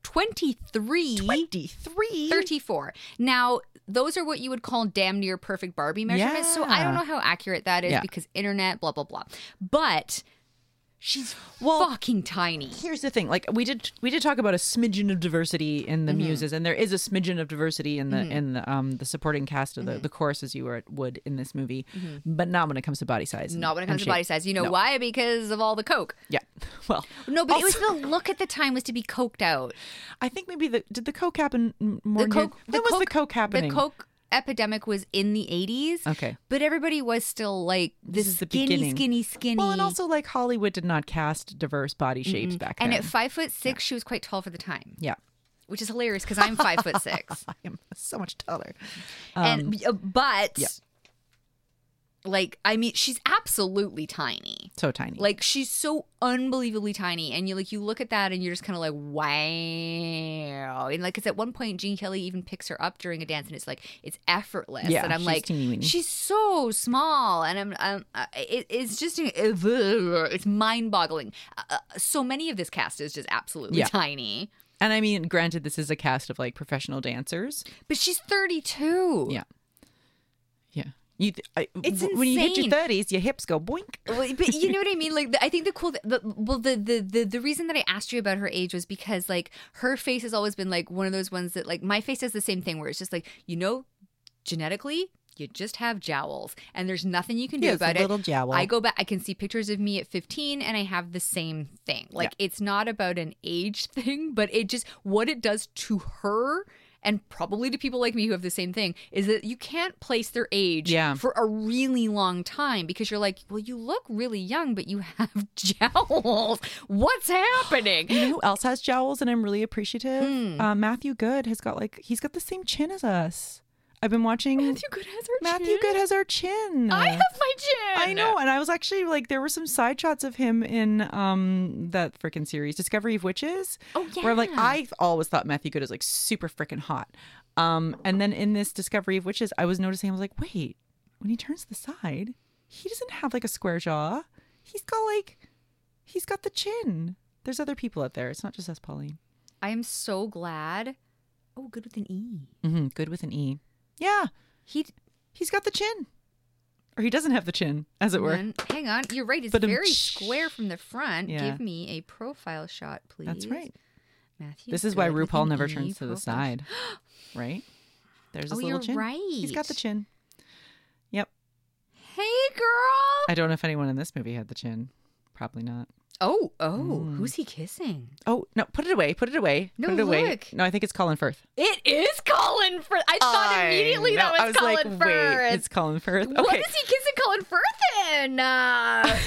Speaker 3: 23,
Speaker 2: 23.
Speaker 3: 34. Now those are what you would call damn near perfect Barbie measurements. So I don't
Speaker 2: Yeah.
Speaker 3: know how accurate that is
Speaker 2: Yeah.
Speaker 3: because internet, blah blah blah. But she's
Speaker 2: Well,
Speaker 3: fucking tiny.
Speaker 2: here's the thing like we did we did talk about a smidgen of diversity in the
Speaker 3: Mm-hmm.
Speaker 2: muses and there is a smidgen of diversity in the in the um the supporting cast
Speaker 3: Mm-hmm.
Speaker 2: of the, the choruses you were at would in this movie but not when it comes to body size and-
Speaker 3: Not when it comes
Speaker 2: and
Speaker 3: to body
Speaker 2: shape.
Speaker 3: size. You know
Speaker 2: No.
Speaker 3: why? Because of all the coke.
Speaker 2: yeah well
Speaker 3: No, but
Speaker 2: also-
Speaker 3: it was the look at the time was to be coked out.
Speaker 2: i think maybe the did the coke happen m- more
Speaker 3: The
Speaker 2: near-
Speaker 3: coke.
Speaker 2: when was the coke happening
Speaker 3: The coke epidemic was in the eighties.
Speaker 2: Okay.
Speaker 3: but everybody was still like this,
Speaker 2: This is the
Speaker 3: skinny,
Speaker 2: beginning.
Speaker 3: skinny, skinny.
Speaker 2: well and also like hollywood did not cast diverse body shapes back then
Speaker 3: Mm-hmm. And at five foot six, she was quite tall for the time,
Speaker 2: yeah
Speaker 3: which is hilarious because I'm five foot six.
Speaker 2: Um, i am so much taller
Speaker 3: and uh, but Like, I mean, she's absolutely tiny.
Speaker 2: So tiny.
Speaker 3: Like she's so unbelievably tiny, and you like you look at that, and you're just kind of like, wow. And like it's at one point, Gene Kelly even picks her up during a dance, and it's like it's effortless.
Speaker 2: Yeah,
Speaker 3: and I'm
Speaker 2: she's
Speaker 3: like,
Speaker 2: teeny-weeny.
Speaker 3: she's so small, and I'm, I'm uh, it, it's just it's mind boggling. Uh, uh, so many of this cast is just absolutely
Speaker 2: Yeah.
Speaker 3: tiny,
Speaker 2: and I mean, granted, this is a cast of like professional dancers.
Speaker 3: but she's 32.
Speaker 2: Yeah. Yeah. You th- I,
Speaker 3: It's
Speaker 2: w- when you hit your
Speaker 3: insane.
Speaker 2: thirties, your hips go boink.
Speaker 3: Well, but you know what I mean. Like, the, I think the cool, the, well, the, the the the reason that I asked you about her age was because like her face has always been like one of those ones that like my face does the same thing where it's just like you know, genetically you just have jowls and there's nothing you can do
Speaker 2: Yeah, it's a
Speaker 3: about
Speaker 2: little
Speaker 3: it.
Speaker 2: jowl.
Speaker 3: I go back. I can see pictures of me at 15 and I have the same thing. Like it's not about an age thing, but it just what it does to her. And probably to people like me who have the same thing is that you can't place their age
Speaker 2: Yeah.
Speaker 3: for a really long time because you're like, well, you look really young, but you have jowls. What's happening?
Speaker 2: You know who else has jowls and I'm really appreciative? Uh, Matthew Good has got like he's got the same chin as us. I've been watching Matthew,
Speaker 3: Matthew Good has her chin.
Speaker 2: Good has our chin.
Speaker 3: I have my chin.
Speaker 2: I know, and uh, I was actually like, there were some side shots of him in um that freaking series, Discovery of Witches.
Speaker 3: Oh,
Speaker 2: Where I'm like,
Speaker 3: yeah.
Speaker 2: I always thought Matthew Good is like super freaking hot. Um, and then in this Discovery of Witches, I was noticing, I was like, wait, when he turns to the side, he doesn't have like a square jaw. He's got like, he's got the chin. There's other people out there. It's not just us, Pauline.
Speaker 3: I am so glad. Oh, good with an E.
Speaker 2: hmm good with an E. Yeah,
Speaker 3: He
Speaker 2: he's got the chin, or he doesn't have the chin, as it were.
Speaker 3: One- Hang on, you're right. It's
Speaker 2: But, um,
Speaker 3: very
Speaker 2: sh-
Speaker 3: square from the front.
Speaker 2: Yeah.
Speaker 3: Give me a profile shot, please.
Speaker 2: That's right.
Speaker 3: Matthew.
Speaker 2: This is why
Speaker 3: Good with
Speaker 2: RuPaul
Speaker 3: an
Speaker 2: never
Speaker 3: E
Speaker 2: turns to the
Speaker 3: profile
Speaker 2: side, right? There's his
Speaker 3: Oh,
Speaker 2: little
Speaker 3: you're
Speaker 2: chin. He's got the
Speaker 3: right.
Speaker 2: chin. Yep.
Speaker 3: sh- Hey, girl.
Speaker 2: I don't know if anyone in this movie had the chin. Probably not.
Speaker 3: Oh, oh,
Speaker 2: Mm.
Speaker 3: who's he kissing?
Speaker 2: Oh no! Put it away. Put it away.
Speaker 3: No,
Speaker 2: put it away.
Speaker 3: look.
Speaker 2: No, I think it's Colin Firth.
Speaker 3: It is Colin Firth. I thought immediately that was,
Speaker 2: I was
Speaker 3: Colin
Speaker 2: like,
Speaker 3: Firth.
Speaker 2: wait, it's Colin Firth. Okay.
Speaker 3: What is he kissing Colin Firth in? Uh,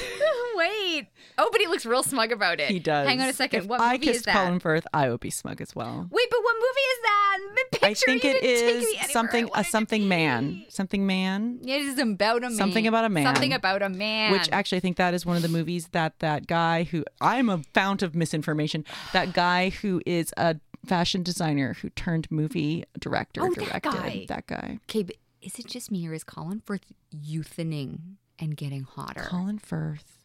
Speaker 3: wait. Oh, but he looks real smug about it.
Speaker 2: He does.
Speaker 3: Hang on a second.
Speaker 2: If
Speaker 3: what
Speaker 2: I
Speaker 3: movie
Speaker 2: kissed
Speaker 3: is that?
Speaker 2: Colin Firth, I would be smug as well.
Speaker 3: Wait, but what movie is that? The
Speaker 2: I
Speaker 3: picture
Speaker 2: think
Speaker 3: you
Speaker 2: it
Speaker 3: didn't take
Speaker 2: is
Speaker 3: me anywhere I
Speaker 2: something
Speaker 3: wanted
Speaker 2: a
Speaker 3: to
Speaker 2: something man,
Speaker 3: be.
Speaker 2: something man,
Speaker 3: It is about a man.
Speaker 2: Something about a man.
Speaker 3: Something about a man.
Speaker 2: Which actually, I think that is one of the movies that that guy who I'm a fount of misinformation. That guy who is a fashion designer who turned movie director
Speaker 3: Oh, that
Speaker 2: directed
Speaker 3: guy.
Speaker 2: that guy.
Speaker 3: okay, but is it just me or is Colin Firth youthening and getting hotter?
Speaker 2: Colin Firth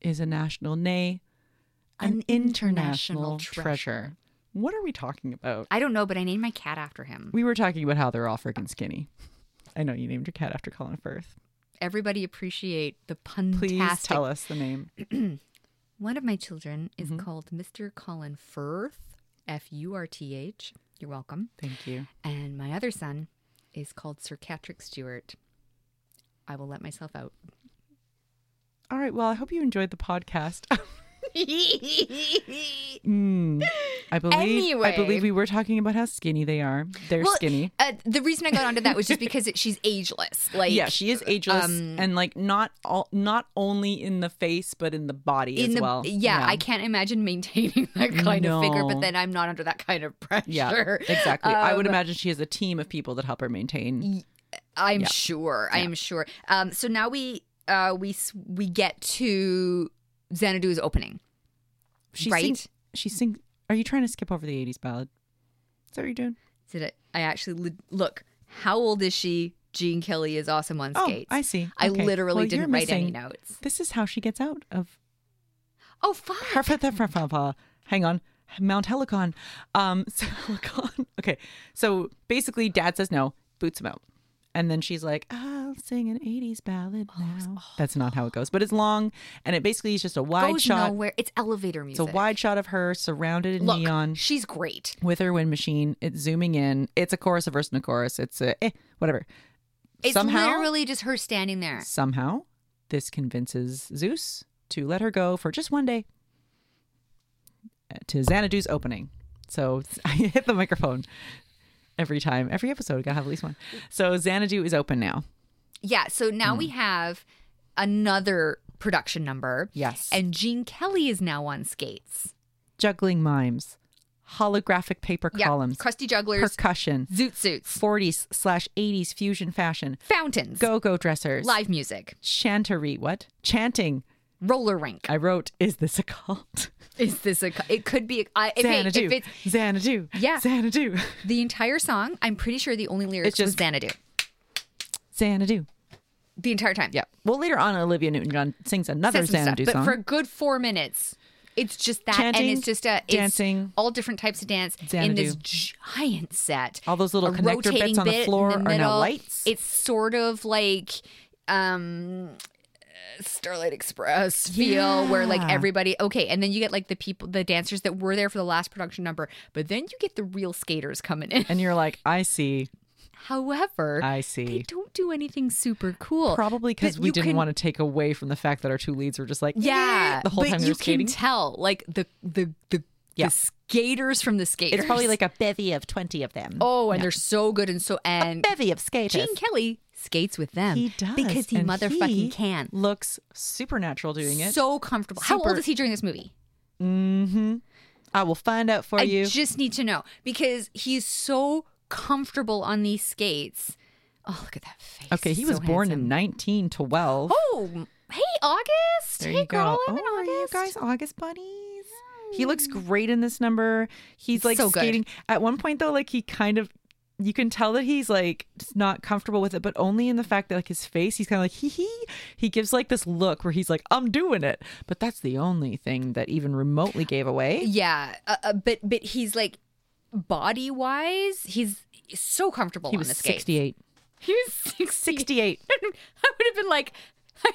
Speaker 2: is a national, nay, an,
Speaker 3: An
Speaker 2: international,
Speaker 3: international
Speaker 2: treasure.
Speaker 3: treasure.
Speaker 2: What are we talking about?
Speaker 3: I don't know, but I named my cat after him.
Speaker 2: We were talking about how they're all freaking skinny. I know you named your cat after Colin Firth.
Speaker 3: Everybody appreciate the puntastic.
Speaker 2: Please tell us Mm-hmm. the name.
Speaker 3: One of my children is called Mr. Colin Firth, F U R T H. You're welcome.
Speaker 2: Thank you.
Speaker 3: And my other son is called Sir Patrick Stewart. I will let myself out.
Speaker 2: All right. Well, I hope you enjoyed the podcast.
Speaker 3: They're
Speaker 2: Mm. I believe I
Speaker 3: Anyway.
Speaker 2: believe we were talking about how skinny they are. They're skinny.
Speaker 3: Uh, the reason I got onto that was just because it, she's ageless. Like
Speaker 2: Yeah, she is ageless
Speaker 3: um,
Speaker 2: and like not all, not only in the face but in the body
Speaker 3: in
Speaker 2: as
Speaker 3: the
Speaker 2: well.
Speaker 3: yeah, I can't imagine maintaining that kind of figure.
Speaker 2: No.
Speaker 3: But then I'm not under that kind of pressure.
Speaker 2: yeah, exactly. I would
Speaker 3: Um,
Speaker 2: imagine she has a team of people that help her maintain.
Speaker 3: I'm
Speaker 2: Yeah.
Speaker 3: sure. I
Speaker 2: Yeah.
Speaker 3: am sure. Um, so now we uh, we s- we get to Xanadu's opening.
Speaker 2: She
Speaker 3: right?
Speaker 2: sings. She sings. Are you trying to skip over the eighties ballad? Is that what you're doing?
Speaker 3: Did I, I actually li- look? How old is she? Gene Kelly is awesome on
Speaker 2: Oh,
Speaker 3: skates.
Speaker 2: I see.
Speaker 3: I
Speaker 2: Okay.
Speaker 3: literally
Speaker 2: Well, you're
Speaker 3: didn't write any
Speaker 2: missing-
Speaker 3: notes.
Speaker 2: This is how she gets out of
Speaker 3: Oh, fuck.
Speaker 2: Hang on. Mount Helicon. Um, so Helicon. Okay. So basically, dad says no, boots him out. And then she's like, I'll sing an 80s ballad
Speaker 3: Oh,
Speaker 2: now. That's not how it goes, but it's long. And it basically is just a wide
Speaker 3: Goes
Speaker 2: shot.
Speaker 3: nowhere. It's elevator
Speaker 2: It's a
Speaker 3: music.
Speaker 2: wide shot of her surrounded in
Speaker 3: Look,
Speaker 2: neon
Speaker 3: she's great.
Speaker 2: with her wind machine. It's zooming in. It's a chorus, a verse, and a chorus. It's a eh, whatever.
Speaker 3: It's
Speaker 2: Somehow-
Speaker 3: literally just her standing there.
Speaker 2: Somehow, this convinces Zeus to let her go for just one day uh, to Xanadu's opening. So I hit the microphone every time, every episode. Gotta have at least one. So Xanadu is open now.
Speaker 3: Yeah. So now
Speaker 2: Hmm.
Speaker 3: we have another production number.
Speaker 2: Yes. And
Speaker 3: And Gene Kelly is now on skates.
Speaker 2: juggling mimes. holographic paper
Speaker 3: Yeah.
Speaker 2: columns,
Speaker 3: Crusty jugglers.
Speaker 2: percussion,
Speaker 3: zoot suits.
Speaker 2: 40s slash 80s fusion fashion,
Speaker 3: Fountains.
Speaker 2: go go dressers,
Speaker 3: Live music.
Speaker 2: chantery, what? Chanting.
Speaker 3: Roller rink.
Speaker 2: I wrote, is this a cult?
Speaker 3: Is this a? It could be. I, if, hey,
Speaker 2: Xanadu.
Speaker 3: if it's
Speaker 2: Xanadu.
Speaker 3: Yeah.
Speaker 2: Xanadu.
Speaker 3: the entire song, I'm pretty sure the only lyrics
Speaker 2: It's just-
Speaker 3: was Xanadu.
Speaker 2: Xanadu.
Speaker 3: The entire time.
Speaker 2: Yeah. Well, later on, Olivia Newton John sings another
Speaker 3: Says some stuff,
Speaker 2: Xanadu
Speaker 3: but
Speaker 2: song.
Speaker 3: for a good four minutes, it's just that,
Speaker 2: Chanting,
Speaker 3: and it's just a it's
Speaker 2: dancing.
Speaker 3: all different types of dance in this giant set.
Speaker 2: All those little
Speaker 3: A
Speaker 2: connector
Speaker 3: rotating
Speaker 2: bits on the
Speaker 3: bit in
Speaker 2: floor are now
Speaker 3: middle.
Speaker 2: lights.
Speaker 3: It's sort of like. um Starlight Express feel where like
Speaker 2: Yeah.
Speaker 3: everybody okay and then you get like the people the dancers that were there for the last production number but then you get the real skaters coming in
Speaker 2: and you're like, I see.
Speaker 3: However,
Speaker 2: I
Speaker 3: they
Speaker 2: see.
Speaker 3: don't do anything super cool.
Speaker 2: Probably because
Speaker 3: But
Speaker 2: we
Speaker 3: you
Speaker 2: didn't
Speaker 3: can-
Speaker 2: want to take away from the fact that our two leads were just like, "Eh,"
Speaker 3: Yeah,
Speaker 2: the whole
Speaker 3: but
Speaker 2: time they
Speaker 3: you
Speaker 2: were skating.
Speaker 3: can tell, like the the the,
Speaker 2: Yeah.
Speaker 3: the skaters from the skaters.
Speaker 2: it's probably like a bevy of 20 of them.
Speaker 3: oh, and they're so good and so and
Speaker 2: bevy of skaters.
Speaker 3: Gene Kelly skates with them.
Speaker 2: He does.
Speaker 3: because he
Speaker 2: and
Speaker 3: motherfucking
Speaker 2: he
Speaker 3: can.
Speaker 2: Looks supernatural doing it.
Speaker 3: So comfortable. How
Speaker 2: Super-
Speaker 3: old is he during this movie?
Speaker 2: I will find out for
Speaker 3: I
Speaker 2: you.
Speaker 3: just need to know because he's so comfortable on these skates. Oh, look at that face.
Speaker 2: okay, he
Speaker 3: So
Speaker 2: was born
Speaker 3: handsome.
Speaker 2: in 1912.
Speaker 3: Oh, hey August.
Speaker 2: There
Speaker 3: hey
Speaker 2: you go.
Speaker 3: girl, I'm
Speaker 2: oh,
Speaker 3: in
Speaker 2: are you
Speaker 3: August.
Speaker 2: guys August bunnies? He looks great in this number. He's like
Speaker 3: So good.
Speaker 2: skating. At one point though, like he kind of you can tell that he's like just not comfortable with it, but only in the fact that like his face, he's kind of like hee hee. He gives like this look where he's like, "I'm doing it," but that's the only thing that even remotely gave away.
Speaker 3: Yeah, uh, uh, but but he's like body wise, he's so comfortable
Speaker 2: He
Speaker 3: on
Speaker 2: was
Speaker 3: the skates.
Speaker 2: 68.
Speaker 3: He was 60.
Speaker 2: 68.
Speaker 3: I would have been like,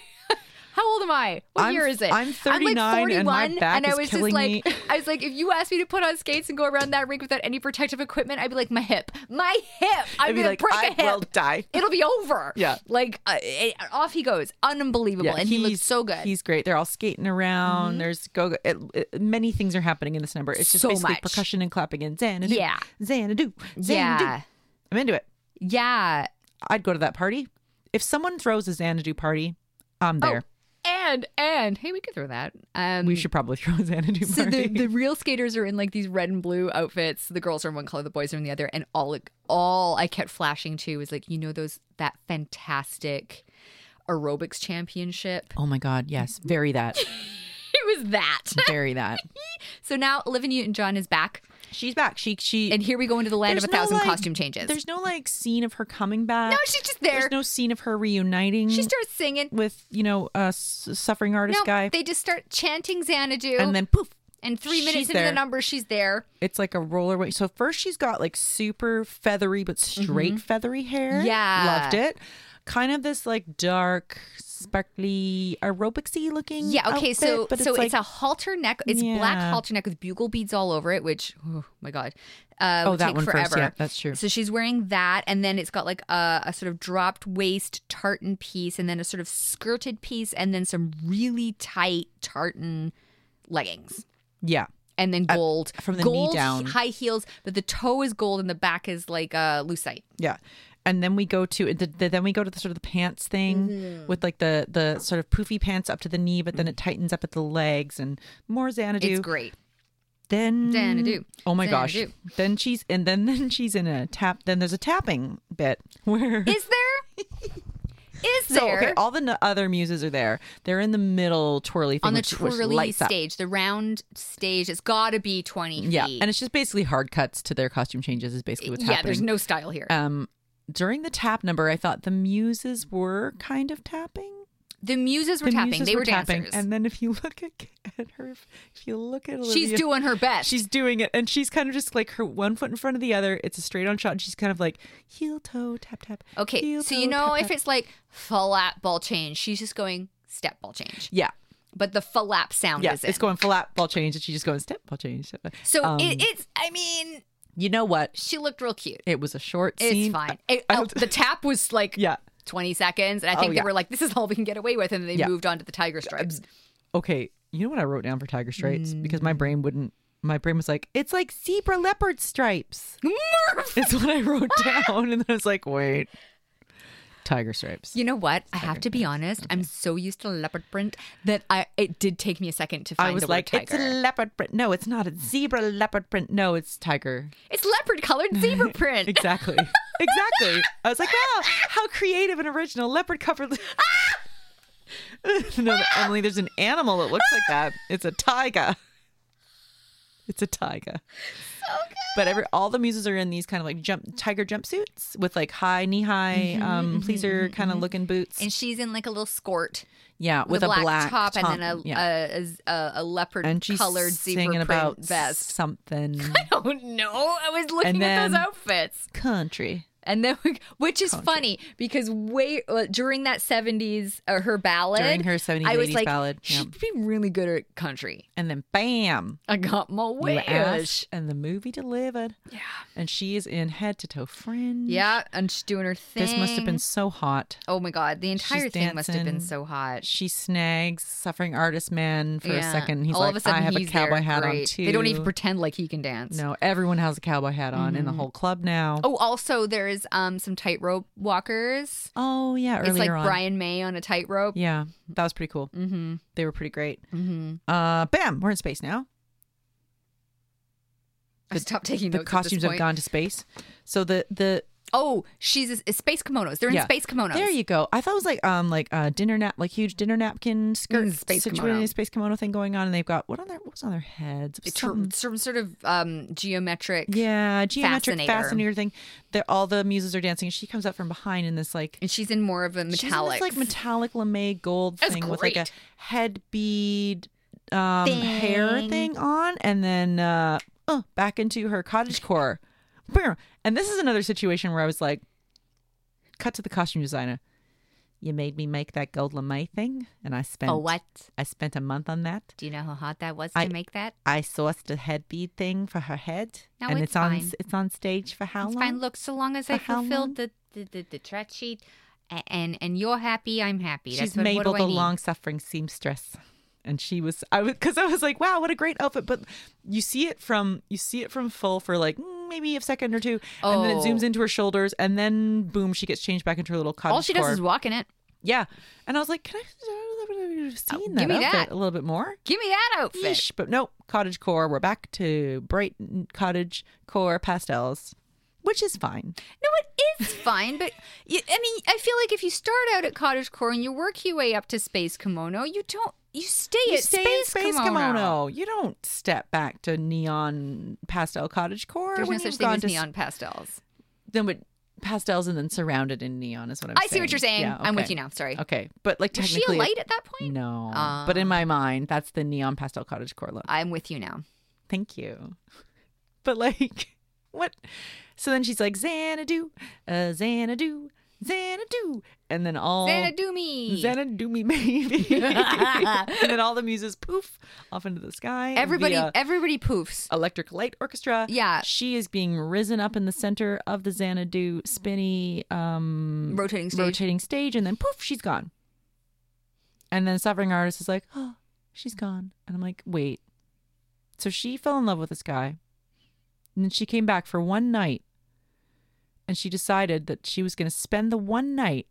Speaker 3: how old am I? What
Speaker 2: I'm-
Speaker 3: year is it?
Speaker 2: I'm 39 and my back
Speaker 3: and I
Speaker 2: is
Speaker 3: was
Speaker 2: killing
Speaker 3: just like,
Speaker 2: me.
Speaker 3: I was like, if you asked me to put on skates and go around that rink without any protective equipment, I'd be like, my hip, my hip.
Speaker 2: I'd
Speaker 3: I'd,
Speaker 2: be
Speaker 3: gonna
Speaker 2: like,
Speaker 3: break a
Speaker 2: "I
Speaker 3: hip.
Speaker 2: will die."
Speaker 3: It'll be over.
Speaker 2: Yeah.
Speaker 3: like uh, eh, off he goes, unbelievable, and he looks
Speaker 2: he's-
Speaker 3: so good. Mm-hmm.
Speaker 2: He's great. They're all skating around. There's go. go- It, it- many things are happening in this number. It's just
Speaker 3: So
Speaker 2: basically
Speaker 3: much.
Speaker 2: percussion and clapping and Xanadu.
Speaker 3: Yeah.
Speaker 2: Xanadu. Xanadu.
Speaker 3: yeah,
Speaker 2: I'm into it.
Speaker 3: yeah.
Speaker 2: I'd go to that party. If someone throws a Xanadu party, I'm
Speaker 3: Oh.
Speaker 2: there.
Speaker 3: And and hey, we could throw that. Um,
Speaker 2: We should probably throw a Xanadu
Speaker 3: So
Speaker 2: party.
Speaker 3: the, the real skaters are in like these red and blue outfits. The girls are in one color, the boys are in the other. And all like, all I kept flashing to is like you know those that fantastic aerobics championship.
Speaker 2: oh my God. Yes. Bury that.
Speaker 3: It was that.
Speaker 2: Bury that.
Speaker 3: so now Olivia Newton John is back,
Speaker 2: She's back. She, she,
Speaker 3: and here we go into the land
Speaker 2: There's
Speaker 3: of a
Speaker 2: no,
Speaker 3: thousand
Speaker 2: like-
Speaker 3: costume changes.
Speaker 2: there's no like scene of her coming back.
Speaker 3: no, she's just there.
Speaker 2: There's no scene of her reuniting
Speaker 3: she starts singing.
Speaker 2: with, you know, a s- suffering artist
Speaker 3: No,
Speaker 2: guy.
Speaker 3: they just start chanting Xanadu,
Speaker 2: and then poof,
Speaker 3: and three
Speaker 2: she's
Speaker 3: minutes into
Speaker 2: there.
Speaker 3: the number, she's there.
Speaker 2: It's like a roller wa- So first she's got like super feathery but straight feathery hair.
Speaker 3: Mm-hmm. Yeah.
Speaker 2: Loved it. Kind of this like dark, sparkly, aerobicsy looking.
Speaker 3: Yeah. Okay. so
Speaker 2: outfit, but
Speaker 3: so it's,
Speaker 2: like,
Speaker 3: a halter neck. It's black
Speaker 2: Yeah.
Speaker 3: halter neck with bugle beads all over it, which oh my god, uh,
Speaker 2: Oh,
Speaker 3: would
Speaker 2: that
Speaker 3: take
Speaker 2: one first,
Speaker 3: forever.
Speaker 2: yeah, that's true.
Speaker 3: So she's wearing that, and then it's got like a, a sort of dropped waist tartan piece, and then a sort of skirted piece, and then some really tight tartan leggings.
Speaker 2: yeah.
Speaker 3: And then gold
Speaker 2: from the knee
Speaker 3: gold
Speaker 2: down.
Speaker 3: high heels, but the toe is gold and the back is like uh, lucite.
Speaker 2: Yeah. And then we go to th- th- then we go to the sort of the pants thing
Speaker 3: Mm-hmm.
Speaker 2: with like the the sort of poofy pants up to the knee, but then it tightens up at the legs and more Xanadu.
Speaker 3: It's great.
Speaker 2: Then
Speaker 3: Xanadu.
Speaker 2: Oh my gosh.
Speaker 3: Xanadu.
Speaker 2: Then she's and then then she's in a tap. Then there's a tapping bit where
Speaker 3: Is there? Is
Speaker 2: So
Speaker 3: there
Speaker 2: okay, all the n- other muses are there. They're in the middle twirly thing,
Speaker 3: on the
Speaker 2: which, which
Speaker 3: twirly
Speaker 2: lights up.
Speaker 3: stage, the round stage, it's got to be twenty feet.
Speaker 2: Yeah, and it's just basically hard cuts to their costume changes. Is basically what's
Speaker 3: yeah. There's
Speaker 2: happening.
Speaker 3: no style here.
Speaker 2: um, during the tap number, I thought the muses were kind of tapping.
Speaker 3: the muses were
Speaker 2: the
Speaker 3: tapping.
Speaker 2: muses
Speaker 3: They were,
Speaker 2: tapping,
Speaker 3: dancers.
Speaker 2: and then if you look at, at her, if you look at Olivia,
Speaker 3: she's doing her best.
Speaker 2: She's doing it, and she's kind of just like her one foot in front of the other. It's a straight on shot, and she's kind of like heel toe tap tap.
Speaker 3: okay.
Speaker 2: heel,
Speaker 3: so you
Speaker 2: toe,
Speaker 3: know
Speaker 2: tap,
Speaker 3: if
Speaker 2: tap.
Speaker 3: it's like flat ball change, she's just going step ball change,
Speaker 2: yeah,
Speaker 3: but the flap sound
Speaker 2: yeah,
Speaker 3: is in.
Speaker 2: it's going flat ball change, and she's just going step ball change. step, ball-
Speaker 3: So
Speaker 2: Um,
Speaker 3: it, it's. I mean,
Speaker 2: you know what?
Speaker 3: she looked real cute.
Speaker 2: It was a short
Speaker 3: It's
Speaker 2: scene.
Speaker 3: fine.
Speaker 2: I-
Speaker 3: It-
Speaker 2: I
Speaker 3: oh,
Speaker 2: don't-
Speaker 3: the tap was like
Speaker 2: yeah.
Speaker 3: twenty seconds, and I
Speaker 2: Oh,
Speaker 3: think
Speaker 2: yeah.
Speaker 3: they were like, "This is all we can get away with," and they
Speaker 2: Yeah.
Speaker 3: moved on to the tiger stripes.
Speaker 2: Okay. You know what I wrote down for tiger stripes? Because my
Speaker 3: Mm.
Speaker 2: brain wouldn't. My brain was like, it's like zebra leopard stripes.
Speaker 3: Murph!
Speaker 2: It's what I wrote down, and then I was like, wait. Tiger stripes.
Speaker 3: You know what? I have to be honest. I'm so used to leopard print that I it did take me a second to find
Speaker 2: I was
Speaker 3: the word
Speaker 2: like,
Speaker 3: tiger.
Speaker 2: it's a leopard print. No, it's not. It's zebra leopard print. No, it's tiger.
Speaker 3: It's leopard colored zebra print.
Speaker 2: Exactly. exactly. I was like, wow, how creative and original. Leopard covered. no, Emily, there's an animal that looks like that. It's a tiger. It's a tiger. But every all the muses are in these kind of like jump tiger jumpsuits with like high knee high
Speaker 3: Mm-hmm,
Speaker 2: um pleaser kind of looking boots.
Speaker 3: And she's in like a little skirt
Speaker 2: yeah, with, a black,
Speaker 3: top, and then a,
Speaker 2: yeah.
Speaker 3: a, a- a, a leopard
Speaker 2: and she's
Speaker 3: colored zebra
Speaker 2: singing
Speaker 3: print
Speaker 2: about
Speaker 3: vest.
Speaker 2: something
Speaker 3: Oh no! I was looking
Speaker 2: And
Speaker 3: at those
Speaker 2: then-
Speaker 3: outfits,
Speaker 2: country.
Speaker 3: and then which is funny because way uh, during that seventies uh, her ballad,
Speaker 2: During her 70s,
Speaker 3: I was
Speaker 2: 80s
Speaker 3: like,
Speaker 2: ballad, yeah.
Speaker 3: she'd be really good at country.
Speaker 2: And then bam,
Speaker 3: I got my
Speaker 2: you
Speaker 3: wish.
Speaker 2: asked, and the movie delivered.
Speaker 3: Yeah,
Speaker 2: And she is in head to toe fringe.
Speaker 3: yeah, and she's doing her thing.
Speaker 2: This must have been so hot.
Speaker 3: Oh my god, the entire
Speaker 2: She's
Speaker 3: thing must have been
Speaker 2: dancing.
Speaker 3: so hot.
Speaker 2: She snags suffering artist man for
Speaker 3: Yeah.
Speaker 2: a second. He's
Speaker 3: All
Speaker 2: like,
Speaker 3: of a sudden,
Speaker 2: I have a
Speaker 3: he's there.
Speaker 2: cowboy hat on
Speaker 3: Great.
Speaker 2: too.
Speaker 3: They don't even pretend like he can dance.
Speaker 2: No, everyone has a cowboy hat on in the whole club now.
Speaker 3: Oh, also there's um some tightrope walkers.
Speaker 2: Oh, yeah, earlier
Speaker 3: it's like
Speaker 2: on.
Speaker 3: Brian May on a tightrope.
Speaker 2: Yeah, that was pretty cool.
Speaker 3: Mm-hmm.
Speaker 2: They were pretty great.
Speaker 3: Mm-hmm.
Speaker 2: Uh, bam, we're in space now.
Speaker 3: I stopped taking
Speaker 2: The
Speaker 3: notes at this
Speaker 2: costumes have
Speaker 3: point.
Speaker 2: gone to space. So the the
Speaker 3: Oh, she's a, it's space kimonos. They're in
Speaker 2: Yeah.
Speaker 3: space kimonos.
Speaker 2: There you go. I thought it was like um like a dinner nap like huge dinner napkin skirt
Speaker 3: Mm, space
Speaker 2: situated
Speaker 3: kimono.
Speaker 2: in a space kimono thing going on, and they've got what on their what was on their heads? It was
Speaker 3: It's
Speaker 2: something-
Speaker 3: some, some sort of um, geometric.
Speaker 2: yeah, geometric
Speaker 3: Fascinator.
Speaker 2: fascinator, thing. That all the muses are dancing, and she comes up from behind in this like
Speaker 3: And she's in more of a
Speaker 2: she's in
Speaker 3: metallic.
Speaker 2: this, like metallic lame gold
Speaker 3: That's
Speaker 2: thing with like a
Speaker 3: great.
Speaker 2: head bead um, hair
Speaker 3: Thing.
Speaker 2: thing on, and then uh, uh back into her cottage core. and this is another situation where I was like, cut to the costume designer. You made me make that gold lame thing, and I spent
Speaker 3: oh, what?
Speaker 2: I spent a month on that.
Speaker 3: Do you know how hot that was
Speaker 2: I-
Speaker 3: to make that?
Speaker 2: I sourced the head bead thing for her head,
Speaker 3: No,
Speaker 2: and
Speaker 3: it's
Speaker 2: it's, on
Speaker 3: fine.
Speaker 2: it's on stage for how
Speaker 3: it's
Speaker 2: long?
Speaker 3: fine. Look, so long as
Speaker 2: For
Speaker 3: I
Speaker 2: how long?
Speaker 3: fulfilled the, the, the, the threat sheet a- and, and you're happy, I'm happy.
Speaker 2: She's
Speaker 3: That's what, what
Speaker 2: Mabel,
Speaker 3: do I
Speaker 2: the
Speaker 3: need?
Speaker 2: long-suffering seamstress, and she was. I was because I was like, wow, what a great outfit. But you see it from you see it from full for like mm, maybe a second or two, and then it
Speaker 3: Oh.
Speaker 2: zooms into her shoulders, and then boom, she gets changed back into her little cottage.
Speaker 3: All she does
Speaker 2: core.
Speaker 3: is walk in it.
Speaker 2: yeah. And I was like, can I? I would have seen that
Speaker 3: Oh, give me
Speaker 2: outfit
Speaker 3: that.
Speaker 2: a little bit more.
Speaker 3: Give me that outfit.
Speaker 2: Yeesh. But nope, cottage core. We're back to bright cottage core pastels, which is fine.
Speaker 3: No, it is fine, but you, I mean, I feel like if you start out at cottage core and you work your way up to space kimono, you don't you stay
Speaker 2: You
Speaker 3: at
Speaker 2: stay in
Speaker 3: space,
Speaker 2: space kimono. You don't step back to neon pastel cottage core.
Speaker 3: There's no
Speaker 2: when
Speaker 3: such
Speaker 2: you've
Speaker 3: thing
Speaker 2: gone
Speaker 3: as
Speaker 2: to s-
Speaker 3: neon pastels.
Speaker 2: Then with pastels and then surrounded in neon is what I'm
Speaker 3: i
Speaker 2: saying.
Speaker 3: see what you're saying.
Speaker 2: Yeah,
Speaker 3: I'm with
Speaker 2: okay.
Speaker 3: you now. Sorry.
Speaker 2: Okay, but like
Speaker 3: Was she a
Speaker 2: technically,
Speaker 3: light Um. at that point?
Speaker 2: no. but in my mind, that's the neon pastel cottage core look.
Speaker 3: I'm with you now.
Speaker 2: Thank you. But like, what? So then she's like Xanadu, uh, Xanadu, Xanadu, and then all
Speaker 3: Xanadu me.
Speaker 2: Xanadu me baby, and then all the muses poof off into the sky.
Speaker 3: everybody,
Speaker 2: via- Uh,
Speaker 3: everybody poofs.
Speaker 2: Electric Light Orchestra.
Speaker 3: Yeah.
Speaker 2: She is being risen up in the center of the Xanadu spinny um,
Speaker 3: Rotating stage.
Speaker 2: rotating stage, and then poof, she's gone. And then Suffering Artist is like, oh, she's gone. And I'm like, wait. So she fell in love with this guy. And then she came back for one night. And she decided that she was going to spend the one night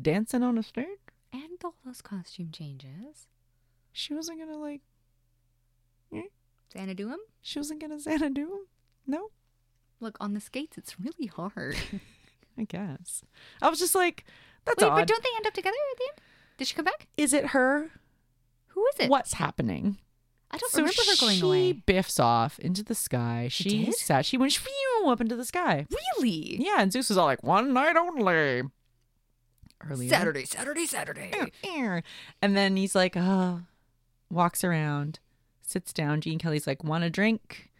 Speaker 2: dancing on a stage.
Speaker 3: and all those costume changes.
Speaker 2: She wasn't going to, like,
Speaker 3: Xanadu him.
Speaker 2: she wasn't going to Xanadu him. No.
Speaker 3: Look on the skates. It's really hard.
Speaker 2: I guess. I was just like, that's
Speaker 3: Wait,
Speaker 2: odd.
Speaker 3: but don't they end up together at the end? Did she come back?
Speaker 2: is it her?
Speaker 3: Who is it?
Speaker 2: What's happening?
Speaker 3: I don't
Speaker 2: so
Speaker 3: remember her going
Speaker 2: she
Speaker 3: away.
Speaker 2: biffs off into the sky. She,
Speaker 3: She did?
Speaker 2: sat. She went shoo, up into the sky.
Speaker 3: Really?
Speaker 2: Yeah, and Zeus was all like, "One night only." Earlier.
Speaker 3: Saturday, Saturday, Saturday.
Speaker 2: Eh, eh. And then he's like, "Oh," walks around, sits down. Gene Kelly's like, "Want a drink?"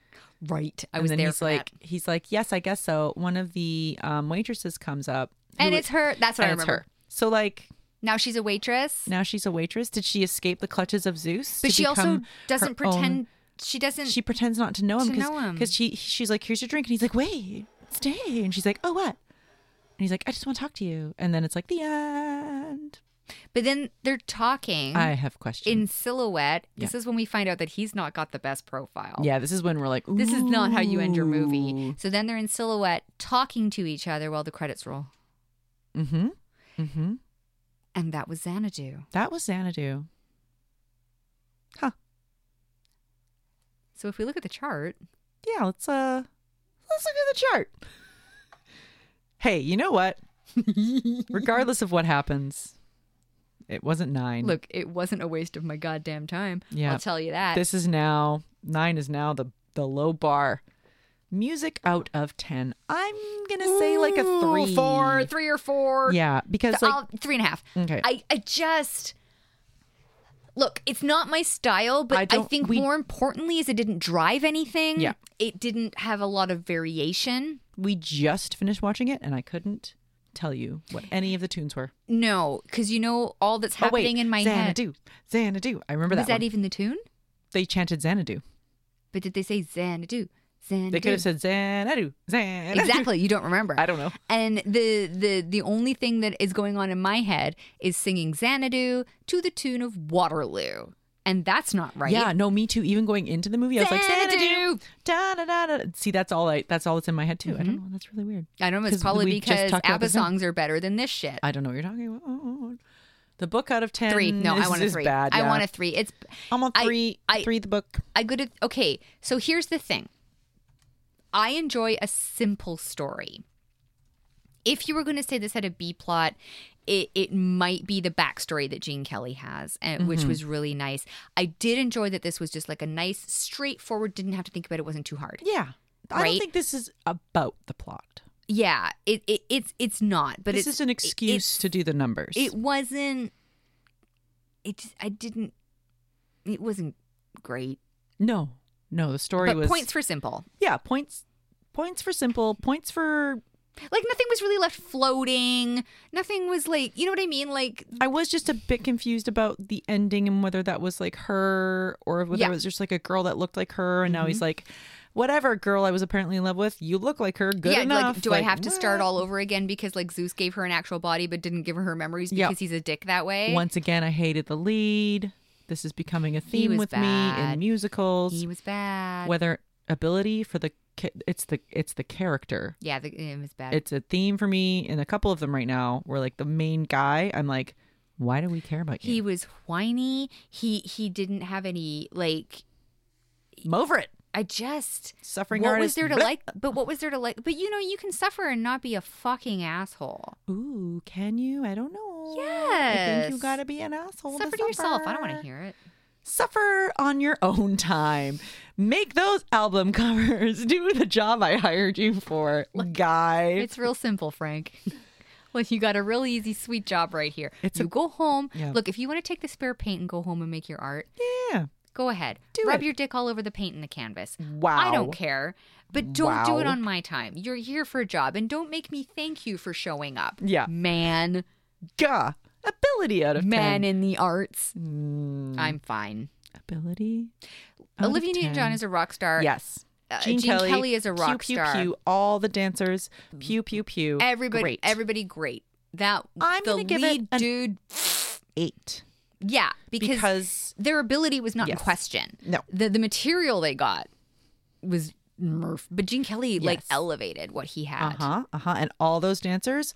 Speaker 3: Right. I
Speaker 2: and
Speaker 3: was
Speaker 2: then
Speaker 3: there
Speaker 2: He's
Speaker 3: for
Speaker 2: like,
Speaker 3: that.
Speaker 2: "He's like, yes, I guess so." One of the um, waitresses comes up, who
Speaker 3: And
Speaker 2: was-
Speaker 3: it's her. That's what
Speaker 2: and
Speaker 3: I
Speaker 2: it's
Speaker 3: remember.
Speaker 2: her. So like,
Speaker 3: Now she's a waitress,
Speaker 2: Now she's a waitress. Did she escape the clutches of Zeus?
Speaker 3: but
Speaker 2: to
Speaker 3: she also
Speaker 2: become her
Speaker 3: doesn't
Speaker 2: own-
Speaker 3: pretend. She doesn't.
Speaker 2: She pretends not to know him
Speaker 3: to know him.
Speaker 2: because she she's like, "Here's your drink," and he's like, "Wait, stay." And she's like, "Oh, what?" And he's like, "I just want to talk to you." And then it's like the end.
Speaker 3: but then they're talking
Speaker 2: I have questions.
Speaker 3: in silhouette. This
Speaker 2: Yeah.
Speaker 3: is when we find out that he's not got the best profile.
Speaker 2: yeah, this is when we're like,
Speaker 3: This is not how you end your movie.
Speaker 2: "Ooh."
Speaker 3: So then they're in silhouette talking to each other while the credits roll.
Speaker 2: Mm-hmm. Mm-hmm.
Speaker 3: and that was Xanadu.
Speaker 2: That was Xanadu. Huh.
Speaker 3: So if we look at the chart,
Speaker 2: Yeah, let's uh let's look at the chart. Hey, you know what? Regardless of what happens, it wasn't nine.
Speaker 3: look, it wasn't a waste of my goddamn time.
Speaker 2: Yeah.
Speaker 3: I'll tell you that.
Speaker 2: This is now nine is now the the low bar. Music out of ten. I'm gonna say like a three.
Speaker 3: four, three or four.
Speaker 2: E. Yeah, because like
Speaker 3: I'll- three and a half.
Speaker 2: Okay.
Speaker 3: I, I just look. It's not my style, but
Speaker 2: I
Speaker 3: I,
Speaker 2: don't-
Speaker 3: think
Speaker 2: we-
Speaker 3: more importantly is it didn't drive anything.
Speaker 2: Yeah.
Speaker 3: It didn't have a lot of variation.
Speaker 2: we just finished watching it and I couldn't tell you what any of the tunes were.
Speaker 3: No, because you know all that's happening
Speaker 2: oh, wait.
Speaker 3: in my head.
Speaker 2: Xanadu. Xanadu. I remember
Speaker 3: Was
Speaker 2: that,
Speaker 3: that
Speaker 2: one.
Speaker 3: even the tune?
Speaker 2: They chanted Xanadu.
Speaker 3: But did they say Xanadu? Xanadu.
Speaker 2: They could have said Xanadu. Xanadu.
Speaker 3: exactly. You don't remember.
Speaker 2: I don't know.
Speaker 3: And the the the only thing that is going on in my head is singing Xanadu to the tune of Waterloo, and that's not right.
Speaker 2: Yeah, no, me too. Even going into the movie, I was like,
Speaker 3: Xanadu.
Speaker 2: Xanadu. Da, da, da, da. See, that's all I that's all that's in my head too. I don't
Speaker 3: Mm-hmm.
Speaker 2: know. That's really weird.
Speaker 3: I don't know.
Speaker 2: 'Cause
Speaker 3: It's probably
Speaker 2: we just
Speaker 3: because
Speaker 2: talked about
Speaker 3: ABBA
Speaker 2: this now.
Speaker 3: songs are better than this shit.
Speaker 2: I don't know what you're talking about. Oh, oh, oh. The book out of ten.
Speaker 3: three. No,
Speaker 2: is,
Speaker 3: I want a
Speaker 2: is
Speaker 3: three.
Speaker 2: Bad,
Speaker 3: I
Speaker 2: yeah.
Speaker 3: want a three. It's
Speaker 2: I'm on
Speaker 3: I-
Speaker 2: three.
Speaker 3: I-
Speaker 2: three. The book.
Speaker 3: I go to okay. So here's the thing. I enjoy a simple story. If you were going to say this had a B plot, it, it might be the backstory that Gene Kelly has, and,
Speaker 2: Mm-hmm.
Speaker 3: which was really nice. I did enjoy that this was just like a nice, straightforward. Didn't have to think about it. wasn't too hard.
Speaker 2: Yeah. I don't
Speaker 3: Right?
Speaker 2: think this is about the plot.
Speaker 3: Yeah, it, it it's it's not. But
Speaker 2: this
Speaker 3: it's
Speaker 2: is an excuse
Speaker 3: it's-
Speaker 2: to do the numbers.
Speaker 3: It wasn't. It just, I didn't. It wasn't great.
Speaker 2: no, no. The story
Speaker 3: But
Speaker 2: was
Speaker 3: points for simple.
Speaker 2: yeah points points for simple points for.
Speaker 3: Like nothing was really left floating. Nothing was like you know what I mean. Like
Speaker 2: I was just a bit confused about the ending and whether that was like her or whether
Speaker 3: Yeah. Mm-hmm.
Speaker 2: it was just like a girl that looked like her and now he's like, whatever girl I was apparently in love with, you look like her, good
Speaker 3: yeah,
Speaker 2: enough.
Speaker 3: like do I have to start all over again because like Zeus gave her an actual body but didn't give her her memories
Speaker 2: Yeah.
Speaker 3: because he's a dick that way.
Speaker 2: Once again, I hated the lead. This is becoming a theme
Speaker 3: was
Speaker 2: with me in
Speaker 3: bad.
Speaker 2: musicals.
Speaker 3: he was bad.
Speaker 2: whether ability for the ki- it's the it's the character.
Speaker 3: yeah, the, it was bad.
Speaker 2: It's a theme for me in a couple of them right now. Where like the main guy, I'm like, why do we care about
Speaker 3: he
Speaker 2: you?
Speaker 3: was whiny. He he didn't have any like.
Speaker 2: I'm over it.
Speaker 3: I just
Speaker 2: Suffering
Speaker 3: what
Speaker 2: artist.
Speaker 3: was there to
Speaker 2: bleh.
Speaker 3: like? But what was there to like? But you know, you can suffer and not be a fucking asshole.
Speaker 2: Ooh, can you? I don't know. I think you
Speaker 3: Yes.
Speaker 2: gotta be an asshole.
Speaker 3: suffer to yourself. I don't want to hear it.
Speaker 2: Suffer on your own time. Make those album covers. Do the job I hired you for, guy.
Speaker 3: It's real simple, Frank. Look, you got a real easy, sweet job right here.
Speaker 2: It's
Speaker 3: you
Speaker 2: a-
Speaker 3: go home.
Speaker 2: Yeah.
Speaker 3: Look, if you want to take the spare paint and go home and make your art,
Speaker 2: yeah.
Speaker 3: go ahead.
Speaker 2: Do
Speaker 3: Rub
Speaker 2: it.
Speaker 3: your dick all over the paint and the canvas.
Speaker 2: Wow.
Speaker 3: I don't care. But don't do it
Speaker 2: Wow.
Speaker 3: on my time. You're here for a job, and don't make me thank you for showing up.
Speaker 2: Yeah.
Speaker 3: Man.
Speaker 2: Gah. Ability out of
Speaker 3: Man
Speaker 2: 10.
Speaker 3: in the arts.
Speaker 2: Mm,
Speaker 3: I'm fine.
Speaker 2: ability. out of
Speaker 3: Olivia Newton John
Speaker 2: 10.
Speaker 3: is a rock star.
Speaker 2: yes.
Speaker 3: Uh, Gene Kelly is a rock
Speaker 2: pew,
Speaker 3: star.
Speaker 2: Pew pew All the dancers. Pew pew pew.
Speaker 3: Everybody,
Speaker 2: Great.
Speaker 3: everybody, great. That
Speaker 2: I'm
Speaker 3: the
Speaker 2: gonna give it
Speaker 3: lead
Speaker 2: an-
Speaker 3: dude,
Speaker 2: eight
Speaker 3: yeah, because,
Speaker 2: because
Speaker 3: their ability was not
Speaker 2: Yes.
Speaker 3: in question.
Speaker 2: No.
Speaker 3: the the material they got was Murph, but Gene Kelly like
Speaker 2: Yes.
Speaker 3: elevated what he had.
Speaker 2: uh huh uh huh and all those dancers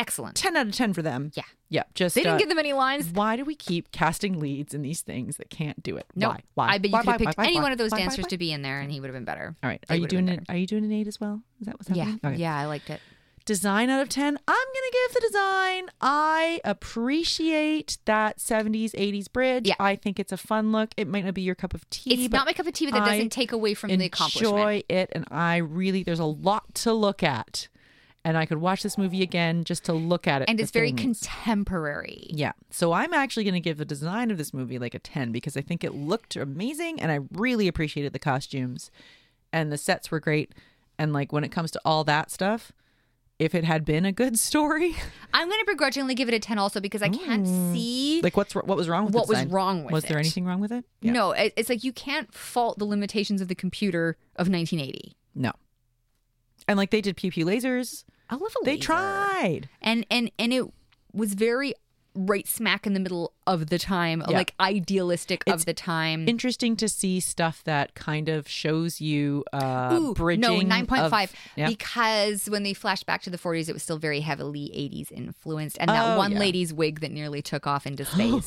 Speaker 3: Excellent.
Speaker 2: ten out of ten for them.
Speaker 3: Yeah.
Speaker 2: Yeah. Just
Speaker 3: They
Speaker 2: uh,
Speaker 3: didn't give them any lines.
Speaker 2: Why do we keep casting leads in these things that can't do it?
Speaker 3: No,
Speaker 2: Why? Why?
Speaker 3: I bet you
Speaker 2: Why,
Speaker 3: could have
Speaker 2: why,
Speaker 3: picked
Speaker 2: why, why,
Speaker 3: any
Speaker 2: why,
Speaker 3: one of those
Speaker 2: why, why,
Speaker 3: dancers
Speaker 2: why?
Speaker 3: to be in there, and he would have been better.
Speaker 2: All right.
Speaker 3: They
Speaker 2: Are you
Speaker 3: would've been
Speaker 2: doing it? Are you doing an eight as well? Is that what's
Speaker 3: Yeah,
Speaker 2: happening? Okay.
Speaker 3: yeah, I liked it.
Speaker 2: Design out of 10. I'm going to give the design. I appreciate that 70s, 80s bridge.
Speaker 3: Yeah.
Speaker 2: I think it's a fun look. It might not be your cup of tea.
Speaker 3: It's
Speaker 2: but
Speaker 3: not my cup of tea, but that
Speaker 2: I
Speaker 3: doesn't take away from the accomplishment.
Speaker 2: Enjoy it. And I really, there's a lot to look at. And I could watch this movie again just to look at it.
Speaker 3: And
Speaker 2: for
Speaker 3: it's very
Speaker 2: things.
Speaker 3: contemporary.
Speaker 2: Yeah. So I'm actually going to give the design of this movie like a 10 because I think it looked amazing and I really appreciated the costumes and the sets were great. And like when it comes to all that stuff, if it had been a good story,
Speaker 3: I'm going to begrudgingly give it a 10 also because I can't see.
Speaker 2: like what's what was wrong with the
Speaker 3: What was
Speaker 2: design?
Speaker 3: wrong with
Speaker 2: was there
Speaker 3: it?
Speaker 2: anything wrong with it? Yeah.
Speaker 3: No, it- it's like you can't fault the limitations of the computer of 1980.
Speaker 2: No. And like they did pew pew lasers.
Speaker 3: I love a
Speaker 2: They
Speaker 3: laser.
Speaker 2: tried.
Speaker 3: And and and it was very right smack in the middle of the time,
Speaker 2: Yeah.
Speaker 3: like idealistic of
Speaker 2: It's
Speaker 3: the time.
Speaker 2: Interesting to see stuff that kind of shows you uh,
Speaker 3: Ooh,
Speaker 2: bridging.
Speaker 3: no, nine
Speaker 2: of-
Speaker 3: point five
Speaker 2: yeah.
Speaker 3: because when they flash back to the forties, it was still very heavily eighties influenced, and that
Speaker 2: Oh,
Speaker 3: one
Speaker 2: yeah. Oh,
Speaker 3: lady's wig that nearly took off into space.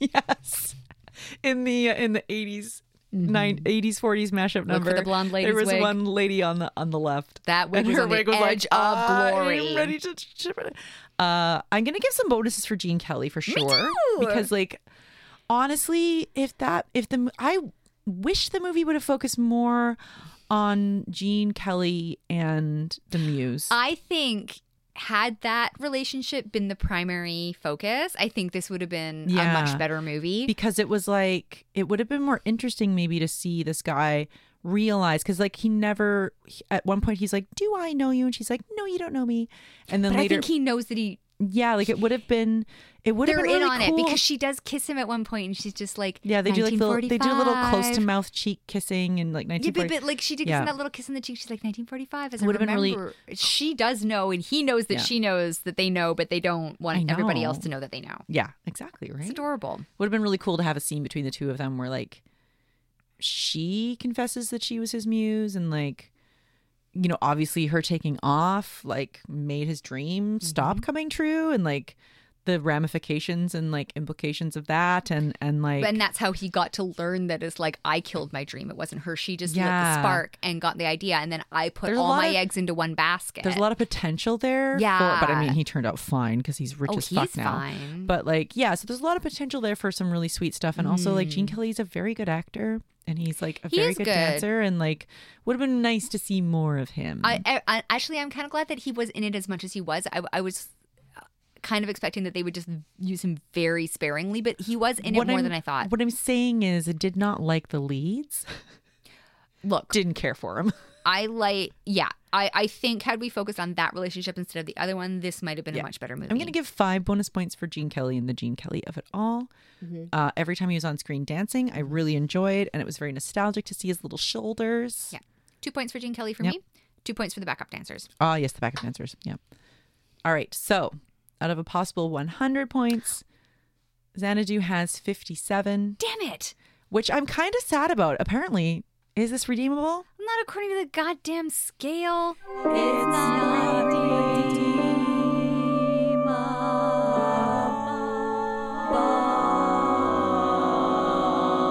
Speaker 2: yes. In the uh, in the 80s nine eighties forties mashup
Speaker 3: Mm-hmm. Look
Speaker 2: number,
Speaker 3: for the blonde
Speaker 2: there
Speaker 3: lady's
Speaker 2: was
Speaker 3: wig.
Speaker 2: one lady on the on the left.
Speaker 3: That wig
Speaker 2: and
Speaker 3: was
Speaker 2: her
Speaker 3: on the
Speaker 2: wig was
Speaker 3: edge
Speaker 2: like,
Speaker 3: of
Speaker 2: "I'm
Speaker 3: glory."
Speaker 2: ready to chip it. Uh, I'm gonna give some bonuses for Gene Kelly for sure
Speaker 3: too.
Speaker 2: because like honestly, if that if the mo- I wish the movie would have focused more on Gene Kelly and the Muse.
Speaker 3: I think had that relationship been the primary focus, I think this would have been a
Speaker 2: Yeah.
Speaker 3: much better movie.
Speaker 2: because it was like it would have been more interesting maybe to see this guy realize because like he never he- at one point he's like do i know you and she's like no you don't know me and then
Speaker 3: but I
Speaker 2: later
Speaker 3: think he knows that he
Speaker 2: yeah like it would have been it would have
Speaker 3: they're
Speaker 2: been
Speaker 3: in
Speaker 2: really
Speaker 3: on it
Speaker 2: cool.
Speaker 3: because she does kiss him at one point, and she's just like,
Speaker 2: yeah they do like little, they do little close to
Speaker 3: 1945.
Speaker 2: mouth cheek kissing and like
Speaker 3: Yeah,
Speaker 2: 1940
Speaker 3: but, but like she did
Speaker 2: Yeah.
Speaker 3: yeah. that little kiss on the cheek. She's like 1945. As I
Speaker 2: Would've been really-
Speaker 3: remember, she does know, and he knows that
Speaker 2: Yeah.
Speaker 3: she knows that they know, but they don't
Speaker 2: I
Speaker 3: want everybody else
Speaker 2: know.
Speaker 3: to know that they know.
Speaker 2: yeah exactly
Speaker 3: It's
Speaker 2: right
Speaker 3: adorable.
Speaker 2: would have been really cool to have a scene between the two of them where like she confesses that she was his muse and like you know obviously her taking off like made his dream
Speaker 3: Mm-hmm.
Speaker 2: stop coming true and like the ramifications and like implications of that and and like
Speaker 3: and that's how he got to learn that it's like I killed my dream. It wasn't her. She just lit
Speaker 2: Yeah.
Speaker 3: the spark and got the idea, and then I put
Speaker 2: There's a
Speaker 3: all
Speaker 2: lot
Speaker 3: my
Speaker 2: of-
Speaker 3: eggs into one basket.
Speaker 2: there's a lot of potential there for- but i
Speaker 3: Yeah.
Speaker 2: mean he turned out fine because he's rich
Speaker 3: oh,
Speaker 2: as fuck
Speaker 3: he's
Speaker 2: now
Speaker 3: fine.
Speaker 2: but like yeah so there's a lot of potential there for some really sweet stuff and also like gene kelly's a very good actor and he's like a
Speaker 3: He
Speaker 2: very
Speaker 3: is
Speaker 2: good,
Speaker 3: Mm. good.
Speaker 2: dancer and like would have been nice to see more of him
Speaker 3: I, I, I actually I'm kind of glad that he was in it as much as he was. I, I was uh, kind of expecting that they would just use him very sparingly, but he was in it more
Speaker 2: I'm-
Speaker 3: than I thought.
Speaker 2: What I'm saying is, I did not like the leads.
Speaker 3: Look,
Speaker 2: Didn't care for him.
Speaker 3: I like, yeah, I, I think had we focused on that relationship instead of the other one, this might have been
Speaker 2: Yeah.
Speaker 3: a much better movie.
Speaker 2: I'm gonna give five bonus points for Gene Kelly and the Gene Kelly of it all.
Speaker 3: Mm-hmm.
Speaker 2: Uh, every time he was on screen dancing, I really enjoyed, and it was very nostalgic to see his little shoulders.
Speaker 3: yeah, two points for Gene Kelly for me, two points for the backup dancers.
Speaker 2: Ah, yes, the backup dancers. Yeah. All right. So, out of a possible 100 points, Xanadu has 57,
Speaker 3: Damn it!
Speaker 2: which I'm kind of sad about. Apparently, is this redeemable?
Speaker 3: Not according to the goddamn scale.
Speaker 4: It's not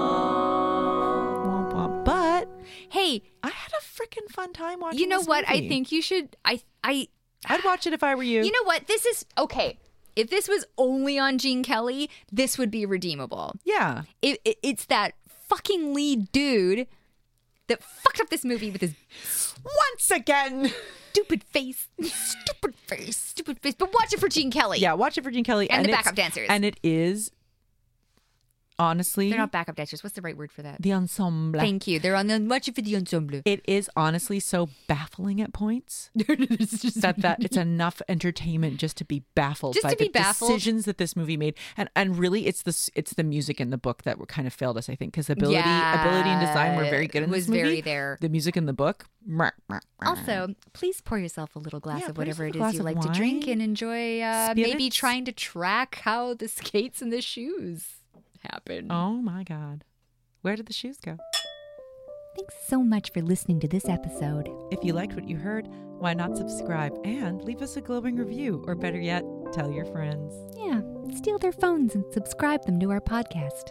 Speaker 4: redeemable.
Speaker 2: Womp womp. But
Speaker 3: Hey,
Speaker 2: I had a freaking fun time watching.
Speaker 3: you know
Speaker 2: this
Speaker 3: what? I
Speaker 2: movie.
Speaker 3: think you should. I, I,
Speaker 2: I'd watch it if I were you.
Speaker 3: you know what? This is okay. If this was only on Gene Kelly, this would be redeemable.
Speaker 2: yeah.
Speaker 3: It, it, it's that fucking lead dude that fucked up this movie with his
Speaker 2: Once again.
Speaker 3: stupid face, stupid face, stupid face. But watch it for Gene Kelly.
Speaker 2: Yeah, watch it for Gene Kelly
Speaker 3: And the
Speaker 2: it's-
Speaker 3: backup dancers.
Speaker 2: And it is honestly
Speaker 3: they're not backup dancers. What's the right word for that?
Speaker 2: the ensemble.
Speaker 3: Thank you. They're on the watch it for the ensemble.
Speaker 2: it is honestly so baffling at points that that it's enough entertainment just to be baffled
Speaker 3: Just
Speaker 2: by
Speaker 3: to
Speaker 2: the
Speaker 3: be baffled.
Speaker 2: decisions that this movie made, and and really it's the s- it's the music and the book that were kind of failed us, I think, because ability ability and design were very good in
Speaker 3: Yeah,
Speaker 2: this
Speaker 3: was
Speaker 2: movie.
Speaker 3: very there.
Speaker 2: The music and the book. meh, meh, meh.
Speaker 3: Also, please pour yourself a little glass
Speaker 2: Yeah,
Speaker 3: of
Speaker 2: pour yourself
Speaker 3: whatever
Speaker 2: a
Speaker 3: it is
Speaker 2: glass
Speaker 3: you
Speaker 2: of
Speaker 3: like to drink
Speaker 2: wine,
Speaker 3: and enjoy. Uh, maybe
Speaker 2: spirits.
Speaker 3: trying to track how the skates and the shoes happen.
Speaker 2: oh my god, where did the shoes go?
Speaker 3: Thanks so much for listening to this episode.
Speaker 2: If you liked what you heard, why not subscribe and leave us a glowing review, or better yet, tell your friends.
Speaker 3: Yeah, steal their phones and subscribe them to our podcast.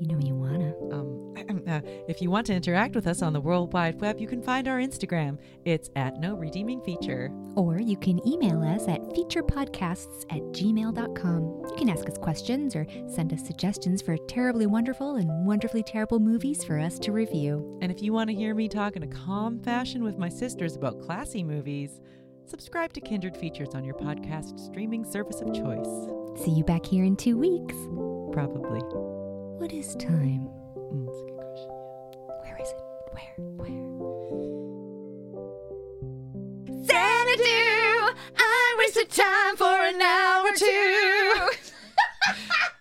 Speaker 3: You know you wanna.
Speaker 2: Um, uh, if you want to interact with us on the World Wide Web, you can find our Instagram. It's at No Redeeming Feature.
Speaker 3: Or you can email us at featurepodcasts at gmail.com. You can ask us questions or send us suggestions for terribly wonderful and wonderfully terrible movies for us to review.
Speaker 2: And if you want to hear me talk in a calm fashion with my sisters about classy movies, subscribe to Kindred Features on your podcast streaming service of choice.
Speaker 3: See you back here in two weeks.
Speaker 2: Probably.
Speaker 3: What is time?
Speaker 2: Mm, it's a good question.
Speaker 3: Where is it? Where? Where?
Speaker 4: Xanadu, I wasted time for an hour or two.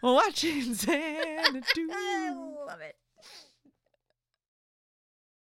Speaker 2: Watching Xanadu.